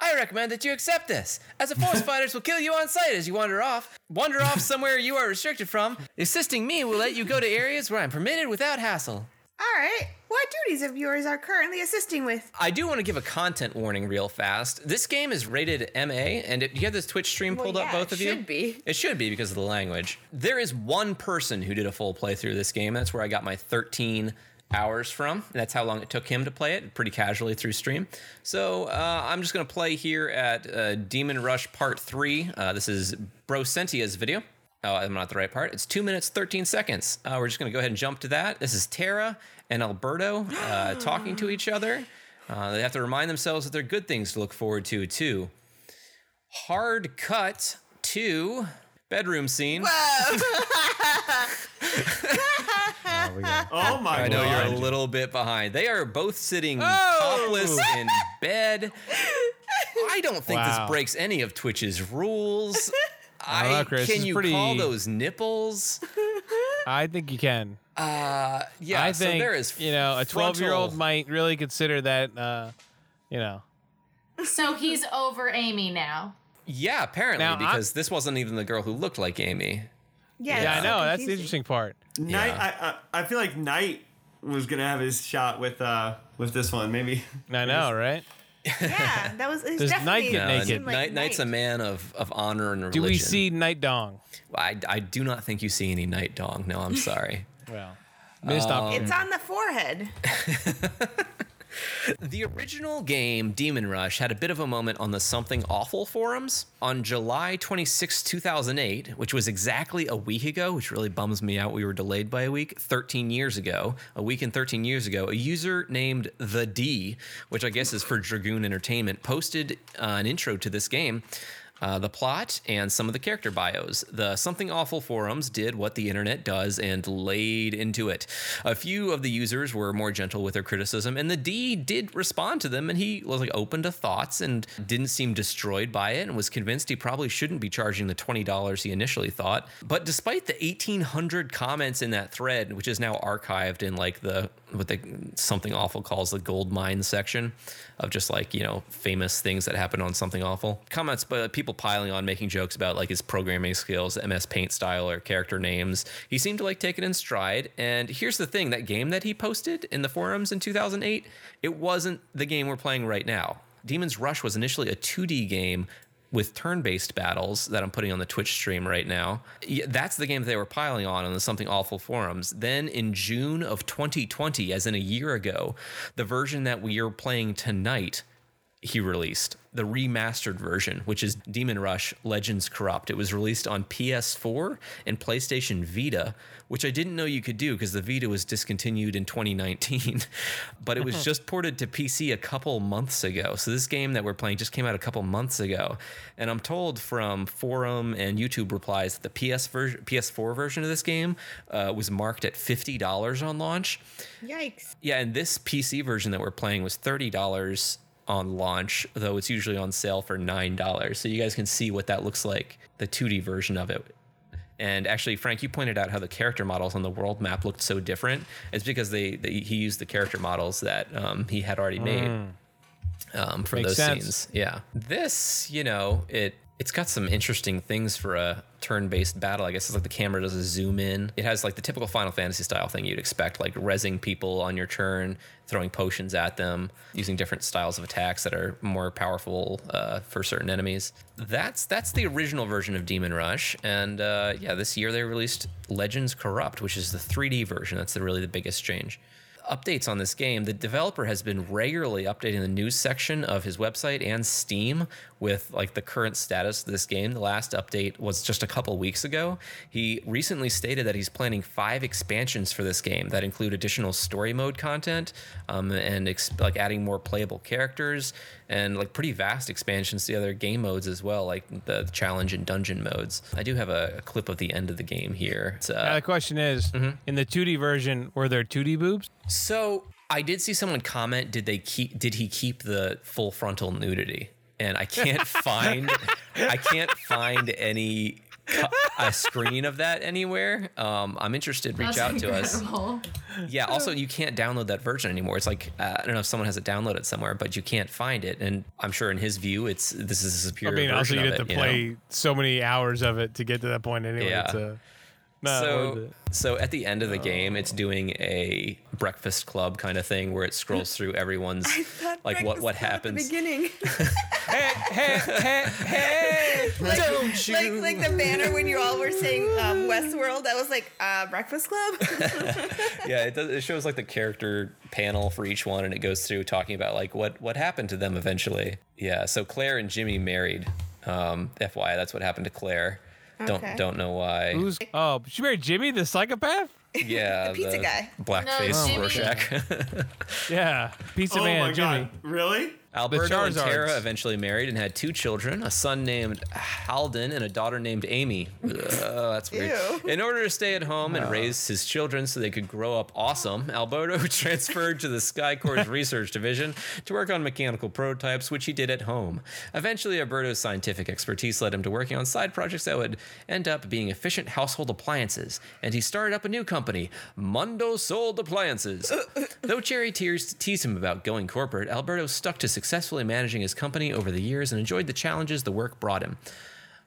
S7: I recommend that you accept this, as the force fighters will kill you on sight as you wander off. Wander off somewhere you are restricted from. Assisting me will let you go to areas where I'm permitted without hassle.
S5: All right. What duties of yours are currently assisting with?
S2: I do want to give a content warning real fast. This game is rated MA, and it, you have this Twitch stream
S5: Well,
S2: pulled
S5: yeah,
S2: up, both
S5: it
S2: of you.
S5: should be.
S2: It should be because of the language. There is one person who did a full playthrough of this game. That's where I got my 13 hours from. And that's how long it took him to play it, pretty casually through stream. So uh, I'm just going to play here at uh, Demon Rush Part 3. Uh, this is Brosentia's video. Oh, I'm not the right part. It's two minutes, 13 seconds. Uh, we're just going to go ahead and jump to that. This is Tara and Alberto uh, talking to each other. Uh, they have to remind themselves that they're good things to look forward to, too. Hard cut to bedroom scene.
S9: oh my
S2: I know you're a
S9: God.
S2: little bit behind. They are both sitting
S9: Oh!
S2: topless in bed. I don't think
S9: Wow.
S2: this breaks any of Twitch's rules.
S3: I don't know,
S2: I
S3: Chris,
S2: can
S3: it's
S2: you
S3: pretty-
S2: call those nipples?
S3: I think you can.
S2: Uh, yeah.
S3: I
S2: so
S3: think
S2: there is
S3: you know a
S2: frontal-
S3: twelve-year-old might really consider that. Uh, you know,
S6: So he's over Amy now.
S2: Yeah, apparently
S3: Now, I-
S2: because this wasn't even the girl who looked like Amy.
S9: Yeah,
S3: yeah, I
S9: it's
S3: know.
S9: so
S3: That's the
S9: confusing.
S3: interesting part.
S9: Knight, I, I I feel like Knight was gonna have his shot with uh with this one. Maybe
S3: I know, right?
S5: Yeah, that was. It's
S3: Does
S5: definitely
S3: Knight get
S2: No,
S3: naked?
S2: Knight,
S5: like
S2: Knight's a man of, of honor and religion.
S3: Do we see Night Dong?
S2: I, I do not think you see any Night Dong. No, I'm sorry.
S3: Well,
S2: missed Um, opportunity.
S5: It's on the forehead.
S2: The original game, Demon Rush, had a bit of a moment on the Something Awful forums on July 26, 2008, which was exactly a week ago, which really bums me out. We were delayed by a week, 13 years ago. A week and 13 years ago, a user named The D, which I guess is for Dragoon Entertainment, posted uh, an intro to this game. uh, the plot, and some of the character bios. The Something Awful forums did what the internet does and laid into it. A few of the users were more gentle with their criticism, and the D did respond to them, and he was like open to thoughts and didn't seem destroyed by it, and was convinced he probably shouldn't be charging the twenty dollars he initially thought. But despite the eighteen hundred comments in that thread, which is now archived in like the what the something awful calls the gold mine section of just like you know famous things that happened on something awful comments but people piling on making jokes about like his programming skills ms paint style or character names he seemed to like take it in stride and here's the thing that game that he posted in the forums in 2008 it wasn't the game we're playing right now demons rush was initially a 2d game with turn-based battles that I'm putting on the Twitch stream right now. Y- That's the game that they were piling on on the Something Awful forums. Then in June of 2020, as in a year ago, the version that we are playing tonight, he released the remastered version, which is Demon Rush Legends Corrupt. It was released on PS4 and PlayStation Vita, which I didn't know you could do because the Vita was discontinued in 2019. but it was just ported to PC a couple months ago. So this game that we're playing just came out a couple months ago. And I'm told from forum and YouTube replies that the PS version, PS4 version of this game uh, was marked at $50 on launch.
S17: Yikes.
S2: Yeah, and this PC version that we're playing was thirty dollars on launch, though it's usually on sale for nine dollars. So you guys can see what that looks like, the 2D version of it. And actually, Frank, you pointed out how the character models on the world map looked so different. It's because they, they he used the character models that um, he had already made
S3: Mm.
S2: um, for
S3: Makes
S2: those
S3: sense.
S2: scenes. Yeah, this you know it it's got some interesting things for a turn-based battle. I guess it's like the camera does a zoom in. It has like the typical Final Fantasy style thing you'd expect, like rezzing people on your turn, throwing potions at them, using different styles of attacks that are more powerful uh, for certain enemies. That's that's the original version of Demon Rush, and uh, yeah, this year they released Legends Corrupt, which is the 3D version. That's the, really the biggest change updates on this game. The developer has been regularly updating the news section of his website and Steam with like the current status of this game. The last update was just a couple weeks ago. He recently stated that he's planning five expansions for this game that include additional story mode content um, and ex- like adding more playable characters and like pretty vast expansions to the other game modes as well, like the challenge and dungeon modes. I do have a, a clip of the end of the game here. It's, uh,
S3: Now the question is,
S2: Mm-hmm.
S3: in the 2D version, were there 2D boobs?
S2: So I did see someone comment, did they keep did he keep the full frontal nudity? And I can't find I can't find any cu- a screen of that anywhere. Um, I'm interested. Reach out to us. Yeah. Also, you can't download that version anymore. It's like uh, I don't know if someone has it downloaded somewhere, but you can't find it. And I'm sure in his view, it's this is
S3: I
S2: a superior.
S3: mean,
S2: version
S3: also you'd
S2: of
S3: have to
S2: it, you know?
S3: play so many hours of it to get to that point anyway.
S2: Yeah.
S3: To, not worth
S2: so,
S3: it. Uh,
S2: so at the end of the game, it's doing a Breakfast Club kind of thing where it scrolls through everyone's like what what
S17: The
S2: happens.
S17: beginning.
S3: hey, hey,
S17: like, like, like the banner when you all were saying um, Westworld, that was like uh, Breakfast Club.
S2: yeah, it, does, it shows like the character panel for each one, and it goes through talking about like what what happened to them eventually. Yeah, so Claire and Jimmy married. Um, FYI, that's what happened to Claire.
S17: Okay.
S2: Don't don't know why.
S3: Who's oh she married Jimmy the psychopath?
S2: yeah,
S17: The pizza guy.
S2: blackface
S3: No, Jimmy.
S2: Rorschach.
S3: Yeah, pizza
S2: Oh
S3: man
S2: my
S3: Jimmy.
S2: God.
S4: Really?
S2: Alberto and
S3: Charizards.
S2: Tara eventually married and had two children, a son named Halden and a daughter named Amy. Ugh, that's weird. In order to stay at home and raise his children so they could grow up awesome, Alberto transferred to the Sky Corps Research Division to work on mechanical prototypes, which he did at home. Eventually, Alberto's scientific expertise led him to working on side projects that would end up being efficient household appliances, and he started up a new company, Mundo Sold Appliances. Though Jerry tears teased him about going corporate, Alberto stuck to successfully managing his company over the years and enjoyed the challenges the work brought him.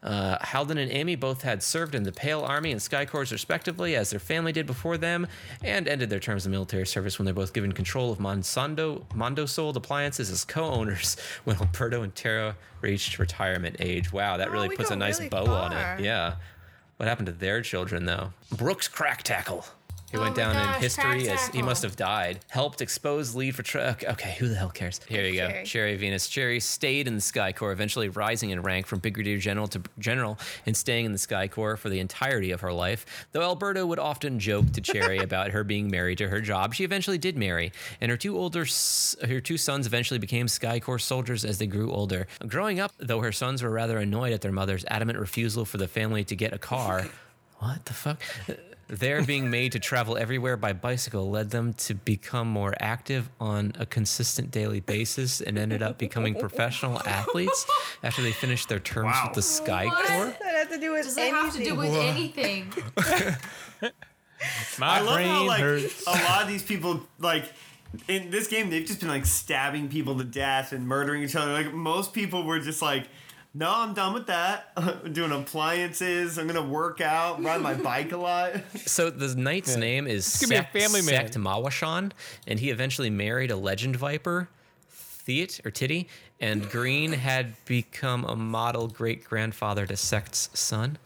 S2: Uh, Halden and Amy both had served in the Pale Army and Sky Corps respectively, as their family did before them, and ended their terms of military service when they're both given control of Monsanto Mondo Sold Appliances as co-owners when Alberto and Tara reached retirement age. Wow, that really
S17: Oh, we
S2: puts a
S17: go
S2: nice
S17: really
S2: bow on
S17: far.
S2: it. Yeah. What happened to their children though? Brooks Crack Tackle. who went down
S17: gosh,
S2: in history as he
S17: Taxacle.
S2: must have died, helped expose lead for. Tra- okay, okay, who the hell cares? Here you go.
S17: Cherry.
S2: Cherry Venus. Cherry stayed in the Sky Corps, eventually rising in rank from Brigadier General to General and staying in the Sky Corps for the entirety of her life. Though Alberto would often joke to Cherry about her being married to her job, she eventually did marry, and her two older s- her two sons eventually became Sky Corps soldiers as they grew older. Growing up, though her sons were rather annoyed at their mother's adamant refusal for the family to get a car. What the fuck? Their being made to travel everywhere by bicycle led them to become more active on a consistent daily basis and ended up becoming professional athletes after they finished their terms with the Sky Corps.
S17: Does that have to do with
S15: Does it
S17: anything?
S15: have to do with
S2: Whoa.
S15: anything?
S3: My
S4: I love how
S3: brain
S4: like
S3: hurts.
S4: a lot of these people like in this game they've just been like stabbing people to death and murdering each other. Like most people were just like, no, I'm done with that. I'm doing appliances. I'm gonna work out, ride my bike a lot.
S2: So the knight's name is
S4: This could be a
S2: Sect,
S4: family man.
S2: Sect Mawashan, and he eventually married a legend viper, Theat or Titty, and Green had become a model great grandfather to Sect's son.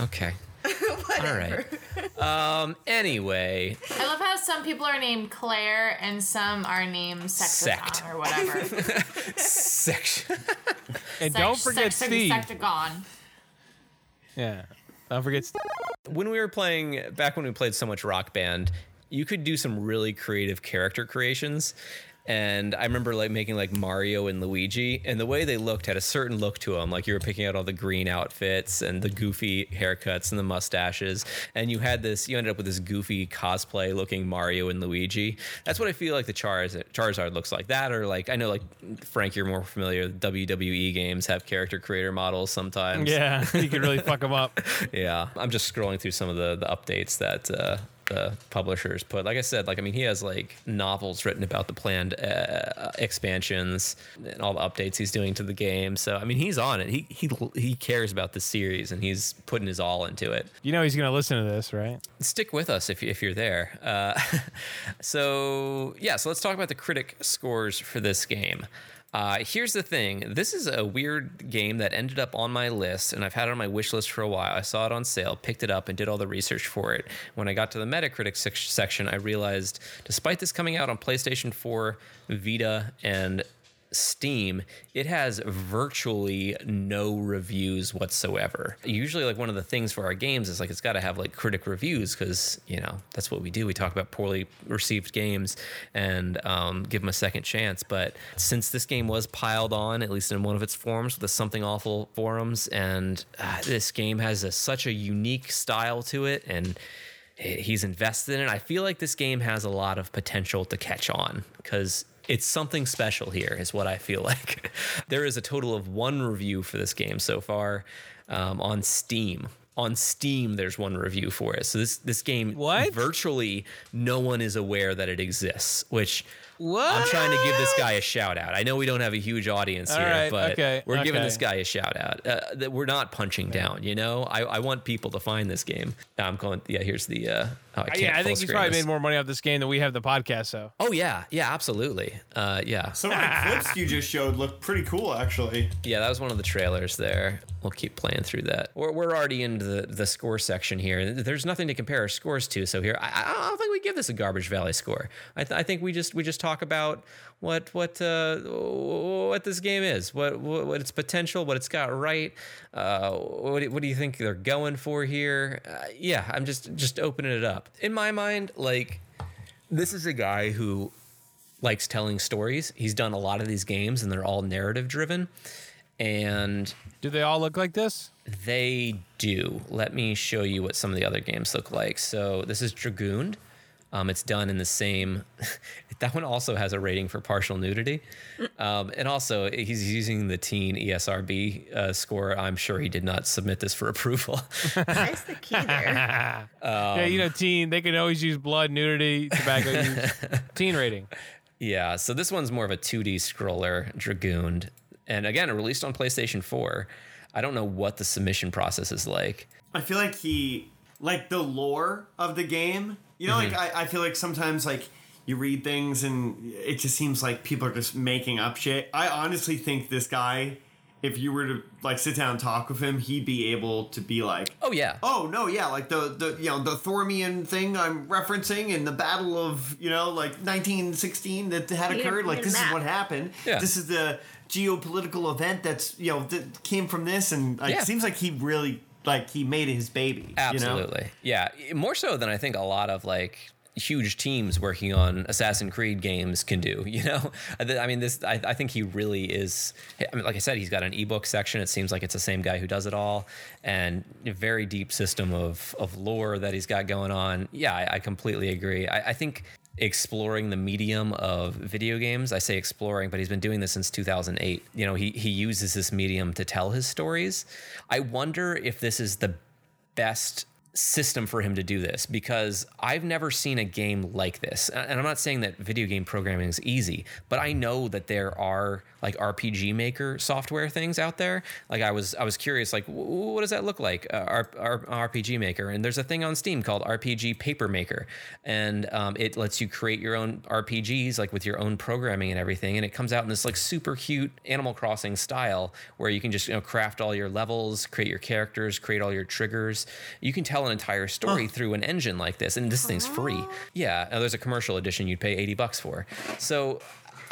S2: Okay. All right. Um, anyway,
S15: I love how some people are named Claire and some are named Sexagon
S2: Sect.
S15: or whatever.
S2: section.
S3: And don't forget Steve.
S15: Sexagon.
S3: Yeah. Don't forget Steve.
S2: when we were playing back when we played so much rock band you could do some really creative character creations and i remember like making like mario and luigi and the way they looked had a certain look to them like you were picking out all the green outfits and the goofy haircuts and the mustaches and you had this you ended up with this goofy cosplay looking mario and luigi that's what i feel like the charizard, charizard looks like that or like i know like frank you're more familiar wwe E games have character creator models sometimes
S3: Yeah, you could really fuck them up.
S2: yeah, I'm just scrolling through some of the, the updates that uh, the publishers put. Like I said, like I mean, he has like novels written about the planned uh, expansions and all the updates he's doing to the game. So I mean, he's on it. He he he cares about the series and he's putting his all into it
S3: You know he's going to listen to this, right?
S2: stick with us if, you- if you're there. Uh, so yeah, so let's talk about the critic scores for this game. Uh, here's the thing. This is a weird game that ended up on my list, and I've had it on my wish list for a while. I saw it on sale, picked it up, and did all the research for it. When I got to the Metacritic sec- section, I realized, despite this coming out on PlayStation 4, Vita, and Steam, it has virtually no reviews whatsoever. Usually, like one of the things for our games is like it's got to have like critic reviews because you know that's what we do. We talk about poorly received games and um, give them a second chance. But since this game was piled on, at least in one of its forms, with the something awful forums, and uh, this game has a, such a unique style to it, and he's invested in it. I feel like this game has a lot of potential to catch on because it's something special here, is what I feel like. there is a total of one review for this game so far um, on Steam. On Steam, there's one review for it. So this this game, virtually no one is aware that it exists. Which I'm trying to give this guy a shout out. I know we don't have a huge audience
S3: All
S2: here,
S3: right,
S2: but
S3: okay,
S2: we're giving
S3: okay.
S2: this guy guy a shout out. Uh, that we're not punching down, you know. I, I want people to find this game. I'm going. Yeah, here's the. Uh, oh, I can't
S3: yeah, I
S2: full
S3: think he's
S2: screen
S3: probably
S2: this.
S3: made more money off this game than we have the podcast, so.
S2: Oh yeah, yeah, absolutely. Uh, yeah.
S4: Some of the clips you just showed looked pretty cool, actually.
S2: Yeah, that was one of the trailers there. We'll keep playing through that. We're, we're already into the, the score section here. There's nothing to compare our scores to. So here, I, I- I don't think we give this a garbage valley score. I, th- I think we just we just talk about what what uh, what this game is, what, what what its potential, what it's got right. Uh, what, do- what do you think they're going for here? Uh, yeah, I'm just just opening it up. In my mind, like this is a guy who likes telling stories. He's done a lot of these games and they're all narrative driven. And
S3: do they all look like this?
S2: They do. Let me show you what some of the other games look like. So this is Dragooned. Um, it's done in the same. that one also has a rating for partial nudity, um, and also he's using the teen E ESRB uh, score. I'm sure he did not submit this for approval.
S17: That's the key there.
S3: yeah,
S2: Um,
S3: you know, teen, they can always use blood, nudity, tobacco use. Teen rating.
S2: Yeah, so this one's more of a 2D scroller, Dragooned. And again, released on PlayStation 4. I don't know what the submission process is like.
S4: I feel like he like the lore of the game. You know,
S2: Mhm.
S4: like I, I feel like sometimes like you read things and it just seems like people are just making up shit. I honestly think this guy if you were to like sit down and talk with him, he'd be able to be like,
S2: Oh yeah.
S12: Oh no, yeah, like the the you know the Thormian thing uh, I'm referencing in the Battle of you know like 1916 that had
S4: You need a-
S12: occurred.
S4: you
S12: Like
S4: need a
S12: this is
S4: map.
S12: what happened.
S4: Yeah.
S12: This is the geopolitical event that's you know that came from this, and like,
S2: Yeah.
S12: it seems like he really like he made it his baby. You know?
S2: Absolutely. Yeah. More so than I think a lot of like huge teams working on Assassin's Creed games can do, you know? I th- I mean, this, I, I think he really is, I mean, like I said, he's got an ebook section. It seems like it's the same guy who does it all and a very deep system of, of lore that he's got going on. Yeah, I, I completely agree. I, I think exploring the medium of video games. I say exploring, but he's been doing this since 2008. You know, he he uses this medium to tell his stories. I wonder if this is the best system for him to do this because I've never seen a game like this. And I'm not saying that video game programming is easy, but I know that there are like RPG maker software things out there. Like I was I was curious like w- w- what does that look like? Uh, R- R- RPG maker and there's a thing on Steam called RPG Paper Maker and um, it lets you create your own RPGs like with your own programming and everything and it comes out in this like super cute Animal Crossing style where you can just you know craft all your levels, create your characters, create all your triggers. You can tell an entire story through an engine like this, and this thing's free. Yeah, now there's a commercial edition you'd pay eighty bucks for. So.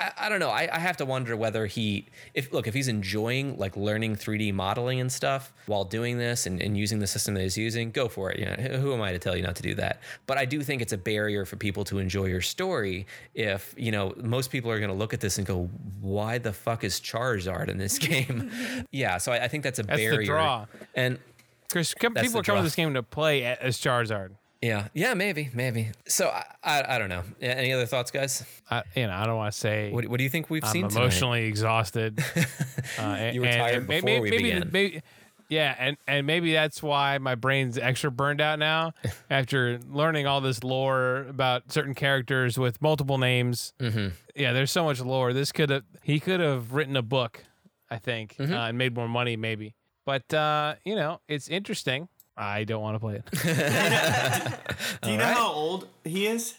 S2: I, I don't know. I, I have to wonder whether he, if look, if he's enjoying like learning 3D modeling and stuff while doing this and, and using the system that he's using, go for it. You know, who am I to tell you not to do that? But I do think it's a barrier for people to enjoy your story. If you know, most people are going to look at this and go, "Why the fuck is Charizard in this game?" yeah. So I, I think that's a
S3: That's the
S2: barrier.
S3: draw.
S2: And
S3: Chris, come,
S2: That's
S3: people
S2: the
S3: are coming
S2: draw.
S3: to this game to play a- as Charizard.
S2: Yeah, yeah, maybe, maybe. So I, I, I don't know. Yeah, Any other thoughts, guys?
S3: I, you know, I don't want to say.
S2: What, what do you think we've
S3: I'm
S2: seen? tonight?
S3: emotionally exhausted. Uh,
S2: You were tired before we began.
S3: maybe- yeah, and, and maybe that's why my brain's extra burned out now after learning all this lore about certain characters with multiple names.
S2: Mm-hmm.
S3: Yeah, there's so much lore. This could have he could have written a book, I think,
S2: Mm-hmm.
S3: uh, and made more money maybe. But uh, you know, it's interesting. I don't want to play it.
S4: Do you know how old he is?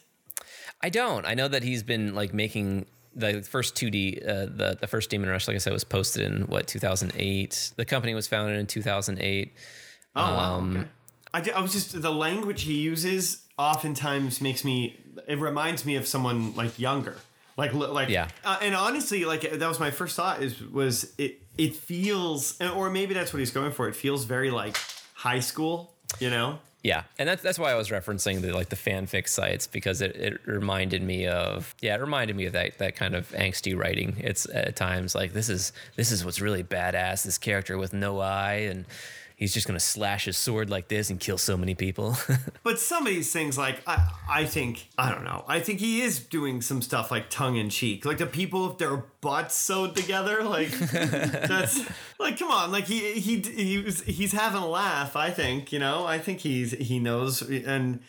S2: I don't. I know that he's been like making the first 2D, uh, the the first Demon Rush, like I said, was posted in what 2008. The company was founded in 2008.
S4: Oh, wow,
S2: Um,
S4: I, ju- I was just the language he uses oftentimes makes me. It reminds me of someone like younger, like li- like
S2: Yeah.
S4: Uh, and honestly, like that was my first thought is was it it feels or maybe that's what he's going for. It feels very like high school, you know.
S2: Yeah, and that's that's why I was referencing the like the fanfic sites because it, it reminded me of yeah it reminded me of that that kind of angsty writing. It's at times like this is this is what's really badass. This character with no eye and he's just gonna slash his sword like this and kill so many people.
S4: But some of these things, like I, I think I don't know. I think he is doing some stuff like tongue in cheek, like the people with their butts sewed together. Like that's like come on, like he he he was, he's having a laugh. I think you know. I think he's he knows and.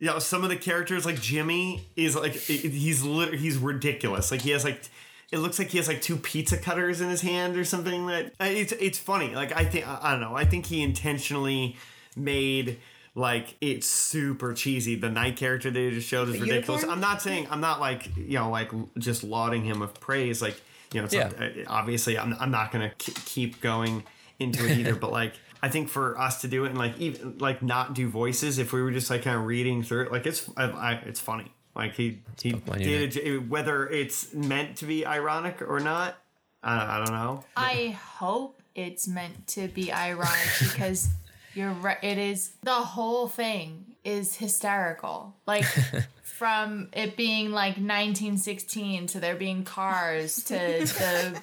S4: You know, some of the characters like Jimmy is like it- it- he's lit- he's ridiculous. Like he has like it looks like he has like two pizza cutters in his hand or something. That uh, it's it's funny. Like I think I I don't know. I think he intentionally made like it's super cheesy. The night character they just showed is
S12: The
S4: ridiculous.
S12: unicorn?
S4: I'm not saying I'm not like you know like l- just lauding him with praise. Like you know, it's
S12: Yeah.
S4: not- uh, obviously I'm I'm not gonna k- keep going into it either. but like I think for us to do it and like even like not do voices, if we were just like kind of reading through it, like it's I, I, it's funny. Like he he did a j- whether it's meant to be ironic or not. I, I don't know.
S15: I hope it's meant to be ironic because you're right. It is the whole thing is hysterical. Like from it being like 1916 to there being cars to the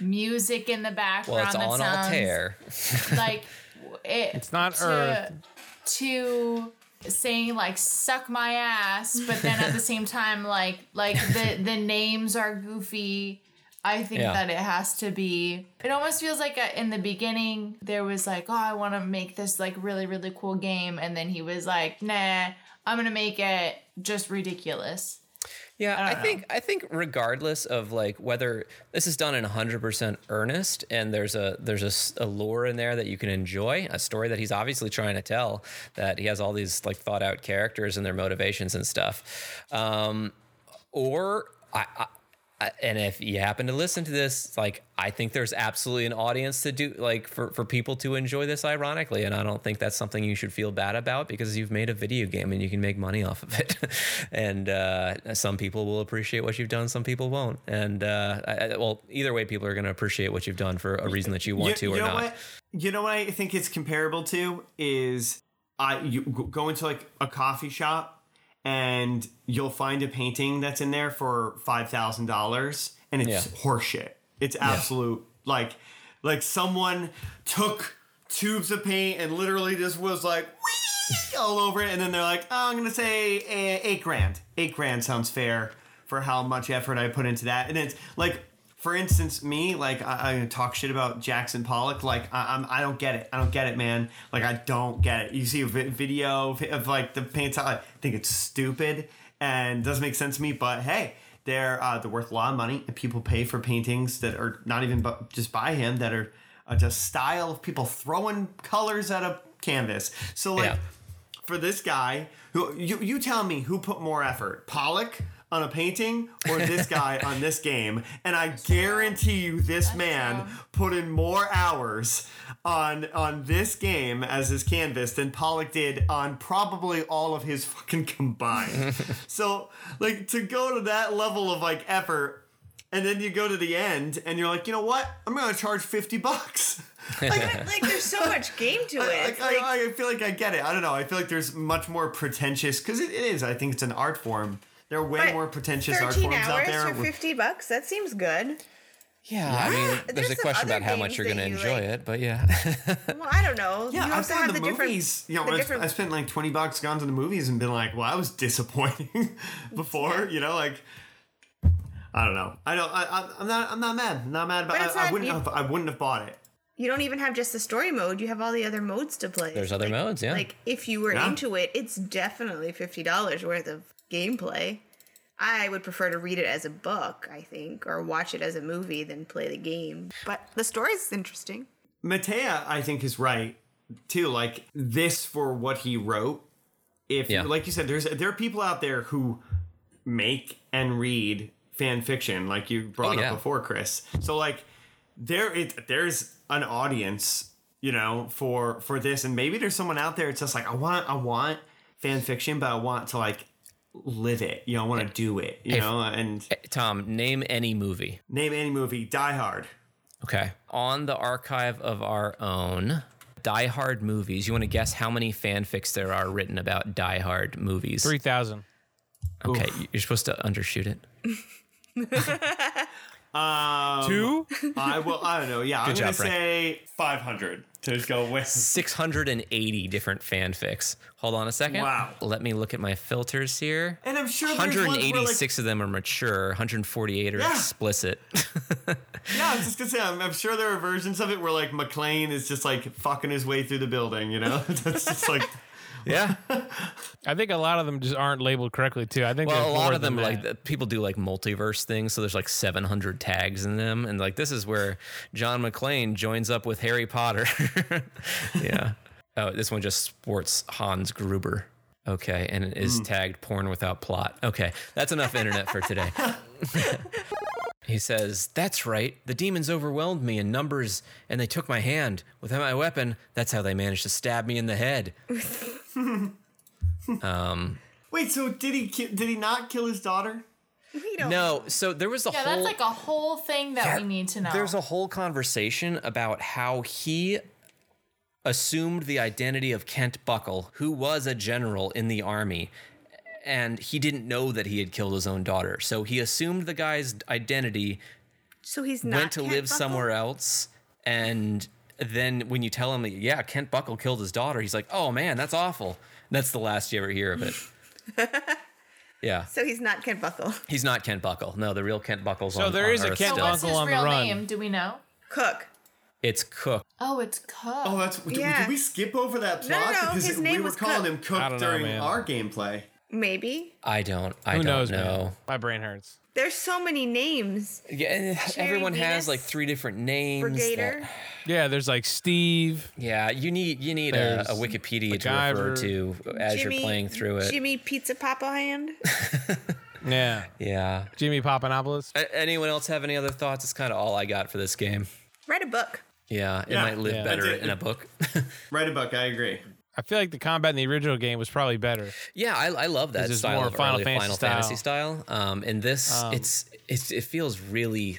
S15: music in the background.
S2: well, it's all
S15: that
S2: an
S15: sounds
S2: altair.
S15: like w- it,
S2: It's not
S15: to,
S2: Earth.
S15: to saying like suck my ass but then at the same time like like the the names are goofy i think
S8: Yeah.
S15: that it has to be it almost feels like a, in the beginning there was like oh i want to make this like really really cool game and then he was like nah i'm gonna make it just ridiculous
S2: Yeah,
S15: I
S2: I,
S15: don't know.
S2: think I think regardless of like whether this is done in 100% earnest and there's a there's a s- a, lore in there that you can enjoy, a story that he's obviously trying to tell that he has all these like thought out characters and their motivations and stuff. Um or I, I I- and if you happen to listen to this, like I think there's absolutely an audience to do like for, for people to enjoy this ironically. And I don't think that's something you should feel bad about because you've made a video game and you can make money off of it. and uh, some people will appreciate what you've done, some people won't. And uh, I, I- well, either way, people are going to appreciate what you've done for a reason that you want to or
S4: know
S2: not.
S4: What, you know what I think it's comparable to is I you g- go into like a coffee shop and you'll find a painting that's in there for five thousand dollars and it's
S12: Yeah.
S4: horseshit. It's
S12: Yeah.
S4: absolute like like someone took tubes of paint and literally just was like "Wee!" all over it and then they're like oh, I'm gonna say eh, eight grand. Eight grand sounds fair for how much effort I put into that and it's like for instance, me, like I, I talk shit about Jackson Pollock. Like I, I'm, I don't get it. I don't get it, man. Like I don't get it. You see a vi- video of, of, like the paint. I think it's stupid and doesn't make sense to me. But hey, they're uh, they're worth a lot of money, and people pay for paintings that are not even bu- just by him that are uh, just style of people throwing colors at a canvas. So like for this guy who you, you tell me who put more effort pollock on a painting or this guy on this game and i guarantee you this man put in more hours on on this game as his canvas than pollock did on probably all of his fucking combined so like to go to that level of like effort and then you go to the end and you're like you know what i'm gonna charge 50 bucks
S17: Like there's so much game to it.
S4: I,
S17: It's
S4: I-
S17: like-
S4: I- I feel like I get it. I don't know. I feel like there's much more pretentious because it is. I think it's an art form. There are way
S17: But
S4: more pretentious art
S17: 13
S4: forms out
S17: hours
S4: there.
S17: for 50 bucks? That seems good.
S2: Yeah, I mean, there's, a
S17: some
S2: question
S17: other
S2: about how
S17: games
S2: much you're
S17: that
S2: going to
S17: you
S2: enjoy
S17: like.
S2: it, but yeah.
S17: Well, I don't know.
S4: yeah,
S17: you
S4: I've
S17: also
S4: gone to
S17: have the
S4: the movies.
S17: different.
S4: You know,
S17: the
S4: I,
S17: different
S4: I spent like twenty bucks, gone to the movies, and been like, "Well, I was disappointing before." You know, like I don't know. I don't. I, I, I'm not. I'm not mad. I'm not mad about.
S17: But
S4: I,
S17: it's
S4: I
S17: not-
S4: wouldn't.
S17: you-
S4: have, I wouldn't have bought it.
S17: you don't even have just the story mode. You have all the other modes to play.
S2: There's other modes, yeah.
S17: Like if you were
S2: Yeah.
S17: into it, it's definitely fifty dollars worth of gameplay. I would prefer to read it as a book, I think, or watch it as a movie than play the game. But the story's interesting.
S4: Matea, I think, is right too. Like this for what he wrote. If
S2: Yeah.
S4: like you said, there's there are people out there who make and read fan fiction, like you brought
S2: Oh, yeah.
S4: up before, Chris. So like there it there's an audience, you know, for for this, and maybe there's someone out there. It's just like I want I want fan fiction, but I want to like live it. You know, I want to do it. You
S2: Hey,
S4: know, and
S2: Tom, name any movie.
S4: Name any movie. Die Hard.
S2: Okay. On the archive of our own, Die Hard movies. You want to guess how many fanfics there are written about Die Hard movies?
S3: 3,000.
S2: Okay, you're supposed to undershoot it.
S4: Um,
S2: Two?
S4: I will. I don't know. Yeah, I'm
S2: Good
S4: gonna
S2: job, Frank.
S4: say 500. Just go with
S2: 680 different fanfics. Hold on a second.
S4: Wow.
S2: Let me look at my filters here.
S4: And I'm sure there's ones where, like-
S2: 186 of them are mature, 148 are
S4: Yeah.
S2: explicit.
S4: Yeah, I was just gonna say. I'm, I'm sure there are versions of it where like McLean is just like fucking his way through the building. You know, that's just like
S2: yeah.
S3: I think a lot of them just aren't labeled correctly, too. I think
S2: Well,
S3: there's
S2: a
S3: more
S2: lot of them
S3: than
S2: like
S3: that.
S2: the- people do like multiverse things, so there's like 700 tags in them, and like this is where John McClane joins up with Harry Potter. yeah. Oh, this one just sports Hans Gruber. Okay, and it is
S7: Mm.
S2: tagged porn without plot. Okay, that's enough internet for today. He says, That's right. The demons overwhelmed me in numbers and they took my hand. Without my weapon, that's how they managed to stab me in the head. Um,
S4: wait. So did he ki- did he not kill his daughter?
S2: no, so there was a
S6: yeah,
S2: whole.
S6: that's like a whole thing that we need to know.
S2: There's a whole conversation about how he assumed the identity of Kent Buckle, who was a general in the army, and he didn't know that he had killed his own daughter. So he assumed the guy's identity,
S17: So he's not
S2: went to
S17: Kent
S2: live
S17: Buckle?
S2: somewhere else, and then when you tell him, yeah, Kent Buckle killed his daughter, he's like, oh man, that's awful. That's the last you ever hear of it. yeah.
S17: So he's not Ken Buckle.
S2: He's not Kent Buckle. No, the real Kent Buckle's
S3: So
S2: on
S3: there
S2: on
S3: is a
S2: Earth
S3: Kent
S2: still.
S6: What's his real name? Do we know?
S17: Cook.
S2: It's Cook.
S6: Oh, it's Cook.
S4: Oh, that's. Did, did we skip over that
S17: No,
S4: plot
S17: no, no,
S4: because
S17: his
S4: we
S17: name
S4: were
S17: was
S4: calling
S17: Cook.
S4: him
S3: I
S4: Cook
S3: don't know,
S4: during
S3: man.
S4: our gameplay?
S17: Maybe
S2: I don't. I
S3: Who
S2: don't
S3: knows, man?
S2: know.
S3: My brain hurts.
S17: there's so many names.
S2: Yeah, and
S17: Cherry
S2: everyone has
S17: Venus?
S2: like three different names.
S17: Brigader.
S2: that-
S3: Yeah, there's like Steve.
S2: yeah, you need you need a, a
S3: There's
S2: Wikipedia to refer
S3: MacGyver.
S2: to as you're playing through it.
S17: Jimmy Pizza Papa Hand.
S3: Yeah.
S2: Yeah.
S3: Jimmy Papanopoulos.
S2: A- anyone else have any other thoughts? It's kind of all I got for this game.
S17: Write a book.
S2: Yeah, it
S3: Yeah.
S2: might live
S3: Yeah.
S2: better
S3: That's it.
S2: in a book.
S4: Write a book. I agree.
S3: I feel like the combat in the original game was probably better.
S2: Yeah, I, I love that
S3: This is
S2: style
S3: more
S2: of
S3: Final
S2: early
S3: Fantasy
S2: Final
S3: style.
S2: Fantasy style. Um, and this,
S3: Um,
S2: it's, it's it feels really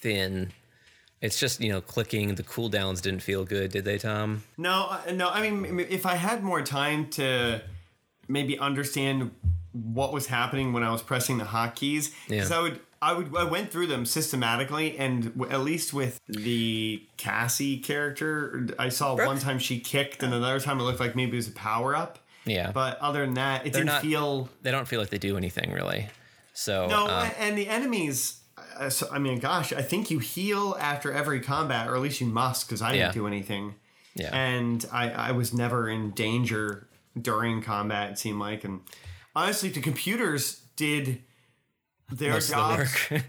S2: thin. It's just you know clicking. The cooldowns didn't feel good, did they, Tom?
S4: No, I- no. I mean, m- if I had more time to maybe understand what was happening when I was pressing the hotkeys, because
S2: Yeah.
S4: I would, I would, I went through them systematically, and w- at least with the Cassie character, I saw one time she kicked, and another time it looked like maybe it was a power up.
S2: Yeah.
S4: But other than that, it
S2: They're
S4: didn't
S2: not-
S4: feel
S2: They don't feel like they do anything really. So
S4: no,
S2: uh,
S4: a- and the enemies. uh, So, I mean, gosh, I think you heal after every combat, or at least you must, because I
S2: Yeah.
S4: didn't do anything.
S2: Yeah.
S4: And I, I was never in danger during combat. It seemed like, and honestly, the computers did their
S2: Most of the
S4: job.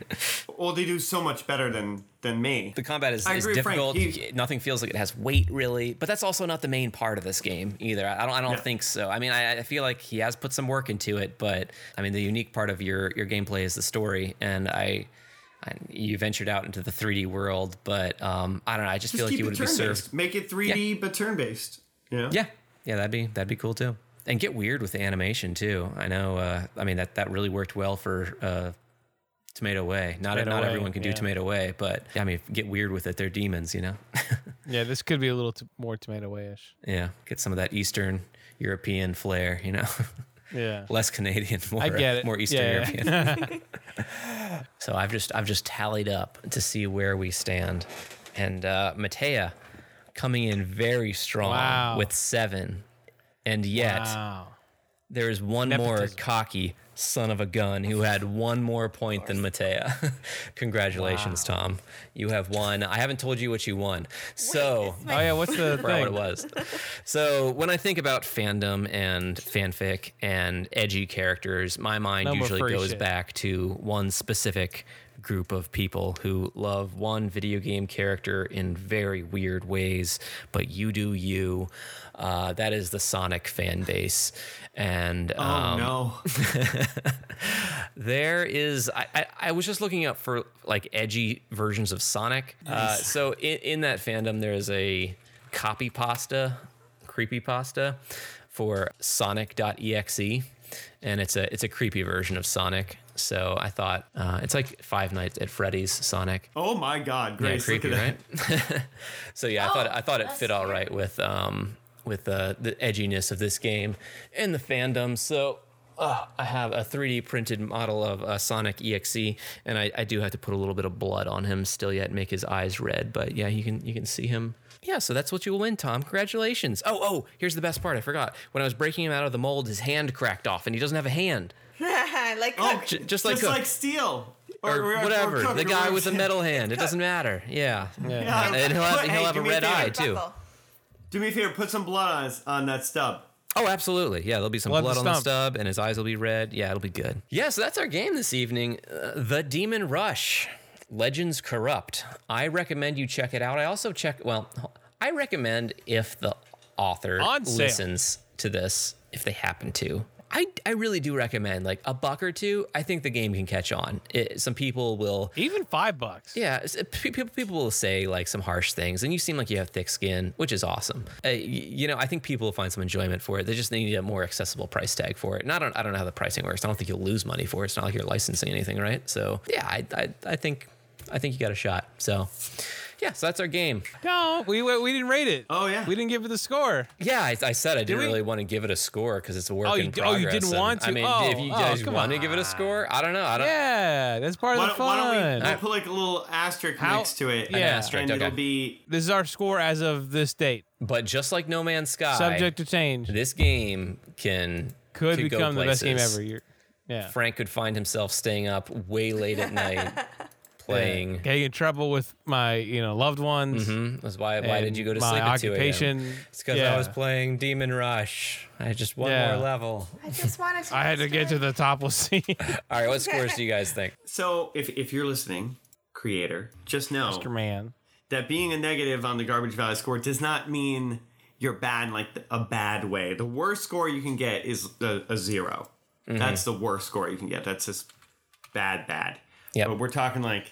S4: well, they do so much better than than me.
S2: The combat is,
S4: I
S2: is
S4: agree with Frank.
S2: difficult.
S4: He-
S2: You- Nothing feels like it has weight really, but that's also not the main part of this game either. I I don't. I don't
S4: Yeah.
S2: think so. I mean, I, I feel like he has put some work into it, but I mean, the unique part of your your gameplay is the story, and I. I you ventured out into the 3D world, but um, I don't know. I just,
S4: Just
S2: feel like
S4: keep
S2: you
S4: it
S2: would be
S4: turn-based.
S2: served.
S4: Make it 3D, but turn-based. Yeah.
S2: Yeah, yeah, that'd be that'd be cool too. And get weird with the animation too. I know. Uh, I mean that that really worked well for uh, Tomato Way. Not
S3: Tomato
S2: not
S3: Way,
S2: everyone can
S3: yeah.
S2: do Tomato Way, but I mean get weird with it. They're demons, you know.
S3: Yeah, this could be a little t- more tomato ish.
S2: Yeah, get some of that Eastern European flair, you know.
S3: Yeah.
S2: Less Canadian, more
S3: I get it.
S2: more Eastern
S3: Yeah, yeah.
S2: European. so I've just I've just tallied up to see where we stand, and uh, Matea coming in very strong
S3: Wow.
S2: with seven, and yet
S3: Wow.
S2: there is one more
S3: Nepotism.
S2: cocky son of a gun who had one more point than Matea. Congratulations, Tom. You have won. I haven't told you what you won. So,
S3: my- Oh, yeah, what's the
S2: I forgot
S3: thing?
S2: what it was. So, when I think about fandom and fanfic and edgy characters, my mind
S3: No more
S2: usually
S3: furry
S2: goes
S3: shit.
S2: back to one specific group of people who love one video game character in very weird ways, but you do you. Uh, that is the Sonic fan base. And
S4: Oh
S2: um,
S4: no.
S2: there is I, I, I was just looking up for like edgy versions of sonic uh,
S1: Nice.
S2: so in, in that fandom there is a copy pasta creepy pasta for sonic.exe and it's a it's a creepy version of sonic so i thought uh, it's like five nights at freddy's sonic
S4: Oh my God,
S2: yeah,
S4: Grace!
S2: creepy,
S4: look at
S2: right? so yeah, I thought I thought it
S4: Oh, that's
S2: fit all right with um with uh, the edginess of this game and the fandom. So uh, I have a 3D printed model of uh, Sonic EXE, and I, I do have to put a little bit of blood on him still yet, make his eyes red. But yeah, you can you can see him. Yeah, so that's what you will win, Tom. Congratulations. Oh, oh, here's the best part. I forgot. When I was breaking him out of the mold, his hand cracked off, and he doesn't have a hand.
S17: like
S4: Oh,
S2: J- just like
S4: just
S2: Cook.
S4: like steel
S2: Or, whatever.
S4: Cook,
S2: the
S4: or
S2: guy
S4: whatever.
S2: with the metal hand. It doesn't matter. Yeah.
S4: Yeah.
S2: And he'll have,
S4: Hey,
S2: he'll have a
S4: do me
S2: red
S4: favor.
S2: eye, too.
S4: Do me a favor, put some blood on his, on that stub.
S2: Oh, absolutely. Yeah, there'll be some
S4: Blood
S2: blood,
S4: to
S2: on the
S4: stump.
S2: stub, and his eyes will be red. Yeah, it'll be good. Yeah, so that's our game this evening uh, The Demon Rush Legends Corrupt. I recommend you check it out. I also check, well, I recommend if the author
S3: On sale.
S2: listens to this, if they happen to. I, I really do recommend like a buck or two. I think the game can catch on. It, some people will
S3: even five bucks.
S2: Yeah, it's- it- pe- people people will say like some harsh things, and you seem like you have thick skin, which is awesome. Uh, y- you know, I think people will find some enjoyment for it. They just need a more accessible price tag for it. And I don't I don't know how the pricing works. I don't think you'll lose money for it. It's not like you're licensing anything, right? So yeah, I I, I think I think you got a shot. So yeah, so that's our game.
S3: No, we we we didn't rate it.
S4: Oh yeah,
S3: we didn't give it the score.
S2: Yeah, I, I said I didn't
S3: we-
S2: really want to give it a score because it's a work
S3: Oh,
S2: in
S3: you d- oh,
S2: progress.
S3: you didn't
S2: and-
S3: want
S2: I
S3: to?
S2: mean, if
S3: Oh,
S2: you
S3: oh,
S2: guys
S3: come
S2: want to give it a score, I don't know. I don't.
S3: Yeah, that's part
S4: Why
S3: of
S4: don't,
S3: the
S4: why
S3: fun.
S4: don't we we'll put like a little asterisk next to it?
S3: Yeah. An asterisk,
S4: and it'll
S2: okay.
S4: be
S3: This is our score as of this date.
S2: But just like No Man's Sky,
S3: Subject to change.
S2: This game can
S3: Could
S2: go
S3: become the best game
S2: places.
S3: ever. You're- yeah.
S2: Frank could find himself staying up way late at night playing.
S3: Yeah. Getting in trouble with my, you know, loved ones.
S2: Mm-hmm. That's why. Why did you go to sleep at two a.m.?
S3: occupation.
S2: It's because I was playing Demon Rush. I just one
S3: Yeah.
S2: more level.
S17: I just wanted to.
S3: I had to get to the topless scene.
S2: All right, what scores do you guys think?
S4: so if if you're listening, creator, just know
S3: Mr. Man
S4: that being a negative on the garbage value score does not mean you're bad in like a bad way. The worst score you can get is a, a zero.
S2: Mhm.
S4: That's the worst score you can get. That's just bad, bad.
S2: Yep.
S4: But we're talking like,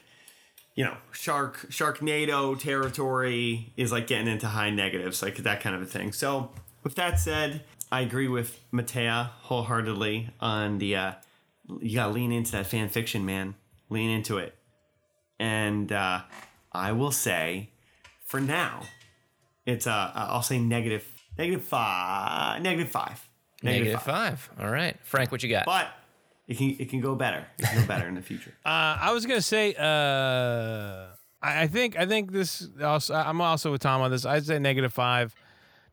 S4: you know, shark sharknado territory is like getting into high negatives, like that kind of a thing. So with that said, I agree with Matea wholeheartedly on the uh you gotta lean into that fan fiction, man. Lean into it. And uh I will say for now, it's uh I'll say negative negative five negative five.
S2: Negative five. All right. Frank, what you got?
S4: But it can it can go better. It can go better in the future.
S3: Uh, I was gonna say, uh, I, I think I think this. Also, I'm also with Tom on this. I'd say negative five,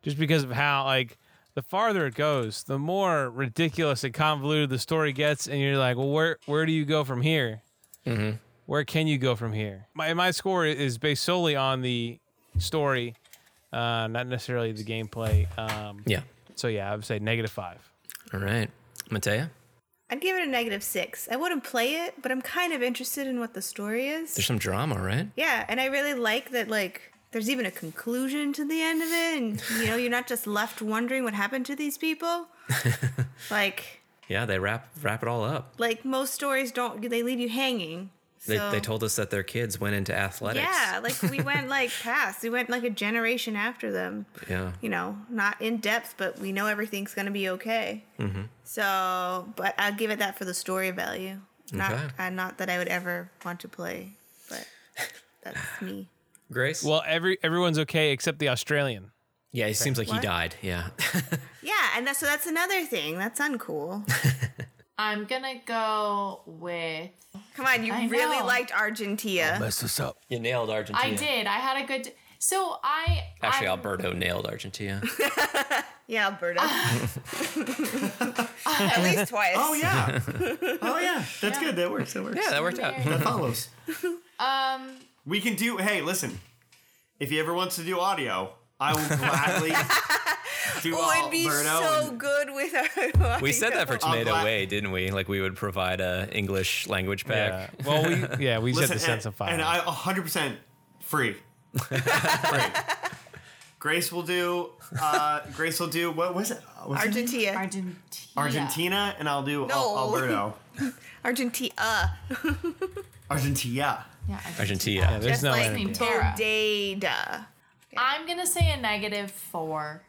S3: just because of how like the farther it goes, the more ridiculous and convoluted the story gets, and you're like, well, where where do you go from here?
S2: Mm-hmm.
S3: Where can you go from here? My my score is based solely on the story, uh, not necessarily the gameplay. Um,
S2: Yeah.
S3: So yeah, I would say negative five.
S2: All right. Matea?
S5: I'd give it a negative six. I wouldn't play it, but I'm kind of interested in what the story is.
S2: There's some drama, right?
S5: Yeah, and I really like that like there's even a conclusion to the end of it and you know, you're not just left wondering what happened to these people. like
S2: Yeah, they wrap wrap it all up.
S5: like most stories don't they leave you hanging.
S2: They,
S5: So-
S2: they told us that their kids went into athletics.
S5: Yeah, like we went like past. We went like a generation after them.
S2: Yeah.
S5: You know, not in depth, but we know everything's going to be okay.
S2: Mm-hmm.
S5: So, but I'll give it that for the story value. Not
S2: Okay.
S5: uh, not that I would ever want to play, but that's me.
S2: Grace.
S3: Well, every everyone's okay except the Australian.
S2: Yeah, it seems like
S5: he What?
S2: died. Yeah.
S5: Yeah, and that's so that's another thing. That's uncool.
S6: I'm gonna go
S15: Eh.
S6: with.
S5: Come on, you
S6: I
S5: really
S6: know.
S5: liked Argentina.
S2: this up. You nailed Argentina.
S6: I did. I had a good. so I
S2: Actually,
S6: I,
S2: Alberto nailed Argentina.
S5: Yeah, Alberta. At least twice.
S4: Oh, yeah. Oh yeah, that's
S6: Yeah.
S4: good. That works. That works.
S6: Yeah, that worked out.
S4: That follows.
S6: Um,
S4: We can do. Hey, listen. If he ever wants to do audio, I will gladly do
S5: Oh, it'd be
S4: Alberto
S5: so good with our.
S2: we said that for Tomato
S4: glad-
S2: Way, didn't we? Like we would provide a English language pack.
S3: Yeah. Well, we- yeah, we
S4: Listen, And I 100 percent free. free. Grace will do. Uh, Grace will do. What was it? What's it?
S5: Argentina.
S6: Argentina.
S4: Argentina, and I'll do Al-
S5: No.
S4: Alberto.
S5: Argentina.
S4: Argentina.
S6: Yeah,
S2: Argentina.
S5: Just like Bodega.
S6: I'm gonna say a negative four.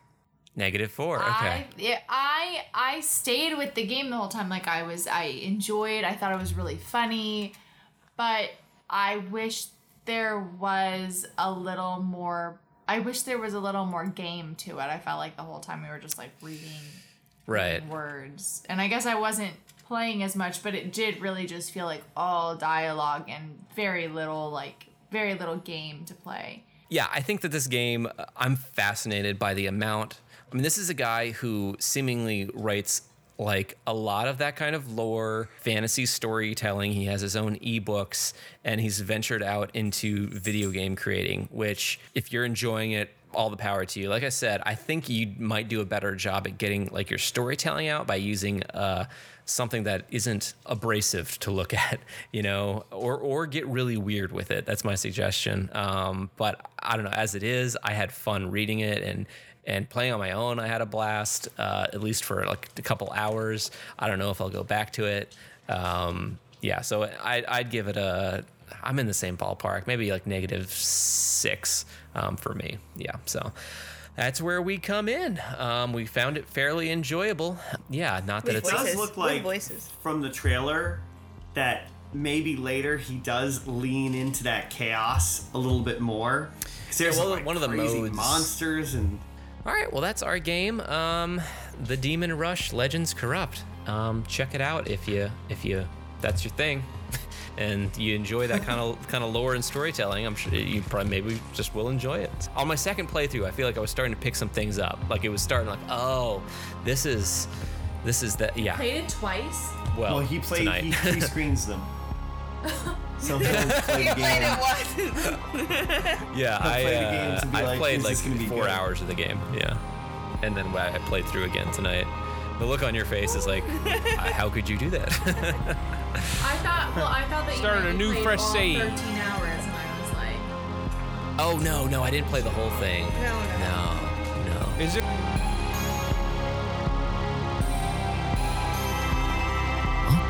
S2: Negative four. Okay.
S6: I yeah, I I stayed with the game the whole time. Like I was, I enjoyed. I thought it was really funny, but I wish there was a little more. I wish there was a little more game to it. I felt like the whole time we were just like reading
S2: right.
S6: words, and I guess I wasn't playing as much, but it did really just feel like all dialogue and very little like very little game to play.
S2: Yeah, I think that this game, uh, I'm fascinated by the amount. I mean, this is a guy who seemingly writes like a lot of that kind of lore, fantasy storytelling. He has his own ebooks and he's ventured out into video game creating, which, if you're enjoying it, all the power to you. Like I said, I think you might do a better job at getting like your storytelling out by using uh, something that isn't abrasive to look at, you know, or or get really weird with it. That's my suggestion. Um, but I don't know. As it is, I had fun reading it and and playing on my own. I had a blast, uh, at least for like a couple hours. I don't know if I'll go back to it. Um, yeah, so I, I'd give it a. I'm in the same ballpark, maybe like negative six um, for me. Yeah, so. That's where we come in. Um, we found it fairly enjoyable. Yeah, not that
S4: It
S2: it's
S4: does look like from the trailer that maybe later he does lean into that chaos a little bit more. 'Cause There's
S2: Yeah, well,
S4: some, like,
S2: one of the
S4: crazy
S2: modes-
S4: monsters and
S2: All right, well, that's our game. Um, the Demon Rush Legends Corrupt. Um, check it out if you if you that's your thing, and you enjoy that kind of kind of lore and storytelling. I'm sure you probably maybe just will enjoy it. On my second playthrough, I feel like I was starting to pick some things up. Like it was starting like, oh, this is this is that yeah.
S6: Played it twice.
S2: Well,
S4: well, he played
S2: tonight.
S4: he, he screens them. So he'll play
S6: You
S4: the
S6: played
S4: game.
S2: Yeah,
S4: He'll
S2: I,
S4: play the
S2: uh,
S4: games and be
S2: I
S4: like,
S2: played
S4: "Is
S2: like
S4: this gonna be
S2: four
S4: good?"
S2: hours of the game. Yeah, and then I I played through again tonight. The look on your face is like, "Uh, how could you do that?
S6: I thought. Well, I thought that
S3: Started
S6: you
S3: a
S6: maybe
S3: new
S6: played
S3: fresh
S6: all
S2: save.
S6: Thirteen hours, and I was like,
S2: oh no, no, I didn't play the whole thing.
S6: No,
S2: no, no.
S3: Is it?